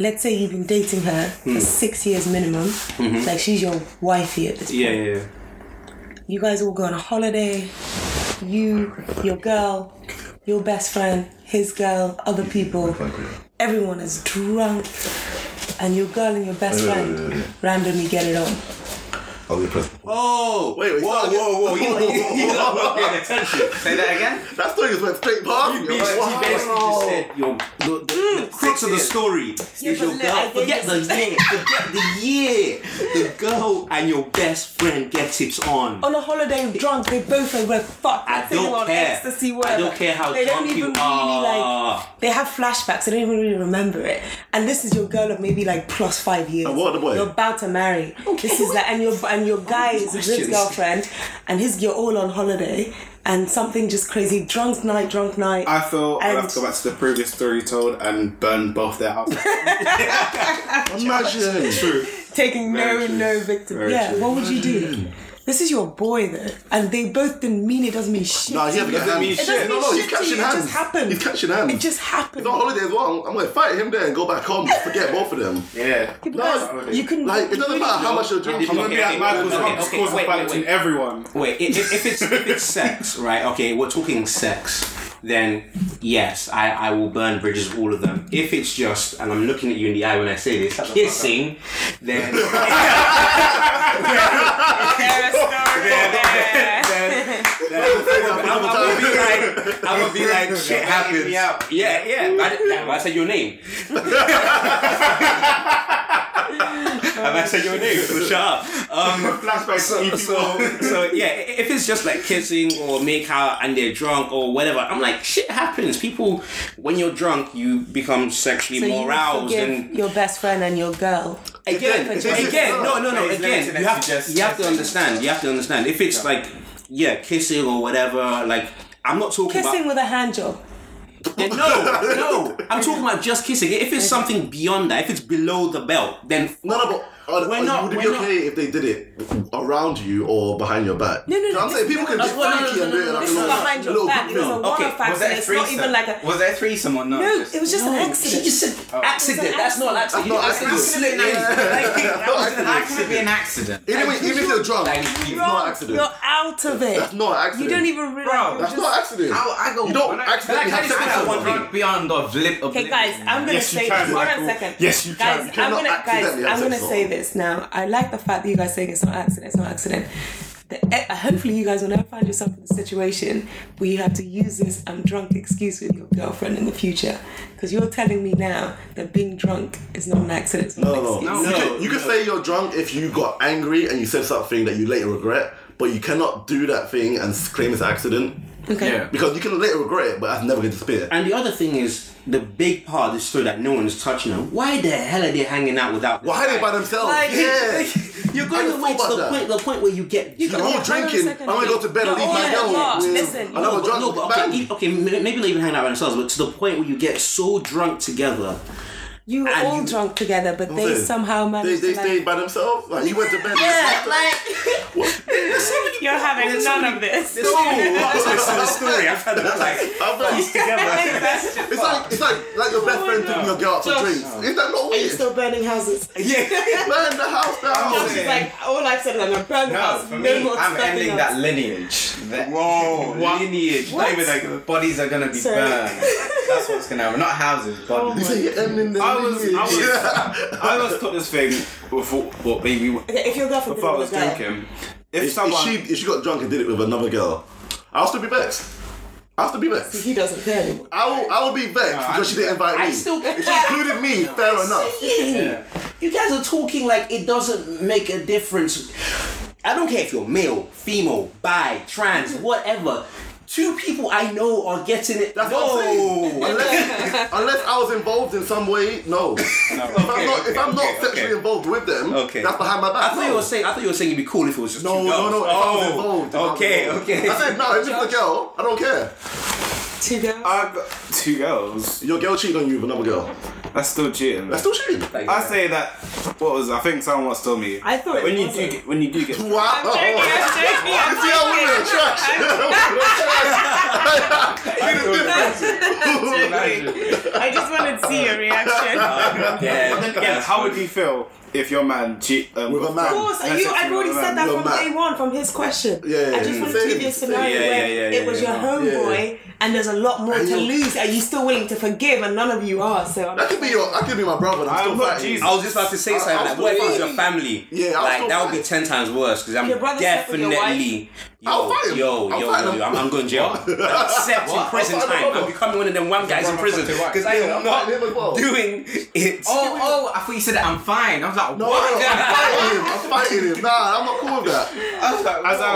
S8: Let's say you've been dating her for six years minimum. Like she's your wifey at this.
S2: yeah, yeah, yeah.
S8: You guys all go on a holiday. You, your girl, your best friend, his girl, other people. Everyone is drunk, and your girl and your best
S3: wait,
S8: friend
S3: wait, wait, wait.
S8: randomly get it on.
S3: I'll be impressed.
S2: Oh,
S3: Wait, wait,
S2: whoa,
S3: stop it.
S2: whoa, whoa! You, you, you not paying attention.
S1: Say that again.
S3: That story just went straight past me.
S2: She
S3: Like, wow.
S2: basically just said your the, the, the crux of the story
S8: Mm, Yeah, but
S2: is your
S8: look, I
S2: girl.
S8: think
S2: Forget the
S8: it's-
S2: year. Forget the year. The girl and your best friend get it on.
S8: on a holiday drunk, they both are were fucked.
S2: I
S8: They're singing
S2: don't
S8: on
S2: care.
S8: Ecstasy,
S2: I
S8: whatever.
S2: don't care how
S8: they
S2: drunk
S8: don't
S2: you
S8: even
S2: are.
S8: Really, like, they have flashbacks. They don't even really remember it. And this is your girl of maybe like plus five years.
S3: And what the boy?
S8: You're about to marry. This is like, and your and your guy is his
S2: questions.
S8: girlfriend, and his you're all on holiday, and something just crazy, drunk night, drunk night.
S4: I feel I'll have
S8: And-
S4: to go back to the previous story told and burn both their houses.
S3: Imagine. Mm.
S8: taking no no victim. yeah, what would you do? This is your boy though, and they both didn't mean it. Doesn't mean shit.
S3: Nah,
S8: to
S3: he hasn't
S8: you.
S3: got hands.
S4: mean
S8: It doesn't
S4: shit.
S8: mean
S3: No, no, he's
S8: shit to
S3: catching
S8: you. It
S3: hands.
S8: just happened.
S3: He's catching hands.
S8: It just happened.
S3: It's not holiday as well. I'm gonna fight him there and go back home. Forget both of them.
S1: Yeah.
S8: Yeah, because
S1: No,
S8: you can
S3: Like it doesn't matter how much you're
S4: He's
S3: drinking.
S4: gonna be like Michael's
S2: okay,
S4: Hubs
S2: okay,
S4: causing
S2: wait,
S4: fight
S2: wait,
S4: between
S2: wait.
S4: everyone.
S2: Wait, if, if, if it's if it's sex, right? Okay, we're talking sex. Then yes, I, I will burn bridges, all of them. If it's just, and I'm looking at you in the eye when I say this, kissing, then I'm gonna be like, I'm gonna be like, shit happens. Yeah, yeah. I, did- damn, I said your name. Have I said your name? So shut up. Um,
S4: Flashback
S2: so, so, so yeah, i- if it's just like kissing or make out and they're drunk or whatever, I'm like, shit happens. People, when you're drunk, you become sexually
S8: so
S2: more
S8: you
S2: aroused
S8: forgive
S2: and
S8: your best friend and your girl.
S2: again,
S8: If
S2: again,
S8: it's-
S2: no, no, no,
S1: Please
S2: again.
S1: limit it
S2: You have,
S1: to just-
S2: you have to understand. You have to understand. If it's like, yeah, kissing or whatever, like. I'm not talking
S8: Kissing
S2: about
S8: with a hand job.
S2: Yeah, no, no. I'm talking about just kissing. If it's something beyond that, if it's below the belt, then
S3: No, no, but uh,
S2: We're
S3: uh,
S2: not-
S3: would it be
S2: we're not-
S3: okay if they did it around you or behind your back?
S8: No, no,
S3: You know
S8: no,
S3: what I'm saying
S8: this-
S3: people can
S8: no,
S3: be
S8: no, no,
S3: freaky
S8: no,
S3: and
S8: no,
S3: do it
S8: no,
S3: like
S8: this
S3: a
S8: is
S3: little,
S8: behind your
S3: little
S8: back.
S3: group
S8: It's a
S3: meal.
S8: one
S2: Okay,
S8: off accident. It's not even like a.
S1: Was there threesome or not?
S8: No, it was just an accident.
S2: She just said accident.
S8: It's an
S2: That's not an accident.
S3: No,
S2: That's
S3: Oh. accident.
S2: slit
S3: Yeah,
S2: in.
S3: yeah, yeah.
S1: How can it be an accident?
S3: Anyway, even if they're drunk,
S1: Thank you.
S3: it's not an accident.
S8: You're out of it.
S3: That's not
S8: You
S3: an accident.
S8: don't even realize.
S3: That's not an accident.
S1: I, I go.
S3: You don't
S1: when I-
S3: accidentally
S1: Can I
S3: have
S1: just
S3: sex with
S1: have one
S3: someone.
S1: drink beyond of lip.
S8: Okay, guys, I'm gonna
S4: Yes, you
S8: say
S4: can,
S8: this. Hold on
S4: Michael.
S8: a second.
S4: Yes, you
S8: guys,
S4: can. You
S8: I'm
S3: cannot
S8: gonna guys,
S3: accidentally have
S8: I'm gonna
S3: sex,
S8: say
S3: though.
S8: this now. I like the fact that you guys saying it's not accident. It's not accident. The, eh, hopefully, you guys will never find yourself in a situation where you have to use this "I'm drunk" excuse with your girlfriend in the future. Because you're telling me now that being drunk is not an accident. It's not an
S3: No, no,
S8: excuse.
S3: no. You, can, you can say you're drunk if you got angry and you said something that you later regret, but you cannot do that thing and s- claim it's an accident
S8: Okay.
S1: Yeah.
S3: because you can later regret it, but that's never going to disappear.
S2: And the other thing is the big part of the story that no one's touching on. Why the hell are they hanging out without?
S3: Why are they by themselves?
S2: Like,
S3: yeah.
S2: You're
S3: I
S2: going
S3: never
S2: to wait
S3: thought
S2: to the
S3: about
S2: point, the point where you get.
S8: You got-
S3: You're all
S8: hold on a
S3: drinking. I'm
S8: second.
S3: going to go to bed and
S8: You're
S3: leave my
S8: all at
S3: girl.
S8: lark.
S3: with
S8: Listen,
S3: another
S8: no,
S2: But no,
S3: drunk
S2: but okay,
S3: man.
S2: e- okay, m- maybe not even hanging out by themselves, but to the point where you get so drunk together.
S8: You were
S2: And
S8: all
S2: you-
S8: drunk together, but they
S3: Listen,
S8: somehow
S3: They,
S8: managed
S3: they
S8: to.
S3: stayed
S8: Like,
S3: by themselves. Like you went to bed.
S8: yeah,
S3: and-
S8: like you're having none of this.
S2: the story. I've had that like
S3: I'm like,
S2: together.
S3: it's like it's like like your best friend taking your girl out for drinks. Is that not weird?
S5: Still burning houses.
S2: yeah.
S3: Burn the house down.
S5: She's like, all I've said is I'm a burn
S1: No,
S5: house.
S1: for
S5: No
S1: me,
S5: more
S1: I'm
S5: stepping
S1: ending
S5: on.
S1: that lineage. That
S4: Whoa, what?
S1: lineage. Not even like the bodies are gonna be
S5: Sorry.
S1: burned. That's what's gonna happen. Not houses,
S3: You
S1: bodies.
S3: say you're ending the
S4: I was, I was,
S3: lineage.
S4: I was taught this thing before, what maybe
S5: Okay, if your girlfriend
S4: before I was
S5: didn't want
S4: drinking. If,
S3: If, if
S4: someone,
S3: she if she got drunk and did it with another girl, I'll still be vexed. I'll still be vexed.
S5: he doesn't care anymore.
S3: I will I will be vexed because she didn't invite me.
S2: I still
S3: if she included me, fair enough.
S2: You guys are talking like it doesn't make a difference. I don't care if you're male, female, bi, trans, whatever. Two people I know are getting it.
S3: That's
S2: no.
S3: what I'm saying. Unless, unless I was involved in some way, no. if I'm not, if I'm not sexually involved with them,
S2: Okay.
S3: that's behind my back.
S2: I thought you
S3: no.
S2: were saying. I thought you were saying it'd be cool if it was just
S3: No,
S2: two
S3: no,
S2: girls.
S3: no. If I was involved, if I
S2: Oh,
S3: was
S2: okay,
S3: involved.
S2: okay.
S3: I said no. If it's a girl, I don't care.
S5: Two girls.
S4: I got two girls.
S3: Your girl cheated on you with another girl.
S4: That's still cheating.
S3: That's still cheating.
S4: I say that. What was? I think someone was telling me.
S5: I thought it
S4: when you do
S5: wasn't.
S4: get, when you do get.
S3: Wow. Oh. You see how women are trash.
S8: I just wanted to see your reaction.
S4: But then again, how would you feel if your man cheat um,
S3: With a
S5: Of
S3: man.
S5: course, you, I've already said that
S3: You're
S5: from
S3: mad.
S5: day one, from his question.
S3: Yeah, yeah,
S5: I just
S3: yeah.
S5: wanted to give you a
S3: Same,
S5: scenario
S4: same. Yeah,
S5: where
S4: yeah, yeah,
S5: it was
S4: yeah,
S5: your
S4: yeah.
S5: homeboy, and there's a lot more to
S3: know.
S5: lose. Are you still willing to forgive? And none of you are. So I'm
S3: That could be your. I could be my brother. and I'm still
S4: I'm not
S3: fighting.
S4: Jesus.
S2: I was just about to say something.
S3: I'll
S2: Like, what if it was
S3: still
S2: your family?
S3: Yeah, I'll
S2: like
S3: still
S2: that would be
S3: fight.
S2: ten times worse because I'm
S5: Your brother slept with your
S2: definitely. Yo,
S3: I'll fight him.
S2: yo,
S3: I'll
S2: yo,
S3: fight
S2: yo,
S3: him.
S2: yo, I'm, I'm going to jail. Except in prison
S3: I'll fight him.
S2: time, I'm becoming one of them one guys in prison because I
S3: Yeah, I'll
S2: am
S3: fight
S2: not
S3: him as well.
S2: doing it.
S1: Oh, oh! I thought you said that I'm fine. I was like,
S3: No, no,
S1: what?
S3: no, I'm fighting him. I'm fighting him. Nah, I'm not cool with that.
S1: I was like,
S4: As I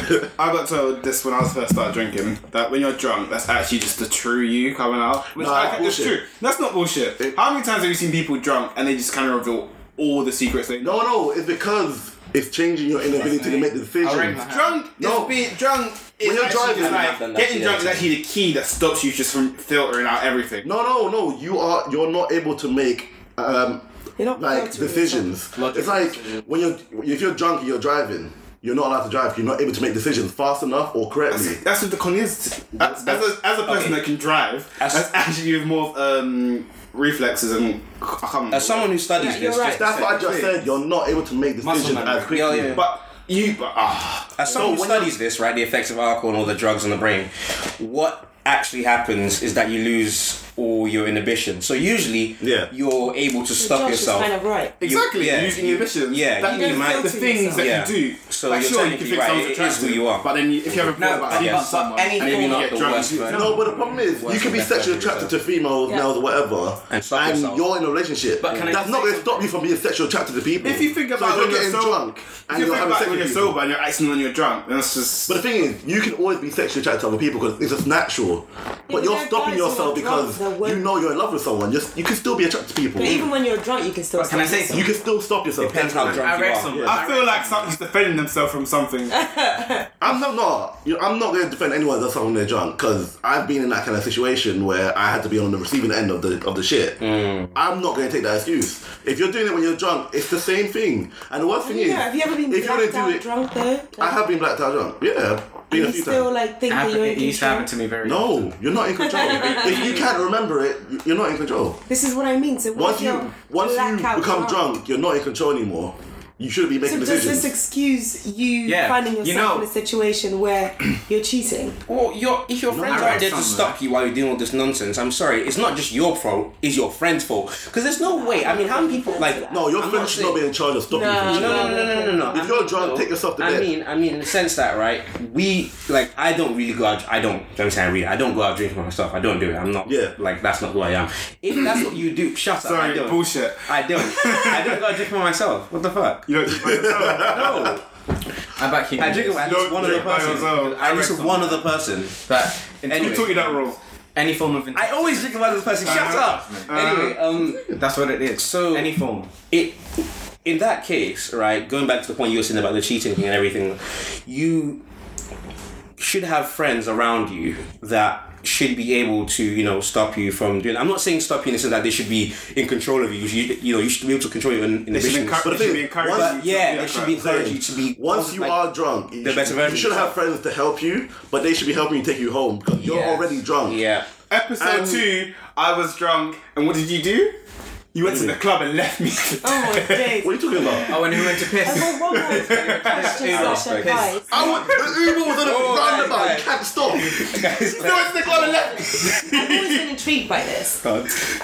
S1: whoa.
S4: saying, I got told this when I was first started drinking that when you're drunk, that's actually just the true you coming out. Which
S3: Nah,
S4: I think is
S3: bullshit.
S4: true. That's not bullshit. How many times have you seen people drunk and they just kind of reveal all the secrets they know?
S3: No, no, it's because it's changing your inability to make
S1: I'll raise my
S3: decisions.
S1: hand.
S4: Drunk,
S3: No.
S4: no. Being drunk is
S3: When you're
S4: actually
S3: driving,
S4: just
S3: I
S2: haven't done
S4: like
S2: that
S4: getting
S2: shit
S4: drunk is
S2: yet.
S4: actually the key that stops you just from filtering out everything.
S3: No, no, no. You are. You're not able to make. Um,
S5: You're not
S3: like
S5: filtering
S3: decisions. It's like when you're if you're drunk, and you're driving. you're not allowed to drive. You're not able to make decisions fast enough or correctly.
S4: That's what the con is. As, as, a, as a person that can drive,
S2: As-
S4: that's actually with more um, reflexes and I can't remember.
S2: As someone who studies
S5: you're
S2: this,
S5: right.
S2: just,
S3: That's what I just said. You're not able to make decisions
S1: memory.
S3: as quickly.
S2: Yeah, yeah.
S4: but you, but ah,
S2: as someone who
S3: when you-
S2: studies this, right, the effects of alcohol and all the drugs on the brain, what actually happens is that you lose all your inhibition. So usually,
S3: Yeah.
S2: you're able to stop
S5: Josh is
S2: yourself.
S5: kind of right.
S2: You-
S4: exactly.
S2: yeah,
S4: using
S2: you-
S4: inhibitions.
S2: yeah,
S4: that
S2: you
S4: means
S2: might-
S4: the things that
S2: Yeah.
S4: you do.
S2: So
S4: like,
S2: you're
S4: sure, you can
S2: technically
S4: think
S2: right,
S4: someone's
S2: it is
S4: attractive,
S2: who you are.
S4: But then you, if you have a
S1: No,
S4: thought
S1: but,
S4: about
S2: yes.
S1: but, but any
S2: Maybe
S1: form
S2: not
S1: of
S2: the
S1: drug
S2: worst,
S1: use-
S2: but-
S3: No, but the problem is you can be
S2: Worst
S3: sexually
S2: effect
S3: attracted to females, males, or whatever,
S2: And
S3: and,
S2: stop yourself.
S3: you're in a relationship.
S1: But can I
S3: That's
S1: just
S3: not
S1: say
S3: going to stop you from being sexually attracted to people.
S4: If you think about
S3: so
S4: it when
S3: you're
S4: you're
S3: getting
S4: sober-
S3: drunk
S4: if
S3: and
S4: you
S3: you're
S4: think
S3: having
S4: about
S3: sex
S4: it when
S3: with
S4: you're
S3: people.
S4: sober and you're acting when you're drunk, then that's just.
S3: But the thing is, you can always be sexually attracted to other people because it's just natural.
S5: but
S3: But you're
S5: there are
S3: stopping
S5: guys who are
S3: yourself
S5: drunk
S3: because
S5: that won't-
S3: you know you're in love with someone. You're, you can still be attracted to people.
S5: But even when you're drunk, you can still.
S1: But can I
S5: stop
S1: say
S5: yourself.
S3: you can still stop yourself.
S2: Depends how drunk
S1: I
S2: you
S1: read
S2: are.
S1: some.
S4: I feel like someone's defending themselves from something.
S3: I'm not, not you know, I'm not going to defend anyone that's on their drunk because I've been in that kind of situation where I had to be on the receiving end of the of the shit.
S2: Mm.
S3: I'm not going to take that excuse. If you're doing it when you're drunk, it's the same thing. And the worst thing is,
S5: Yeah, have you ever been
S3: if
S5: blacked
S3: you're
S5: out
S3: gonna do it,
S5: drunk though? Like,
S3: I have been blacked out drunk. Yeah, been
S5: you
S3: a few
S5: still
S3: times.
S5: like think
S1: It
S5: that
S1: happened-
S5: you're
S1: it
S5: in
S1: used to happen
S5: control.
S1: to me very
S3: No, you're not in control. if you can't remember it, you're not in control.
S5: This is what I mean. So what
S3: Once
S5: if
S3: you
S5: you're
S3: once you
S5: blackout
S3: become drunk. you're not in control anymore. You shouldn't be
S5: So
S3: making
S5: does
S3: decisions.
S5: this excuse you
S1: Yeah,
S5: finding
S1: you
S5: yourself
S1: know-
S5: in a situation where you're cheating?
S3: Oh,
S2: Well, your if your friends
S1: I
S2: are
S1: read
S2: there to
S1: somewhere.
S2: stop you while you're doing all this nonsense, I'm sorry, it's not just your fault, it's your friend's fault. Because there's no way. I mean, how many people like?
S3: no, Oh, your
S2: I'm
S3: friend
S2: not
S3: should not
S2: saying-
S3: be in charge of stopping you from
S5: No,
S3: cheating.
S2: No, no, no, no, no, no, no.
S3: If you're drunk, take yourself to
S2: I
S3: bed.
S2: mean, I mean, in the sense that right, we like I don't really go out. I don't. Don't say I really. I don't go out drinking by myself. I don't do it. I'm not.
S3: Yeah.
S2: Like that's not who I am. If that's what you do, shut up. I
S4: Sorry,
S2: don't.
S4: bullshit.
S2: I don't. I don't go out drinking by myself. What the fuck?
S4: You know,
S2: No.
S1: I back you.
S2: I drink with at least
S4: Don't
S2: one other
S4: drink by
S2: person.
S4: yourself.
S2: I least
S4: Correct.
S2: one other person.
S1: But
S2: Anyway.
S4: you took you that role.
S1: any form of
S2: I always drink about this person. Shut up. Anyway, um,
S1: that's what it is.
S2: So-
S1: any form.
S2: it in that case, right? Going back to the point you were saying about the cheating thing and everything, you should have friends around you that should be able to you know stop you from doing. I'm not saying stop you in the sense that they should be in control of you. You, should- you know you should be able to control your in-
S4: They should
S2: inhibitions.
S4: encourage-
S3: But the
S4: they should
S3: thing
S4: be
S3: is,
S4: encouraging
S3: once-
S4: you to-
S2: yeah, they should be
S4: correct.
S2: encouraging you to be
S3: Once you
S2: like-
S3: are drunk, you,
S2: the
S3: should,
S2: better version
S3: you should
S2: of
S3: have
S2: yourself.
S3: friends to help you, but they should be helping you take you home because you're
S2: Yes.
S3: already drunk.
S2: Yeah.
S4: Episode
S3: Um,
S4: two, I was drunk, and what did you do? You went to the club and left me.
S5: Oh my days.
S3: What are you talking about?
S1: Oh, and who went to piss?
S5: Well, one more question, Sasha,
S2: respect.
S5: guys.
S3: I went, the Uber was on a
S2: Oh,
S3: roundabout.
S2: right.
S3: You can't stop.
S4: you went to the club and left me.
S5: I've always been intrigued by this.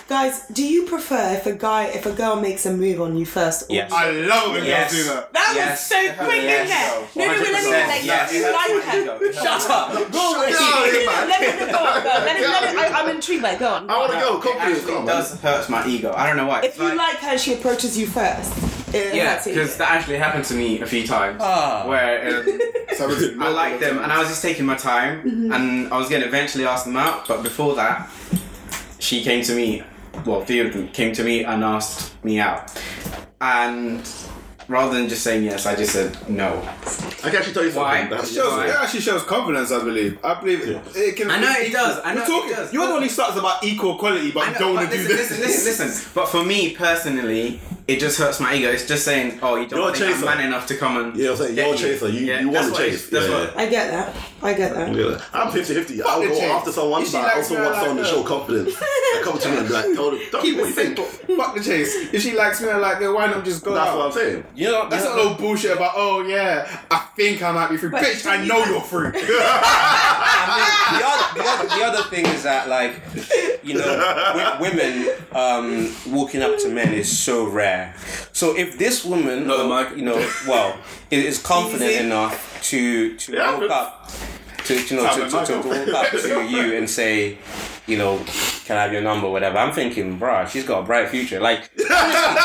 S5: Guys, do you prefer if a guy, if a girl makes a move on you first? Or
S2: Yes.
S4: I love when
S2: Yes.
S4: girls do that.
S5: That
S2: Yes.
S5: was so quick,
S1: Yes.
S5: isn't it? No, no, no, let me let
S2: 100%.
S5: you like her.
S2: Shut up. Go away.
S3: Shut
S5: No,
S3: up,
S5: no,
S3: man.
S5: Let me go on, go on. Let me, let me, I, I'm intrigued by it. Go on.
S3: I want to go.
S1: It
S3: Confidence,
S1: actually
S3: come on.
S1: does hurt my ego. I don't know why.
S5: If you like her, she approaches you first. It
S1: yeah,
S5: hurts you.
S1: because that actually happened to me a few times
S2: Ah.
S1: where um, I liked them and I was just taking my time
S5: Mm-hmm.
S1: and I was going to eventually ask them out, but before that, she came to me. Well, a few of them came to me and asked me out, and rather than just saying yes, I just said no.
S3: I can actually tell you something.
S1: Why?
S3: That-
S1: Sure.
S4: Shows, it actually shows confidence, I believe. I believe it, it can.
S1: I know it does, I know it
S4: We're talking.
S1: does.
S4: You're the one who starts about equal equality, but
S1: I know,
S4: don't
S1: but
S4: want to do
S1: listen,
S4: this.
S1: Listen, listen, listen. But for me personally, it just hurts my ego. It's just saying, oh, you don't
S3: You're a
S1: think
S3: chaser.
S1: I'm man enough to come and.
S3: Yeah, I'm saying,
S1: get
S3: you're a chaser. You- you want
S1: that's
S3: to
S1: what it
S3: chase.
S1: is. That's
S3: Yeah.
S1: what.
S5: I get that. I get that.
S3: Yeah. I'm 50 50. I'll
S4: the
S3: go
S4: chase.
S3: after someone,
S4: If she
S3: but I
S4: likes
S3: also
S4: me, I
S3: want
S4: like
S3: someone to
S2: uh,
S4: her.
S3: show confidence. I come to me and be like, tell them, tell me
S4: Keep
S3: what
S4: it
S3: you think.
S4: simple. Fuck the chase. If she likes me, I like her. Why not just go
S3: That's
S4: out?
S3: what I'm saying.
S2: You know
S4: That's
S2: you
S4: not
S2: know-
S4: no bullshit about. Oh yeah, I think I might be free.
S5: But
S4: Bitch, I
S5: you-
S4: know you're free.
S2: the, other, the, other, the other thing is that like you know wi- women um, walking up to men is so rare so if this woman
S4: Not a mic.
S2: you know well is, is confident
S5: Easy.
S2: enough to to
S3: Yeah.
S2: walk up to you know to, to, to, to walk up to you and say you know can I have your number whatever I'm thinking bruh she's got a bright future like honestly,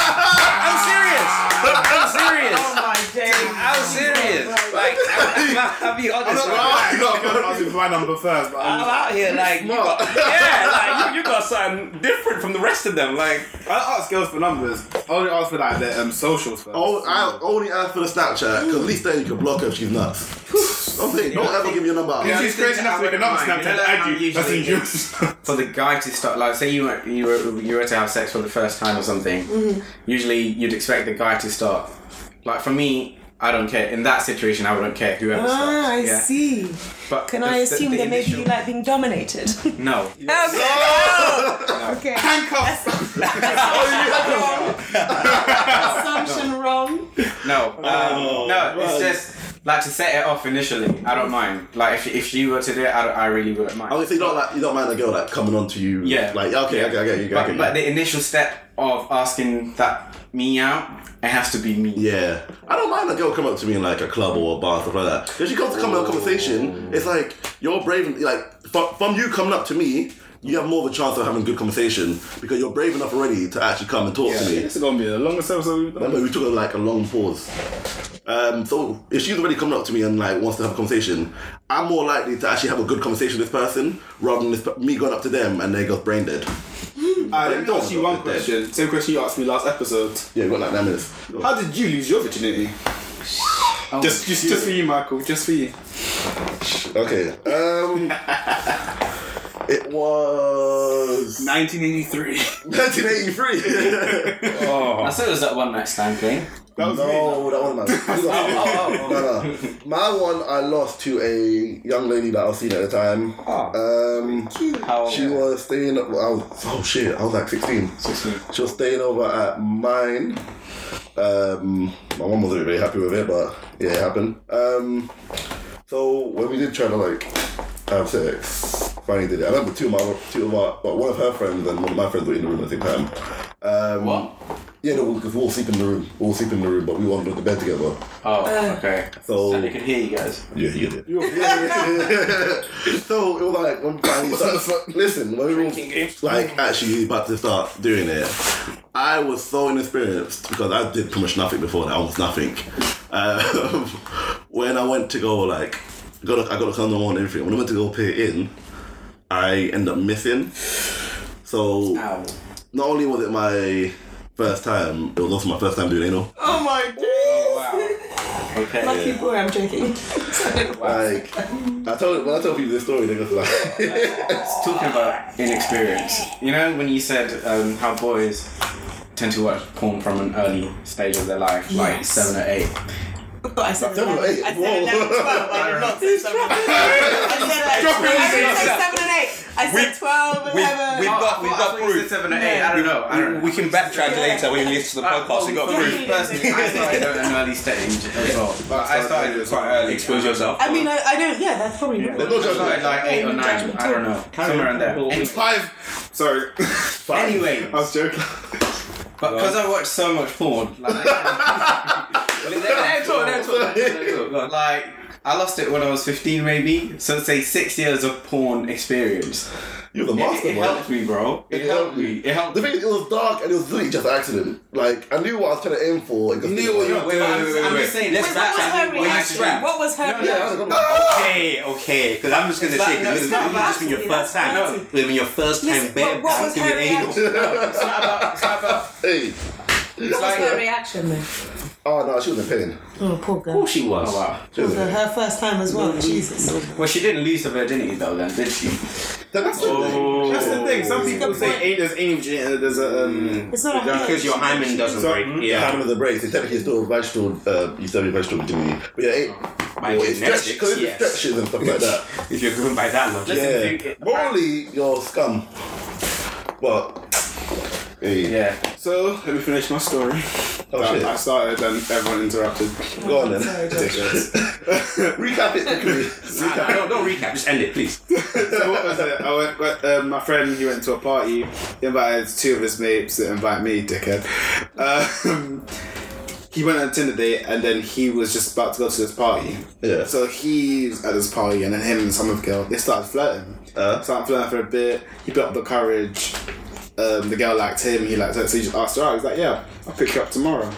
S2: I'm serious I'm serious
S8: Oh
S5: my days.
S2: I'm serious like I'll be honest
S4: I'm
S2: with you.
S4: not gonna ask you for my number first, but
S2: I'm
S4: I'm,
S2: out here like you got, yeah, like you, you got something different from the rest of them. Like
S4: I ask girls for numbers. I only ask for like their um, socials first.
S3: Oh, I only ask for the Snapchat because at least then you can block her if she's nuts. I'm saying, don't ever give me your number.
S4: If
S1: Yeah.
S4: she's crazy enough to make another
S1: Mine, you
S4: Snapchat
S1: know
S4: to
S1: how
S4: add you, that's
S1: usually it
S4: unusual.
S1: For the guy to start, like, say you were you were you were to
S8: Mm-hmm.
S1: have sex for the first time or something. Usually, you'd expect the guy to start. Like for me, I don't care. In that situation, I wouldn't care whoever starts.
S8: Ah, I
S1: yeah.
S8: see.
S1: But
S8: Can
S1: the-
S8: I
S1: the-
S8: assume
S1: the
S8: that maybe
S1: initial-
S8: you like being dominated?
S1: No.
S5: Oh.
S8: okay.
S4: Handcuffs.
S8: Assumption wrong.
S1: No, um,
S8: Oh,
S1: no, it's just like to set it off initially. I don't mind. Like if, if she were to do it, I, don't- I really wouldn't mind.
S3: Obviously, you don't like you don't mind a girl like coming on to you.
S1: Yeah.
S3: Like okay, okay, okay, okay,
S1: but,
S3: okay.
S1: but the initial step of asking that me out, it has to be me.
S3: yeah, I don't mind a girl coming up to me in like a club or a bar stuff like that. If she comes to come in a conversation, it's like you're brave. en- Like from, from you coming up to me, you have more of a chance of having a good conversation because you're brave enough already to actually come and talk to me.
S4: This is gonna be the longest episode we've done.
S3: Remember, we took a, like a long pause. Um, so if she's already coming up to me and like wants to have a conversation, I'm more likely to actually have a good conversation with this person rather than this, per- me going up to them and they got brain dead.
S4: I let me
S3: don't
S4: ask you
S3: know
S4: one
S3: if they're
S4: question. Same question you asked me last episode.
S3: Yeah, we got like nine minutes.
S4: How did you lose your virginity? just, just, just for you, Michael. Just for you.
S3: Okay. Um, it was
S4: 1983.
S3: 1983.
S1: I said it was that one night stand thing.
S4: That was me.
S3: no, that one man. no, no. My one I lost to a young lady that I was seeing at the time. Um,
S1: How
S3: She was staying. I was, oh shit! I was like sixteen. She was staying over at mine. Um, my mom wasn't really happy with it, but yeah, it happened. Um, so when we did try to like have sex, finally did it. I remember two of my two of our, but one of her friends and one of my friends were in the room at the same time. Um,
S1: What?
S3: Yeah, no, because we all sleep in the room. We all sleep in the room, but we all under the bed together.
S1: Oh, okay.
S3: So
S1: And they could hear you guys.
S3: yeah, he did. so it was like when finally started, listen, when we were like actually about to start doing it, I was so inexperienced because I did pretty much nothing before that, almost nothing. Um, when I went to go like got a, I got a condom on and everything. When I went to go put it in, I end up missing. So
S1: Ow.
S3: not only was it my first time, it was also my first time doing anal.
S8: Oh my days.
S1: Wow. Okay.
S8: Lucky boy, I'm joking.
S3: Like I told when I tell people this story, they just like
S1: Talking about inexperience, you know, when you said um, how boys tend to watch porn from an early stage of their life, like
S8: Yes.
S1: seven or eight.
S8: But I said
S3: Seven or
S8: eleven.
S3: eight?
S8: I said
S3: Whoa.
S8: eleven, twelve. I did not say seven. I said like twelve. I didn't say seven and eight. I said twelve,
S2: We've,
S8: eleven.
S2: we've got,
S1: Oh,
S2: we've
S1: I
S2: got
S1: thought you said
S2: proof.
S1: Seven or eight. I don't know. I don't know.
S2: We can backtrack later when you listen to the
S4: Uh,
S2: podcast. We got
S1: For
S2: proof.
S1: me personally, I started at an early stage as well. But I started quite early.
S2: uh, Expose yourself.
S8: I mean, I, I don't. Yeah, that's probably right.
S1: I started like eight or nine. I don't know. Somewhere around there. Anyway,
S4: Five. Sorry.
S1: anyway
S4: I was joking.
S1: but because I watched so much porn, like, Let- let her talk, let her talk, let her talk. like I lost it when I was fifteen, maybe. So say six years of porn experience.
S3: You're the
S1: It,
S3: master,
S1: it
S3: man.
S1: helped me, bro. It, helped me. It helped.
S3: The thing is, it was dark and it was literally just an accident. Like, I knew what I was trying to aim for. It just
S2: Knew what you were- wait, wait, wait, wait,
S1: I'm
S2: wait.
S1: just saying.
S2: Let's
S1: Wait,
S8: What was her
S2: backtrack. Were you
S8: reaction?
S2: strapped?
S8: What was her
S3: Yeah, I
S8: reaction?
S3: was like, "Ah!"
S2: Okay, okay. Because I'm just gonna
S1: It's
S2: say,
S1: not- no,
S2: because
S1: it's
S2: it's
S1: not
S2: just been
S8: varsity,
S2: your
S8: that's
S2: first time.
S8: varsity.
S2: It's been your first time
S8: Listen,
S2: bed
S8: but what was
S2: doing
S8: her
S2: anal.
S8: reaction?
S1: It's not about. It's not about.
S3: hey.
S1: It's
S8: What was her
S1: like.
S8: reaction then?
S3: Oh, no, she was in pain.
S5: Oh, poor
S2: Of
S5: girl.
S2: course she was.
S1: Oh wow.
S3: She was in
S5: So
S3: pain.
S5: her first time as well. Jesus.
S1: Well, she didn't lose her virginity though, then did she?
S3: That's the
S2: Oh,
S3: thing.
S4: That's the thing. Some people
S8: Good
S4: say
S8: point.
S4: ain't there's any virginity. There's a um. Uh,
S5: It's not a
S2: Because your hymen doesn't
S4: So-
S2: break.
S3: Yeah.
S2: Yeah.
S3: Time of the break, so technically it's still a vegetable, uh, you still have your vegetable virginity. But yeah, it,
S2: By
S3: it stretch,
S2: genetics,
S3: because it
S2: yes.
S3: stretches and stuff like that.
S2: If you're going by that logic.
S1: Listen,
S3: Yeah.
S1: you-
S3: Morally, you're scum. But, hey,
S1: Yeah.
S4: So let me finish my story.
S3: oh
S4: I, I
S3: shit.
S4: started and everyone interrupted.
S3: Go on then.
S5: Sorry, Josh.
S3: Recap it quickly.
S2: Nah, nah, don't, don't recap. Just end it, please.
S4: so what was it? I went, went- um, my friend, he went to a party, he invited two of his mates to invite me, dickhead. Um, he went on a Tinder date and then he was just about to go to this party.
S3: Yeah.
S4: So he's at this party and then him and some other girl, they started flirting.
S3: Uh.
S4: started flirting for a bit, he built up the courage. Um, the girl liked him, he liked her, so he just asked her out. He's like, yeah, I'll pick you up tomorrow.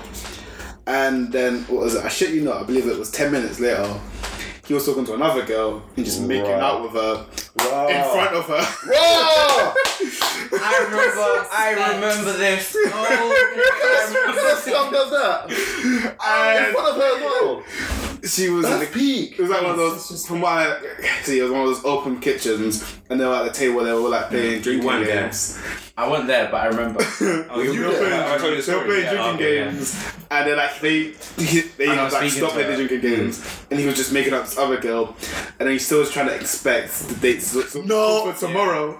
S4: And then, what was it? I shit you not, I believe it was 10 minutes later, he was talking to another girl and just making
S3: Right.
S4: out with her
S3: Wow.
S4: in front of her.
S3: Wow!
S1: I remember. I remember this. Oh,
S3: What scum does that? Uh, In front of her as well.
S4: She was in
S3: That's
S4: the,
S3: peak.
S4: it was like one of those from what I see, it was one of those open kitchens, and they were at the table. They were like playing drinking
S2: Mm. weren't there.
S4: games.
S1: I wasn't there, but I remember.
S2: Oh, you
S4: They were playing,
S2: I told you the
S4: they were
S2: story.
S4: playing
S2: Yeah,
S4: drinking
S2: okay, yeah.
S4: games, and then like they they
S1: And I was
S4: like
S1: speaking
S4: stopped
S1: to
S4: their
S1: her.
S2: Mm.
S4: drinking games, and he was just making up this other girl, and then he still was trying to expect the dates so- so-
S3: No.
S4: for tomorrow.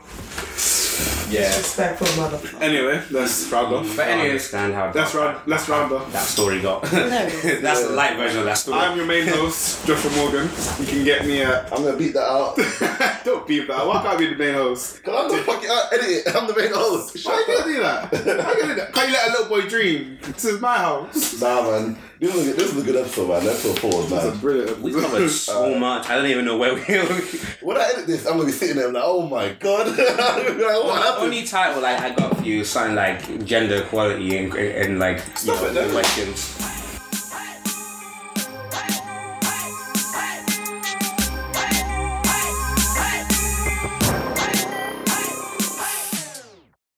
S1: Yeah.
S5: Respectful motherfucker.
S4: Anyway, that's round off.
S1: But
S2: I don't
S1: anyway,
S2: understand how
S4: That's
S2: dark
S4: round. That's round off.
S2: That story got. That's the light version of that story.
S4: I'm your main host, Joshua Morgan. You can get me at.
S3: I'm gonna beat that out. Cause
S4: Don't beep that. Why can't I be the main host?
S3: I'm the fucking uh, edit. it. I'm the main host.
S4: Why
S3: Shut
S4: you
S3: up.
S4: gonna do that? Why you gonna do that? Can't you let a little boy dream? This is my house.
S3: Nah, man. This is a, this is a good episode, man. Episode four, man.
S4: Brilliant.
S2: we covered so much. I don't even know where we.
S3: When I edit this, I'm gonna be sitting there like, oh my god, like, what
S2: the
S3: happened?
S2: only title like I got for you is something like gender equality and, and like you know,
S4: it, don't.
S2: questions.